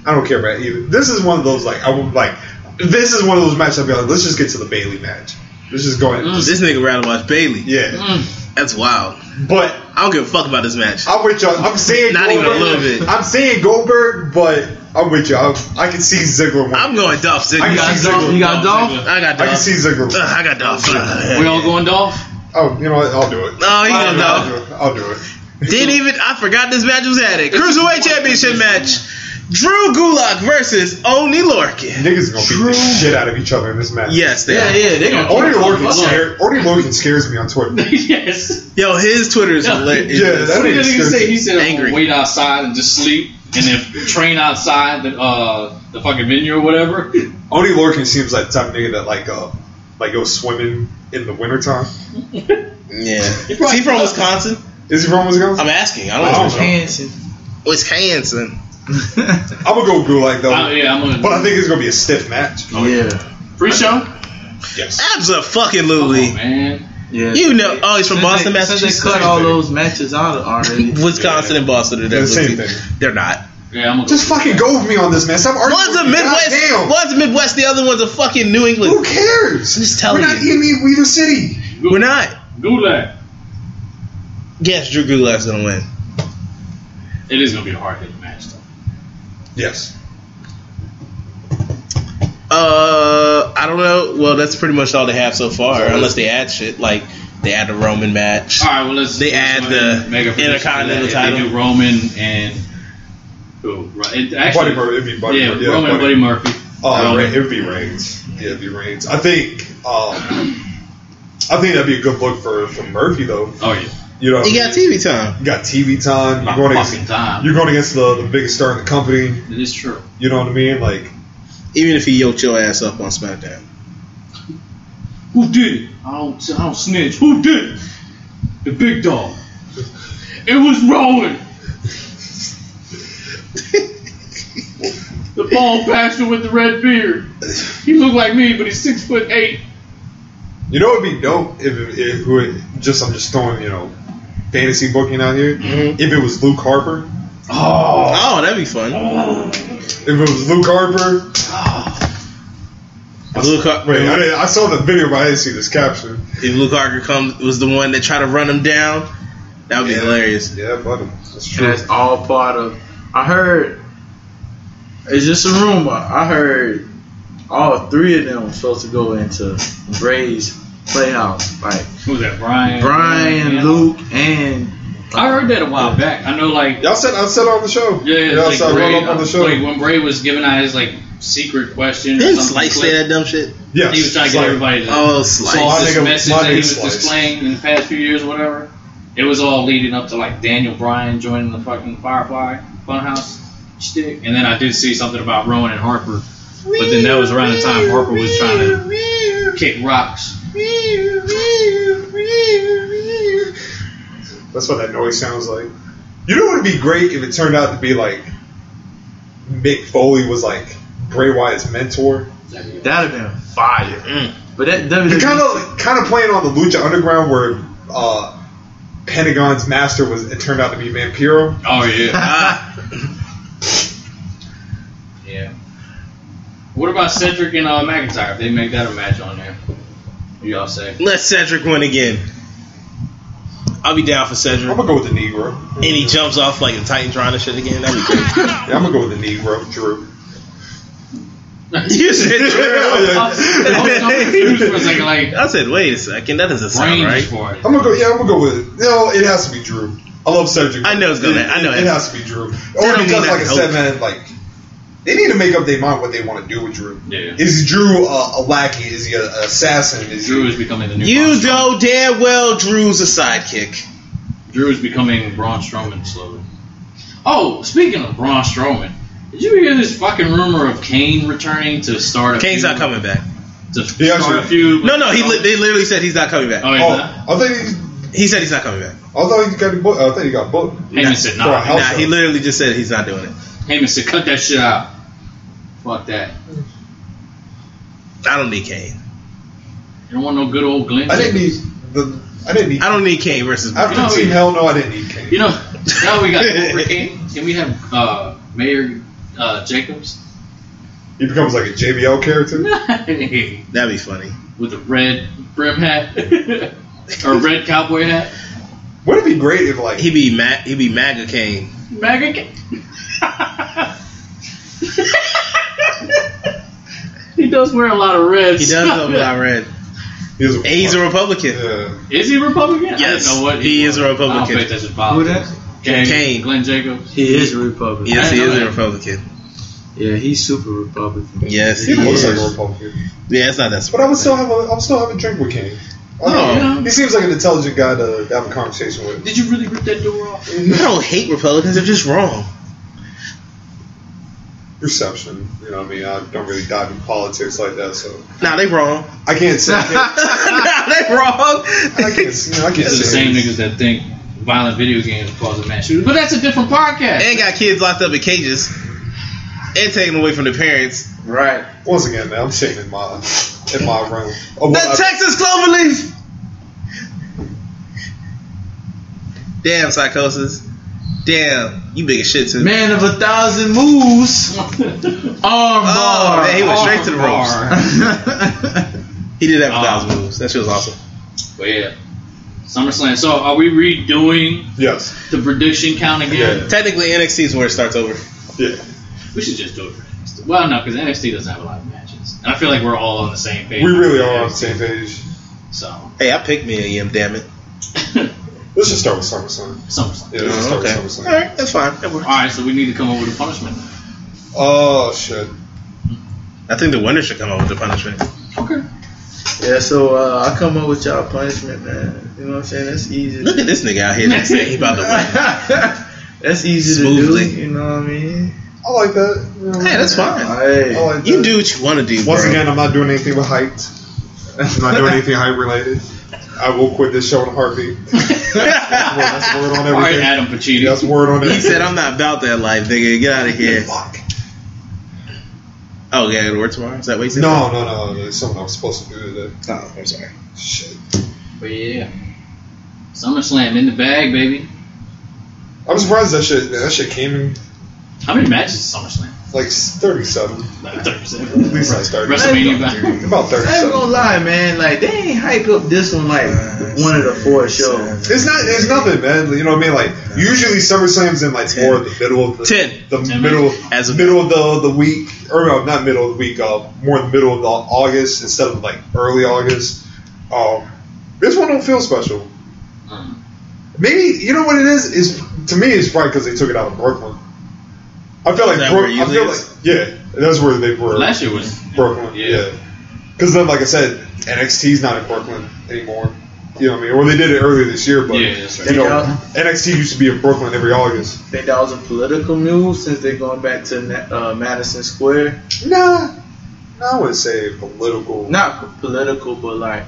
B: I don't care about either. This is one of those like I would like. This is one of those matches. I'd be like, let's just get to the Bailey match. Let's just go. ahead.
D: This nigga rather watch Bailey.
B: Yeah.
D: That's wild.
B: But
D: I don't give a fuck about this match.
B: I'm with y'all. I'm saying
D: Not even a little bit.
B: I'm saying Goldberg, but I'm with y'all. I can see Ziggler. Winning. I'm
D: going Dolph Ziggler.
B: I
D: You
B: can
D: got
B: see
D: Dolph?
B: Ziggler.
D: You got Dolph? I got
B: I can
D: Dolph.
B: see Ziggler.
D: Ugh, I got Dolph.
C: we all going Dolph.
B: Oh, you know what? I'll do it.
D: No, he
B: I'll
D: gonna
B: do it. I'll
D: Dolph.
B: do it. I'll do it.
D: Didn't even. I forgot this match was at it. Cruiserweight Championship match. Drew Gulak versus Oni Lorcan.
B: Niggas gonna beat the shit out of each other in this match.
D: Yes, they are.
B: Only Lorcan scare. Only Lorcan scares me on Twitter.
C: yes.
D: Yo, his Twitter is
C: Yeah.
D: hilarious.
B: Yeah, that
C: What did he
B: scares
C: say?
B: me.
C: He said, "Angry, wait outside and just sleep, and then train outside the uh the fucking venue or whatever."
B: Only Lorcan seems like the type of nigga that like uh like goes swimming in the wintertime.
D: yeah. Is he from Wisconsin?
B: Is he from Wisconsin?
D: I'm asking. I don't know.
M: Wisconsin.
D: Wisconsin.
A: Oh,
B: I'm gonna go Gulak though.
C: Uh, yeah, I'm gonna-
B: But I think it's gonna be a stiff match.
M: Yeah.
C: Pre-show.
B: Yes.
D: Absolutely.
C: Oh, man.
M: Yeah.
D: You know. Oh, he's from
M: Since
D: Boston,
M: they, since
D: Massachusetts.
M: They cut all those matches out already.
D: Wisconsin and Boston are
B: They're the same
D: definitely-
B: thing.
D: They're not.
C: Yeah, I'm gonna
B: Just fucking go with me on this, man. Stop arguing.
D: One's a
B: with me.
D: Midwest.
B: Goddamn.
D: One's a Midwest. The other one's a fucking New England.
B: Who cares?
D: I'm just
B: We're
D: telling
B: not
D: you.
B: in e- either city.
C: Gu-
D: We're not.
C: Gulak.
D: Yes, Drew Gulak's gonna win.
C: It is gonna be a hard hitting match though.
B: Yes.
D: Uh, I don't know. Well, that's pretty much all they have so far, unless they add shit like they add the Roman match.
C: All right, well let's.
D: They
C: let's
D: add
C: go ahead and
D: the
C: make a prediction for that.
D: Intercontinental
C: If They do
D: title.
C: Roman and who? Right, It, actually,
B: Buddy Murphy. It'd be Buddy
C: yeah,
B: Murphy. Yeah,
C: Roman and
B: Buddy-
C: Buddy Murphy.
B: Oh,
C: Roman.
B: Ra- it would be Reigns. Yeah, it'd be Reigns. I think. Um, I think that'd be a good look for for Murphy though.
C: Oh yeah.
B: You know,
D: You got TV time.
B: you got TV time.
C: My
B: You're going
C: fucking
B: against
C: time.
B: you're going against the, the biggest star in the company.
C: It is true.
B: You know what I mean? Like,
D: Even if he yoked your ass up on SmackDown.
C: Who did it? I don't, I don't snitch. Who did it? The big dog. It was Rowan. the bald bastard with the red beard. He looked like me, but he's six foot eight.
B: you know, it'd be dope if, if, if who it- just I'm just throwing you know fantasy booking out here.
C: Mm-hmm.
B: If it was Luke Harper,
D: Oh, that'd be fun.
B: if it was Luke Harper,
D: If Luke, Har-
B: wait, I, didn't, I saw the video, but I didn't see this caption.
D: if Luke Harker comes was the one that tried to run him down, that would be
B: Yeah.
D: hilarious.
B: Yeah, buddy, that's
M: And
B: true.
M: that's all part of. I heard. It's just a rumor. I heard all three of them were supposed to go into Bray's playhouse. Like
C: Who was that, Brian?
M: Brian,
C: Yeah.
M: Luke, and
C: I heard that a while back. I know, like,
B: Y'all said I said on the show.
C: yeah,
B: y'all
C: like,
B: said I
C: Bray,
B: brought up on the show.
C: like when Bray was giving out his like secret question. or
D: Didn't
C: something
D: Slice
C: clip,
D: say that dumb shit?
B: yes,
C: He was trying to get
B: Slice.
C: everybody to
D: Oh, Slice.
C: So all this
B: nigga-
C: message
B: my
C: that
B: nigga
C: he was
B: Slice.
C: displaying in the past few years, whatever, it was all leading up to like Daniel Bryan joining the fucking Firefly Funhouse. shtick. And then I did see something about Rowan and Harper, but then that was around the time Harper was trying to kick rocks.
B: That's what that noise sounds like. You know what would be great if it turned out to be like Mick Foley was like Bray Wyatt's mentor.
M: That'd have been fire.
C: Mm.
M: But that WWE
B: They're kind of kind of playing on the Lucha Underground where uh, Pentagon's master was it turned out to be Vampiro.
C: Oh
D: Ah,
C: yeah. yeah. What about Cedric and uh, McIntyre? If they make that a match on there, what y'all say?
D: Let Cedric win again. I'll be down for Cedric. I'm
B: gonna go with the Negro.
D: And he jumps off like the Titan trying to shit again. That'd be great.
B: yeah, I'm gonna go with the Negro, Drew.
D: you said
C: Drew.
D: I said, wait a second, that doesn't sound right.
B: I'm gonna go. Yeah, I'm gonna go with it. No, it has to be Drew. I love Cedric. I
D: know it's gonna- I know
B: it,
D: it-
B: has to be Drew. Or
D: don't mean
B: because, like I
D: nothing.
B: said, man, like they need to make up their mind what they want to do with Drew.
C: Yeah.
B: Is Drew a, a lackey? Is he an assassin? Is Drew
C: is becoming the
D: You know damn well Drew's a sidekick.
C: Drew is becoming Braun Strowman slowly. Oh, speaking of Braun Strowman, did you hear this fucking rumor of Kane returning to start a
D: Kane's
C: feud?
D: not coming back.
C: To start a feud?
D: No, no, he li- they literally said he's not coming back.
C: Oh, he's Oh, not?
B: I think
D: he, said he's not coming back.
B: I thought he got booked. I thought he got booked.
C: Heyman said
B: For a
C: nah.
B: house
D: Nah, he
B: show.
D: literally just said he's not doing it.
C: Heyman said, cut that shit out. Fuck that.
D: I don't need Kane.
C: You don't want no good old Glenn.
D: I didn't
B: need the. I didn't need.
D: I don't need Kane versus.
C: After
D: Braun.
C: Team
B: Hell No, I didn't need Kane.
C: You know, now we got Cobra Kane. Can we have uh, Mayor uh, Jacobs?
B: He becomes like a JBL character.
C: That'd
D: be funny.
C: With a red brim hat or red cowboy hat.
B: Wouldn't it be great if like
D: he'd be ma- he'd be MAGA Kane?
C: MAGA Kane. he does wear a lot of red.
D: He does love about red.
B: He's
D: a, he's a Republican.
C: Is he Republican? I
D: Yes,
C: didn't know what
D: he is a
C: I don't
D: Republican.
C: think that's his politics. Kane.
D: Kane.
C: Glenn Jacobs.
M: He is a Republican.
D: Yes, he is a Republican.
M: Yeah, he's super Republican.
D: Yes,
B: He
D: he
B: looks
D: is.
B: like a Republican.
D: Yeah, it's not that.
B: But I would still have a, I would still have a drink with Kane. I don't know. He seems like an intelligent guy to have a conversation with.
C: Did you really rip that door off?
D: I don't hate Republicans. They're just wrong.
B: Perception, you know what I mean? I don't really dive in politics like that, so.
D: Nah, they wrong.
B: I can't say. I
D: can't, nah, they wrong.
B: I can't, I can't
C: These are the
B: say.
C: same niggas that think violent video games cause a mass shooting. But that's a different podcast.
D: And got kids locked up in cages and taken away from their parents.
M: Right.
B: Once again, man, I'm sitting in my in my room. Oh,
D: The
B: well, I-
D: Texas Cloverleaf. Damn, psychosis. Damn, you big as shit too.
M: Man of a thousand moves. Armbar.
D: Oh, man, he went straight to the ropes. he did
M: Oh.
D: have a thousand moves. That shit was awesome.
C: But yeah. SummerSlam. So are we redoing
B: yes
C: the prediction count again?
D: Technically, NXT is where it starts over.
B: Yeah.
C: We should just do it for NXT. Well, no, because NXT doesn't have a lot of matches. And I feel like we're all on the same page.
B: we really are on the same page.
C: So
D: Hey, I picked me a EM, damn it.
B: Let's just start with SummerSlam.
C: SummerSlam.
B: Yeah, let's just start
D: okay.
B: with SummerSlam.
D: All right, that's fine.
C: all right, so we need to come up with a punishment.
B: Oh shit.
D: I think the winner should come up with the punishment.
M: Yeah, so uh, I come up with y'all punishment, man. You know what I'm saying? That's easy.
D: Look at this nigga out here. That's he about to win.
M: That's easy
D: Smoothly.
M: to do. You know what I mean?
B: I like that. You know,
D: Hey, that's fine.
M: Hey.
B: I like
D: You do what you want to do,
B: Oh, Once
D: bro.
B: again, I'm not doing anything with height. I'm not doing anything height related. I will quit this show in a heartbeat. that's word on everything.
C: All right, Adam Pacini.
B: That's word on
D: He
B: everything.
D: said, "I'm not about that life, nigga. Get out of here." Oh, yeah, go to work tomorrow. Is that what you said?
B: No, no, no. There's something I was supposed to do today.
D: Oh, I'm sorry.
B: Shit.
C: But Oh, yeah. SummerSlam in the bag, baby.
B: I'm surprised that shit that shit came in
C: How many matches is SummerSlam?
B: like 37.
C: Like 37.
B: At least I started.
C: WrestleMania
B: About, about
M: I ain't
B: 37.
M: gonna lie, man. Like they ain't hype up this one like one of the four shows.
B: It's not. It's nothing, man. You know what I mean? Like usually SummerSlam's in like more of the middle of the
D: Ten.
B: the middle
D: As a-
B: middle of the the week, or no, not middle of the week. Uh, more in the middle of the August instead of like early August. Um, this one don't feel special. Maybe you know what it is? Is to me, it's probably because they took it out of Brooklyn. I feel like
D: that
B: Brook-
D: where it
B: I
D: usually
B: feel like
D: is?
B: yeah, that's where they were.
C: Last year was
B: Brooklyn, yeah. Because then, like I said, NXT's not in Brooklyn anymore. You know what I mean? Or they did it earlier this year, but
C: Yeah, that's right.
B: you know,
M: Yeah.
B: NXT used to be in Brooklyn every August.
M: Think that was a political move since they're going back to Na- uh, Madison Square?
B: Nah, I wouldn't say political.
M: Not political, but like,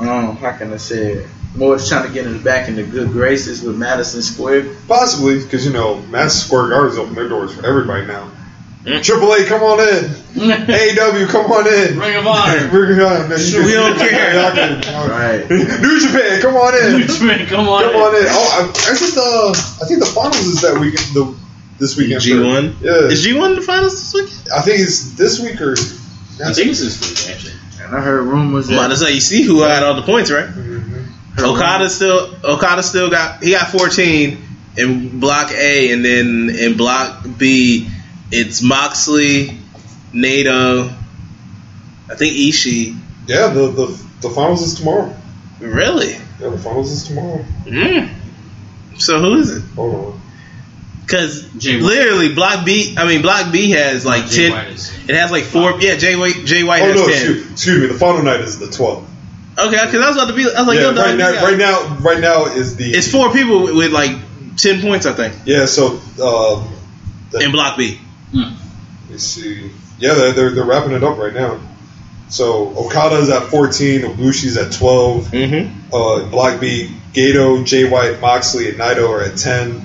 M: um, how can I say it? More trying to get in back in the good graces with Madison Square.
B: Possibly, because you know, Madison Square Garden's open their doors for everybody now.
C: Mm.
B: Triple A, come on in. AEW, come on in.
C: Ring of Honor.
B: Ring of Honor.
C: We don't care.
B: Y'all can- y'all-
M: Right.
B: New Japan, come on in.
C: New Japan, come on
B: Come
C: in.
B: on in. Oh, I, I think the I think the finals is that weekend. The this weekend. for-
D: G1?
B: Yeah.
D: Is G1 the finals this weekend?
B: I think it's this week or.
C: I think it's this week, actually.
M: And I heard rumors
D: Well,
M: that
D: that's how you see who had all the points, right?
B: Mm-hmm.
D: Okada still Okada still got he got 14 in block A, and then in block B, it's Moxley, Nato, I think Ishii.
B: Yeah, the, the the finals is tomorrow.
D: Really?
B: Yeah, the finals is tomorrow.
D: Mm. So who is it?
B: Hold on.
D: Because
C: Jay White.
D: literally, block B. I mean, block B has like
C: Jay
D: ten.
C: White is-
D: It has like four. Yeah, Jay White. Jay White
B: oh
D: has
B: no,
D: ten.
B: excuse, excuse me. The final night is the twelfth.
D: Okay, because I was about to be. I was like,
B: yeah,
D: yo, dog,
B: right
D: you
B: now,
D: got-
B: right now, right now is the
D: it's four people with, with like ten points, I think,
B: yeah. So uh,
D: in block B.
B: let's see. Yeah, they're, they're they're wrapping it up right now. So Okada's at fourteen, Ibushi's at twelve.
D: Mm-hmm.
B: uh, Block B, Gato, Jay White, Moxley, and Naito are at ten.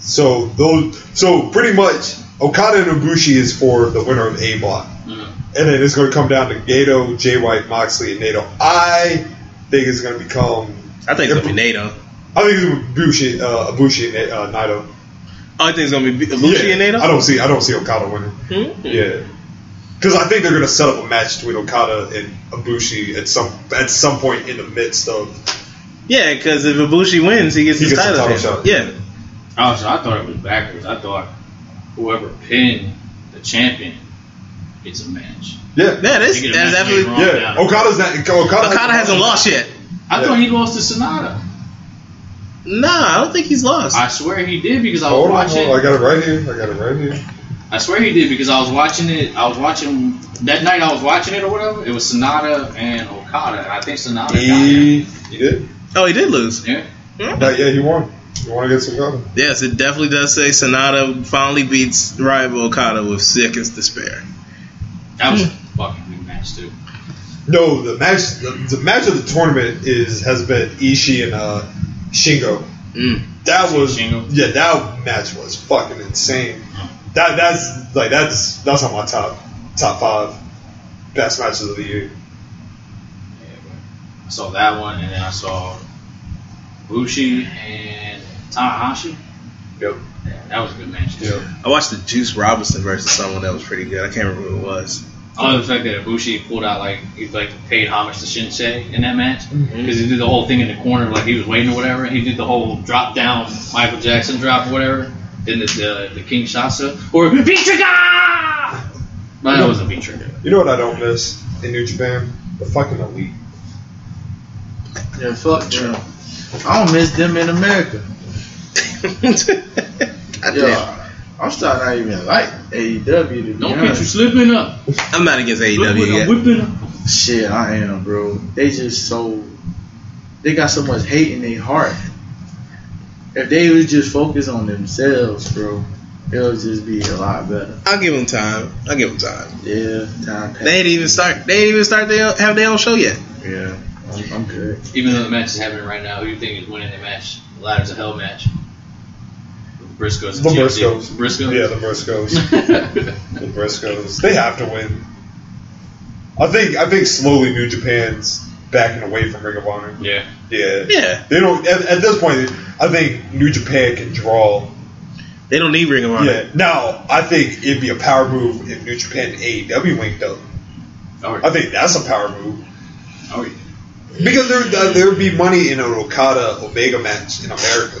B: So those, so pretty much Okada and Ibushi is for the winner of A Block, and then it's going to come down to Gato, Jay White, Moxley, and Naito. I think it's going to become.
D: I think it's gonna be Nato.
B: I think it's going to be Ibushi, uh, Ibushi and Na- uh, Naito.
D: Oh, I think it's gonna be Lucy
B: Yeah,
D: and Hmm. Nato.
B: I don't see. I don't see Okada winning.
C: Hmm?
B: Yeah. Because I think they're going to set up a match between Okada and Ibushi at some at some point in the midst of
D: Yeah, because if Ibushi wins, he gets
B: He
D: his
B: gets the
D: title.
B: title shot.
D: shot. Yeah.
C: Oh, so I thought it was backwards. I thought whoever pinned the champion gets a match.
B: yeah
D: Yeah, that's,
C: They get a
D: that's
C: match
D: absolutely.
C: later on.
B: Yeah, Okada's not. Okada,
D: Okada hasn't lost yet.
C: I
B: Yeah.
C: thought he lost to Sonata.
D: Nah, I don't think he's lost.
C: I swear he did because I was
B: Hold on,
C: watching.
B: hold on, I got it right here. I got it right here.
C: I swear he did because I was watching it. I was watching that night. I was watching it or whatever. It was Sonata and Okada, and I think Sonata got it.
B: He, he did.
D: oh, he did lose. Hmm?
C: Yeah.
B: No, yeah, he won. He won against Okada.
D: Yes, it definitely does say Sonata finally beats rival Okada with seconds to spare.
C: That was a fucking good match too.
B: No, the match, the, the match of the tournament is has been Ishii and uh, Shingo.
D: Mm.
B: That was
C: Shingo.
B: yeah, that match was fucking insane. That that's like that's that's on my top top five best matches of the year.
C: Yeah, but I saw that one, and then I saw Bushi and Tanahashi.
B: Yep.
C: Yeah, that was a good match too.
D: I watched the Juice Robinson versus someone that was pretty good. I can't remember who it was.
C: I love the fact that Ibushi pulled out like he like paid homage to Shinsei in that match because
B: Mm-hmm.
C: he did the whole thing in the corner like he was waiting or whatever. He did the whole drop down Michael Jackson drop or whatever. Then the the, the King Shasa or Beatrika. No, that wasn't Beatrika.
B: You know what I don't miss in New Japan? The fucking elite.
M: yeah, fuck them. I don't miss them in America.
D: God damn.
M: Yeah, I'm starting not even like AEW to be
C: Don't get you
M: honest.
C: slipping up.
D: I'm not against AEW
C: Slipping up,
D: yet.
C: whipping up.
M: Shit, I am, bro. They just so they got so much hate in their heart. If they would just focus on themselves, bro, it'll just be a lot better.
D: I'll give them time. I'll give them time.
M: Yeah, time
D: They ain't even start. They ain't even start. They have their own show yet.
M: Yeah, I'm, I'm good.
C: Even though the match is happening right now, who you think is winning the match? The ladder's a hell match. Briscoes. and
B: The Briscoes.
C: TLC. Briscoes.
B: Yeah, the Briscoes. the Briscoes. They have to win. I think I think slowly New Japan's backing away from Ring of Honor.
C: yeah.
B: Yeah.
D: Yeah,
B: They don't at, at this point I think New Japan can draw.
D: they don't need Ring of Honor.
B: Yeah. Now, I think it'd be a power move if New Japan and AEW linked up.
C: Oh,
B: I think that's a power move.
C: oh, yeah.
B: Because there there'd be money in an Okada Omega match in America.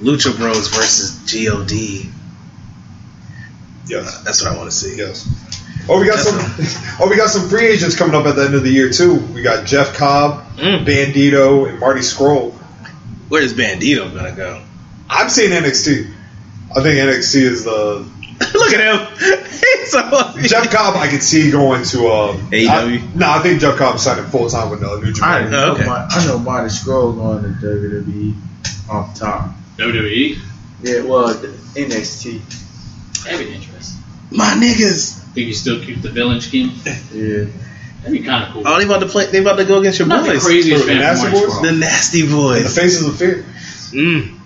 D: Lucha Bros versus God.
B: Yes.
D: That's what I want to see.
B: Yes. Oh, we got some. Oh, we got some free agents coming up at the end of the year too. We got Jeff Cobb,
D: Mm.
B: Bandito, and Marty Scroll.
D: Where is Bandito gonna go?
B: I'm saying NXT. I think NXT is the
D: Look at him. He's so ugly.
B: Jeff Cobb, I could see going to uh, AEW. No, I think Jeff Cobb signed full time with uh, New
M: I
B: Japan.
M: know, my, I know Marty Scroll going to WWE off top.
C: WWE.
M: Yeah, well, the NXT.
C: That'd be interesting.
D: My niggas.
C: Think you still keep the villain scheme?
M: Yeah.
C: That'd be kind of cool.
D: Oh, they about to play. They about to go against your
C: Not the
D: boys.
C: craziest fan of Nasty Martin Boys? Scroll.
D: The nasty boys.
B: The faces of fear.
D: Mm.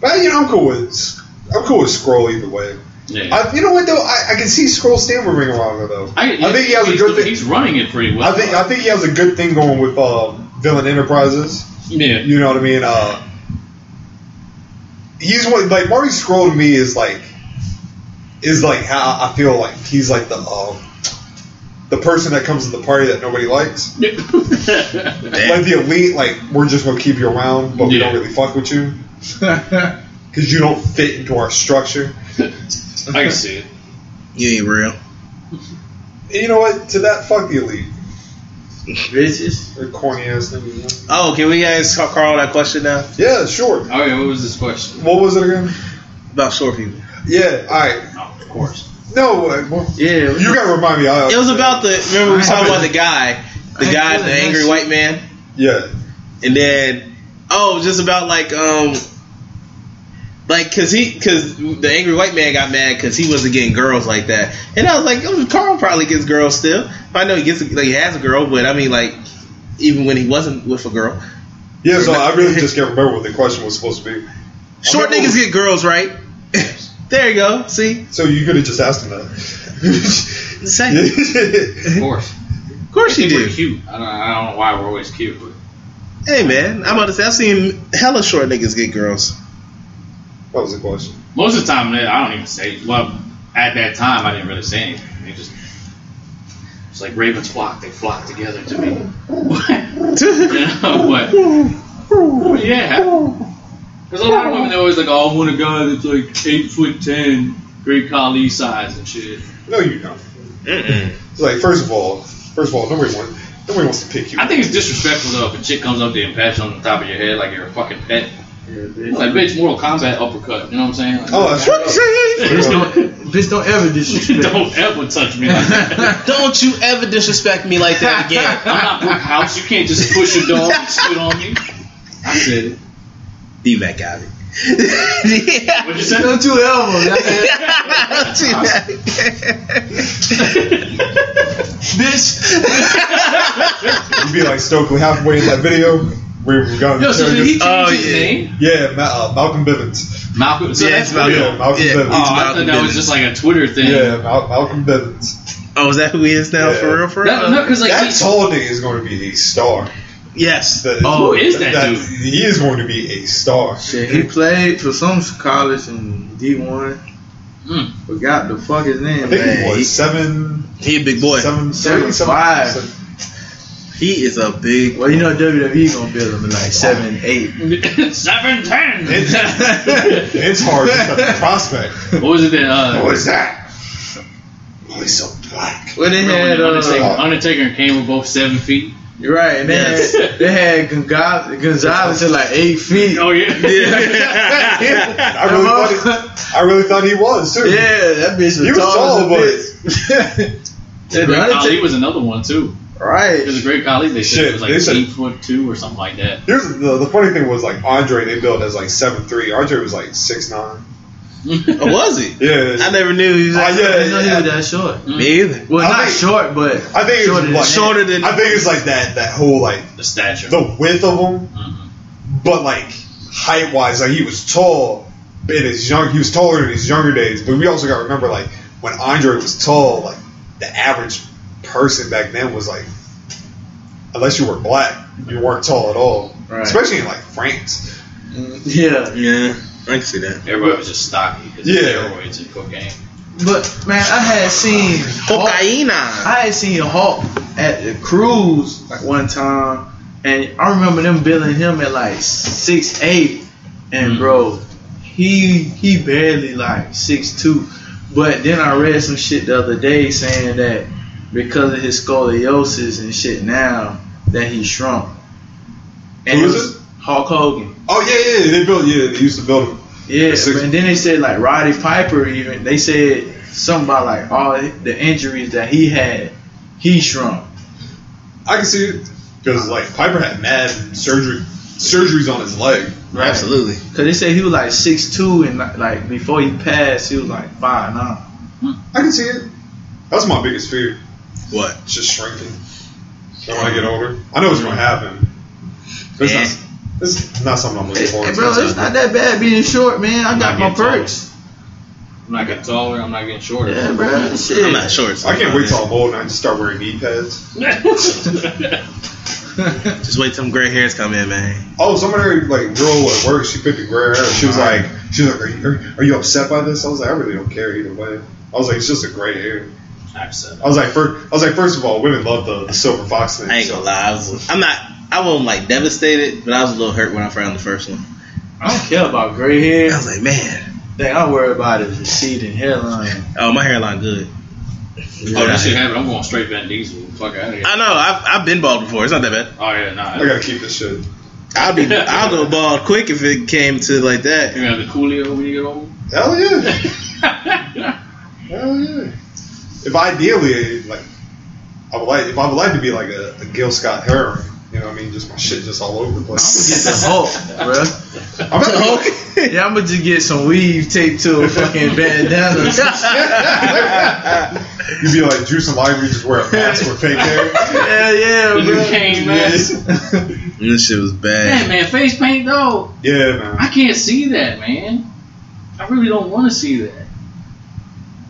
B: But you know, I'm cool with I'm cool with Scroll either way.
C: Yeah.
B: I, you know what though? I, I can see Scroll staying with Ring of Honor though.
C: I,
B: think he has a
C: he's-
B: good thing.
C: He's running it pretty well.
B: I think I think he has a good thing going with uh, Villain Enterprises.
C: yeah.
B: You know what I mean? Uh, he's one like Marty Scroll to me is like is like how I feel like he's like the um, the person that comes to the party that nobody likes. Like the elite, like we're just gonna keep you around, but we don't really fuck with you because you don't fit into our structure.
C: I can see it.
D: You ain't real.
B: You know what? To that, fuck the elite.
M: Bitches.
B: They're corny ass niggas.
D: Oh, can we guys ca- call that question now?
B: Yeah, sure.
C: All right. Oh, What was this question?
B: What was it again?
D: About short people.
B: Yeah, all right.
C: Oh, Of course.
B: No, uh, well,
M: Yeah.
B: you gotta remind me. I,
D: It was about the. Remember we was talking about the guy, the
M: I
D: guy,
M: feel
D: the
M: like
D: angry
M: that's-
D: white man,
B: yeah.
D: and then oh, just about like um, like cause he cause the angry white man got mad because he wasn't getting girls like that, and I was like, oh, Carl probably gets girls still. I know he gets like he has a girl, but I mean like even when he wasn't with a girl,
B: Yeah, so I really just can't remember what the question was supposed to be.
D: short
B: Okay,
D: niggas get girls, right? there you go. See,
B: So you could have just asked him that.
D: Say,
C: Of course.
D: of course
C: I
D: you
C: think
D: do.
C: We're cute. I don't, I don't know why we're always cute, but
D: Hey man, I'm about to say I've seen hella short niggas get girls.
B: what was the question?
C: most of the time I don't even say. Well, at that time I didn't really say anything. They just it's like ravens flock. They flock together to me. you know, but but yeah. There's a lot of women that always like, oh, I want a guy that's like eight foot ten, great collie size and shit.
B: No, you don't. It's like first of all, first of all, nobody wants nobody wants to pick you.
C: I think it's disrespectful though if a chick comes up to you and pats you on the top of your head like you're a fucking pet. It's like, bitch, Mortal Kombat uppercut. You know what I'm saying? Like,
B: oh, that's
M: Bitch don't, bitch don't ever disrespect.
C: don't ever touch me like that.
D: Don't you ever disrespect me like that again.
C: I'm not Brooke House. You can't just push your dog and spit on me. I said it.
D: D Mac got it.
C: What'd you say?
M: Don't you ever.
D: Oh, Bitch.
B: You'd uh, be like Stokely halfway in that video where we got
C: Yo, so did he change
D: Oh,
C: his
D: yeah.
C: name?
B: yeah, Ma- uh, Malcolm Bivens.
C: Malcolm. So
D: Yeah,
C: that's
D: that's Malcolm.
B: Yeah, Malcolm
D: Yeah.
B: Bivens.
C: Oh, I
D: Malcolm
C: thought that was
D: Bivens.
C: just like a Twitter thing.
B: yeah, Mal- Malcolm Bivens.
D: Oh, is that who he is now?
B: Yeah.
D: For real? For real?
C: That, no, because like
B: that
C: he-
B: tall nigga is going to be a star.
D: yes. Oh.
B: That-
C: Oh, who is that, dude?
B: He is going to be a star.
M: Shit, he played for some college in D1.
C: Mm.
M: Forgot the fuck his name,
B: I think
M: man.
B: he was seven,
D: He a big boy.
B: seven,
M: Seven
B: seven,
M: five.
B: seven-
D: He is a big.
M: Well, you know
D: E
M: WWE gonna build him in like seven, eight.
C: seven ten.
B: It's, it's hard to prospect.
C: what was it that uh,
B: What is that? Oh, he's so black.
M: Well, they
C: when
M: had
C: the Undertaker,
M: uh,
C: Undertaker and Kane were both seven feet?
M: you're right, and they had, they had Gonzalez, Gonzalez at like eight feet.
C: Oh yeah.
B: I really, thought he, I really thought he was too.
M: Yeah, that bitch was,
B: he was tall,
M: tall
B: but
M: as a bitch.
C: Great
M: Yeah, the
C: Khali
M: Undertaker-
C: was another one too. Because
M: Right.
C: Great Khali, they said
B: Shit,
C: it was like
B: they said-
C: eight foot two or something like that.
B: here's the, the funny thing was like Andre they built as like seven three. Andre was like six nine.
D: Oh, was he?
B: Yeah,
D: I never knew he was.
B: Oh,
M: I didn't know he
B: yeah.
M: was that short.
D: Me either.
M: Well,
B: I
M: not
B: think-
M: short, but
B: I think
M: shorter than
B: it was like-
M: that.
D: Shorter than.
B: I think it's like that that whole like
C: The stature.
B: the width of him,
C: Mhm.
B: but like height wise, like he was tall in his young. He was taller in his younger days, but we also got to remember like when Andre was tall, like the average person back then was like, unless you were black, you weren't tall at all.
M: Right.
B: Especially in like France.
M: Yeah.
D: Yeah, I can see that.
C: Everybody was just stocky because
B: Yeah.
C: steroids and cocaine.
M: But man, I had seen Hulk,
D: Cocaina.
M: I had seen Hulk at the cruise like one time, and I remember them billing him at like six eight, and bro, he he barely like six two. But then I read some shit the other day saying that because of his scoliosis and shit now that he shrunk. And
B: Who
M: it
B: is
M: was
B: it?
M: Hulk Hogan.
B: Oh yeah, yeah, yeah, they built. Yeah, they used to build him.
M: Yeah, and then they said like Roddy Piper even they said something about like all the injuries that he had, he shrunk.
B: I can see it because like Piper had mad surgery surgeries on his leg.
M: Right. Absolutely, because they say he was like six two and like- like before he passed, he was like five nine.
B: I can see it. That's my biggest fear. What? Just shrinking. And when I get older, I know it's gonna happen. But It's, not, it's not something I'm looking forward
M: Hey,
B: to.
M: bro, it's not that bad being short, man. I got my perks.
C: I'm not getting taller. I'm not getting shorter.
M: Yeah, bro, shit. I'm not
D: short.
B: I can't wait till I'm old and I just start wearing knee pads.
D: Just wait till them gray hairs come in, man.
B: Oh, somebody like girl at work, she picked a gray hair. She was like, she was like, are you, are, are you upset by this? I was like, I really don't care either way. I was like, it's just a gray hair. I was like, first, I was like, first of all, women love the, the silver fox thing.
D: I ain't gonna lie. I was, I'm not. I wasn't like devastated, but I was a little hurt when I found the first one.
M: I don't care about gray hair. I was
D: like, man,
M: thing I worry about is receding hairline.
D: Oh, my hairline good.
C: Oh, that shit happened. I'm going straight Van Diesel. Fuck out of here.
D: I know. I've, I've been bald before. It's not that bad.
C: Oh yeah, nah.
B: I gotta keep this shit.
D: I'll be. I'll go bald quick if it came to like that.
C: You gonna have the Coolio when you get old?
B: Hell yeah. Hell yeah. If ideally, like, I would like, if I would like to be like a, a Gil Scott Heron, you know what I mean? Just my shit just all over the place.
M: The Hulk, bro. yeah, I'm gonna just get some weave taped to a fucking bandana.
B: You'd be like Juice and Lively, just wear a mask with fake hair.
M: Hell yeah,
C: You can't, man.
D: This shit was
C: Man,
D: bad.
C: man, face paint though.
B: Yeah, man.
C: I can't see that, man. I really don't want to see that.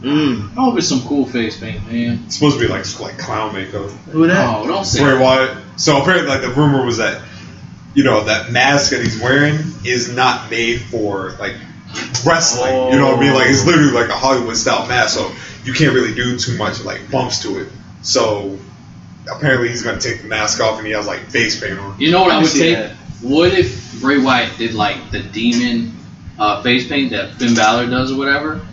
D: Mm.
C: I hope it's some cool face paint, man.
B: It's supposed to be like like clown makeup.
M: Who that?
C: Oh, don't say
B: Bray
C: that.
B: Wyatt. So apparently, like the rumor was that you know that mask that he's wearing is not made for like wrestling. You know what I mean? Like it's literally like a Hollywood style mask, so you can't really do too much like bumps to it. So apparently, he's gonna take the mask off and he has like face paint on.
C: You know what I would
B: see
C: take? What if Bray Wyatt did like the demon uh, face paint that Finn Balor does or whatever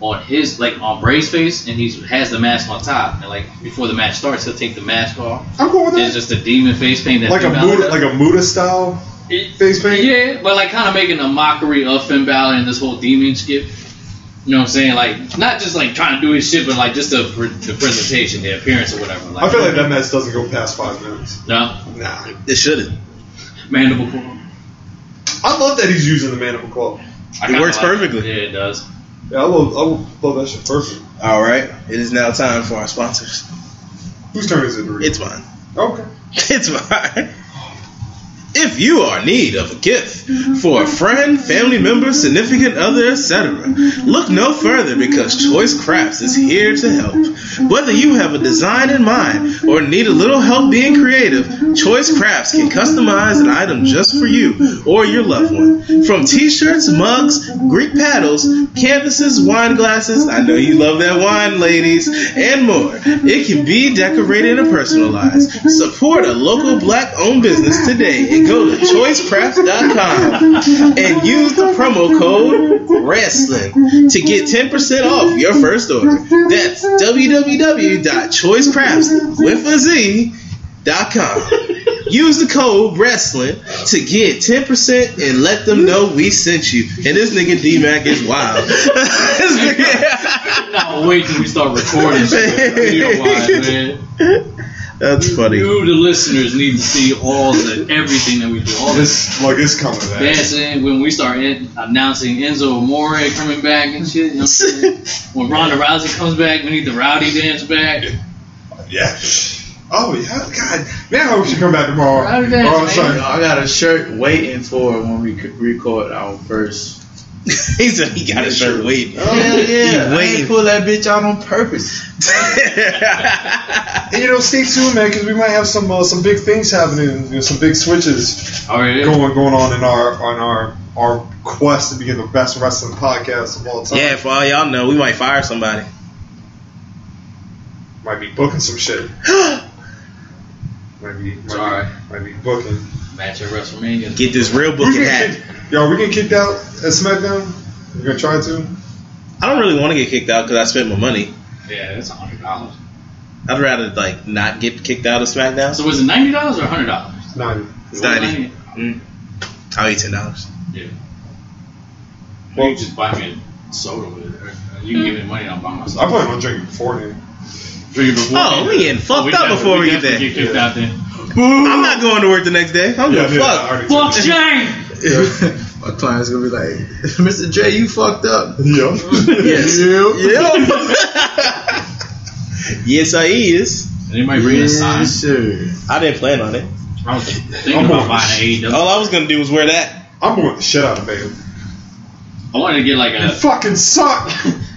C: on his like on Bray's face, and he has the mask on top, and like before the match starts, he'll take the mask off.
B: I'm cool with that.
C: It's just a demon face paint that
B: Like a
C: Finn Balor
B: Muda,
C: does.
B: like a Muda style face paint.
C: Yeah, but like kind of making a mockery of Finn Balor and this whole demon skip. You know what I'm saying? Like not just like trying to do his shit, but like just the, pre- the presentation, the appearance or whatever. Like,
B: I feel like that mask doesn't go past five minutes.
C: no
B: Nah.
D: It shouldn't.
C: mandible claw.
B: I love that he's using the mandible claw.
C: I
D: It
C: kinda
D: works
C: like
D: perfectly.
C: Yeah, it does.
B: Yeah, I love, I love that shit perfect.
D: All right. It is now time for our sponsors.
B: Whose turn is it? to read?
D: It's mine.
B: Okay.
D: It's mine. If you are in need of a gift for a friend, family member, significant other, etc., look no further because Choice Crafts is here to help. Whether you have a design in mind or need a little help being creative, Choice Crafts can customize an item just for you or your loved one. From t-shirts, mugs, Greek paddles, canvases, wine glasses, I know you love that wine, ladies, and more. It can be decorated and personalized. Support a local black owned business today and go to choicecrafts.com and use the promo code WRESTLING to get 10% off your first order. That's www.choicecrafts with a Z dot com. Use the code wrestling to get 10% and let them know we sent you. And this nigga D Mac is wild.
C: No, wait till we start recording shit video wise, man.
D: That's funny.
C: You, the listeners, need to see all the everything that we do. All this
B: Look, it's coming back.
C: dancing when we start in, announcing Enzo Amore coming back and shit. You know what I'm saying? when Ronda Rousey comes back, we need the Rowdy dance back.
B: Yeah. Oh yeah, God, man, I hope she come back tomorrow.
C: How did that-
B: Or on
C: man?
B: Sunday.
M: I got a shirt waiting for when we could record our first.
D: he said he got his shirt waiting.
M: Hell yeah!
D: He
M: I ain't
D: waiting.
M: pull that bitch out on purpose.
B: And you know, stay tuned, man, because we might have some uh, some big things happening, you know, some big switches
C: All right.
B: going going on in our on our our quest to be the best wrestling podcast of all time.
D: Yeah, for all y'all know, we might fire somebody.
B: might be booking some shit. might be, might,
C: It's all right.
B: be, might be booking.
C: Match at WrestleMania.
D: Get this real
B: We
D: booking
B: can
D: hat.
B: kick- Yo, we getting kicked out at SmackDown. We gonna try to.
D: I don't really want to get kicked out because I spent my money.
C: Yeah, that's hundred dollars.
D: I'd rather like not get kicked out of SmackDown.
C: So was it ninety dollars or hundred dollars?
B: It's not.
D: It's ninety. Mm. I'll eat ten dollars.
C: Yeah. You can just buy me a soda with it. or You can give me money and I'll buy myself.
B: I probably don't drink before then.
C: Drink it before.
D: Oh, we getting fucked up
C: definitely-
D: before we get
C: definitely
D: there.
C: Get kicked out then.
D: I'm not going to work the next day. I'm
M: Yeah,
D: gonna
M: yeah, I already
D: fuck.
C: Fuck Shane.
M: My client's gonna be like, Mr. J, you fucked up.
B: Yeah.
D: yes. Yeah. yes, I is.
C: They might bring a sign.
M: Sure.
D: I didn't plan on it.
C: I was
D: Oh
C: thinking about buying an AEW.
D: All I was gonna do was wear that.
B: I'm going to shut out of bed.
C: I wanted to get like
B: You
C: a.
B: fucking suck.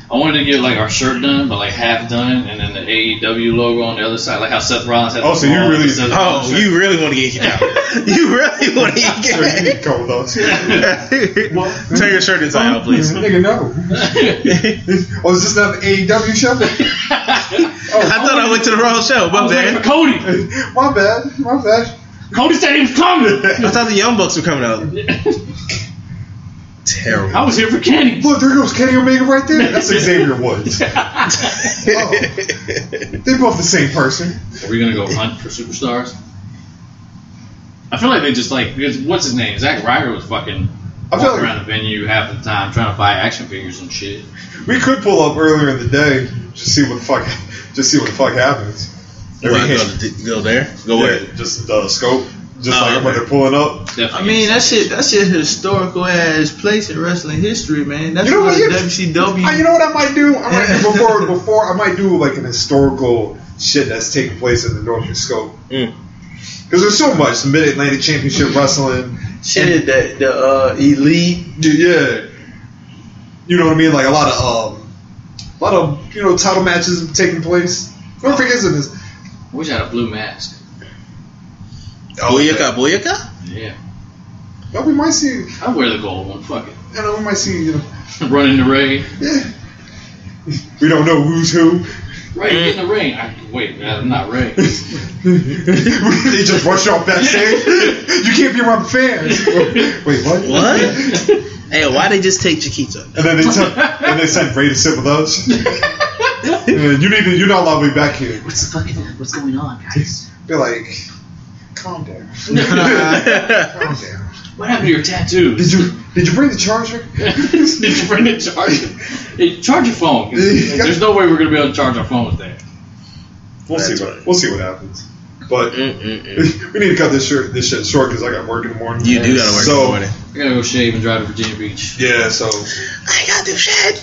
C: I wanted to get like our shirt done, but like half done, and then the AEW logo on the other side, like how Seth Rollins had.
B: Oh, so you
C: the ball,
B: really-
C: Seth Rollins
D: Oh,
C: shirt.
D: you really want to get kicked out? you really want to
B: Sir, you
D: get
B: need to cover those.
D: kicked out?
B: What?
D: Turn your shirt inside out, please.
B: Nigga, no. oh, is this not the AEW show?
D: I thought I went to the wrong show.
C: I
D: My
C: was waiting for
D: bad.
C: Cody.
B: Oh, my bad. My bad.
C: Cody said he was coming.
D: I thought the Young Bucks were coming out. Terrible.
C: I was here for Kenny.
B: Look, there goes Kenny Omega right there. That's Xavier Woods. Oh, they're both the same person.
C: Are we gonna go hunt for superstars? I feel like they just like because what's his name? Zack Ryder was fucking
B: I feel
C: walking
B: like-
C: around the venue half the time trying to buy action figures and shit.
B: We could pull up earlier in the day, just see what the fuck, just see what the fuck happens.
D: You wanna go, to- go there? Go
B: Yeah,
D: where?
B: just the scope, just
D: Oh,
B: like when
D: okay.
B: they're pulling up.
C: Definitely.
M: I mean that shit. That shit historical ass place in wrestling history, man. That's
B: You know
M: what
B: what, you-
M: WCW.
D: E.
B: Uh, you know what I might do? I might before before I might do like an historical shit that's taking place in the Northern Scope.
D: Mm.
B: Because there's so much Mid Atlantic Championship Wrestling.
M: shit that the uh, elite.
B: Dude, Yeah, you know what I mean. Like a lot of um, a lot of you know title matches taking place. Don't forget this.
C: I wish I had a blue mask.
D: Booyaka, booyaka?
C: Yeah.
B: Well, we might see, you
C: I'd wear the gold one. Fuck it.
B: know, we might see, you know,
C: Run in the ring.
B: yeah. We don't know who's who.
C: Right, get in the ring. I, wait, I'm not Ray.
B: they just rush off backstage. you can't be around the fans. Wait, what?
D: What? hey, why they just take Chiquita?
B: And then they sent, and they sent Ray to sit with us. Yeah, you need to, you're not allowed to be back here.
J: What's the fucking, what's going on, guys?
B: Be like, calm down, calm
D: Mm,
B: down.
C: What happened to your tattoos?
B: Did you did you bring the charger?
C: Did you bring the charger? Hey, charge your phone. 'cause There's no way we're gonna be able to charge our phone with that.
B: We'll
D: That's
B: see what
D: right.
B: we'll see what happens.
D: mm,
B: But
D: Mm-mm-mm.
B: we need to cut this shirt this shit short because I got work in the morning.
D: You do gotta work
B: so,
D: so, morning.
C: I gotta go shave and drive to Virginia Beach.
B: Yeah, so
D: I ain't gotta do shit.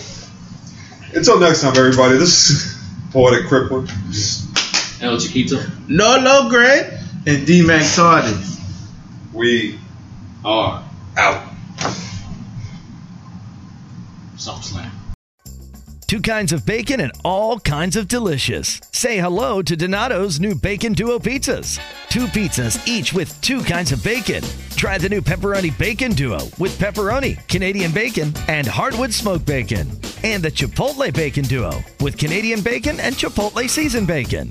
B: until next time, everybody. This is poetic crippling.
C: El Chiquito.
D: No, no, Greg.
M: And D Mac Tardy.
B: We
C: R.
B: out.
C: Something slam.
G: Two kinds of bacon and all kinds of delicious. Say hello to Donato's new Bacon Duo pizzas. Two pizzas, each with two kinds of bacon. Try the new Pepperoni Bacon Duo with pepperoni, Canadian bacon, and hardwood smoked bacon. And the Chipotle Bacon Duo with Canadian bacon and Chipotle seasoned bacon.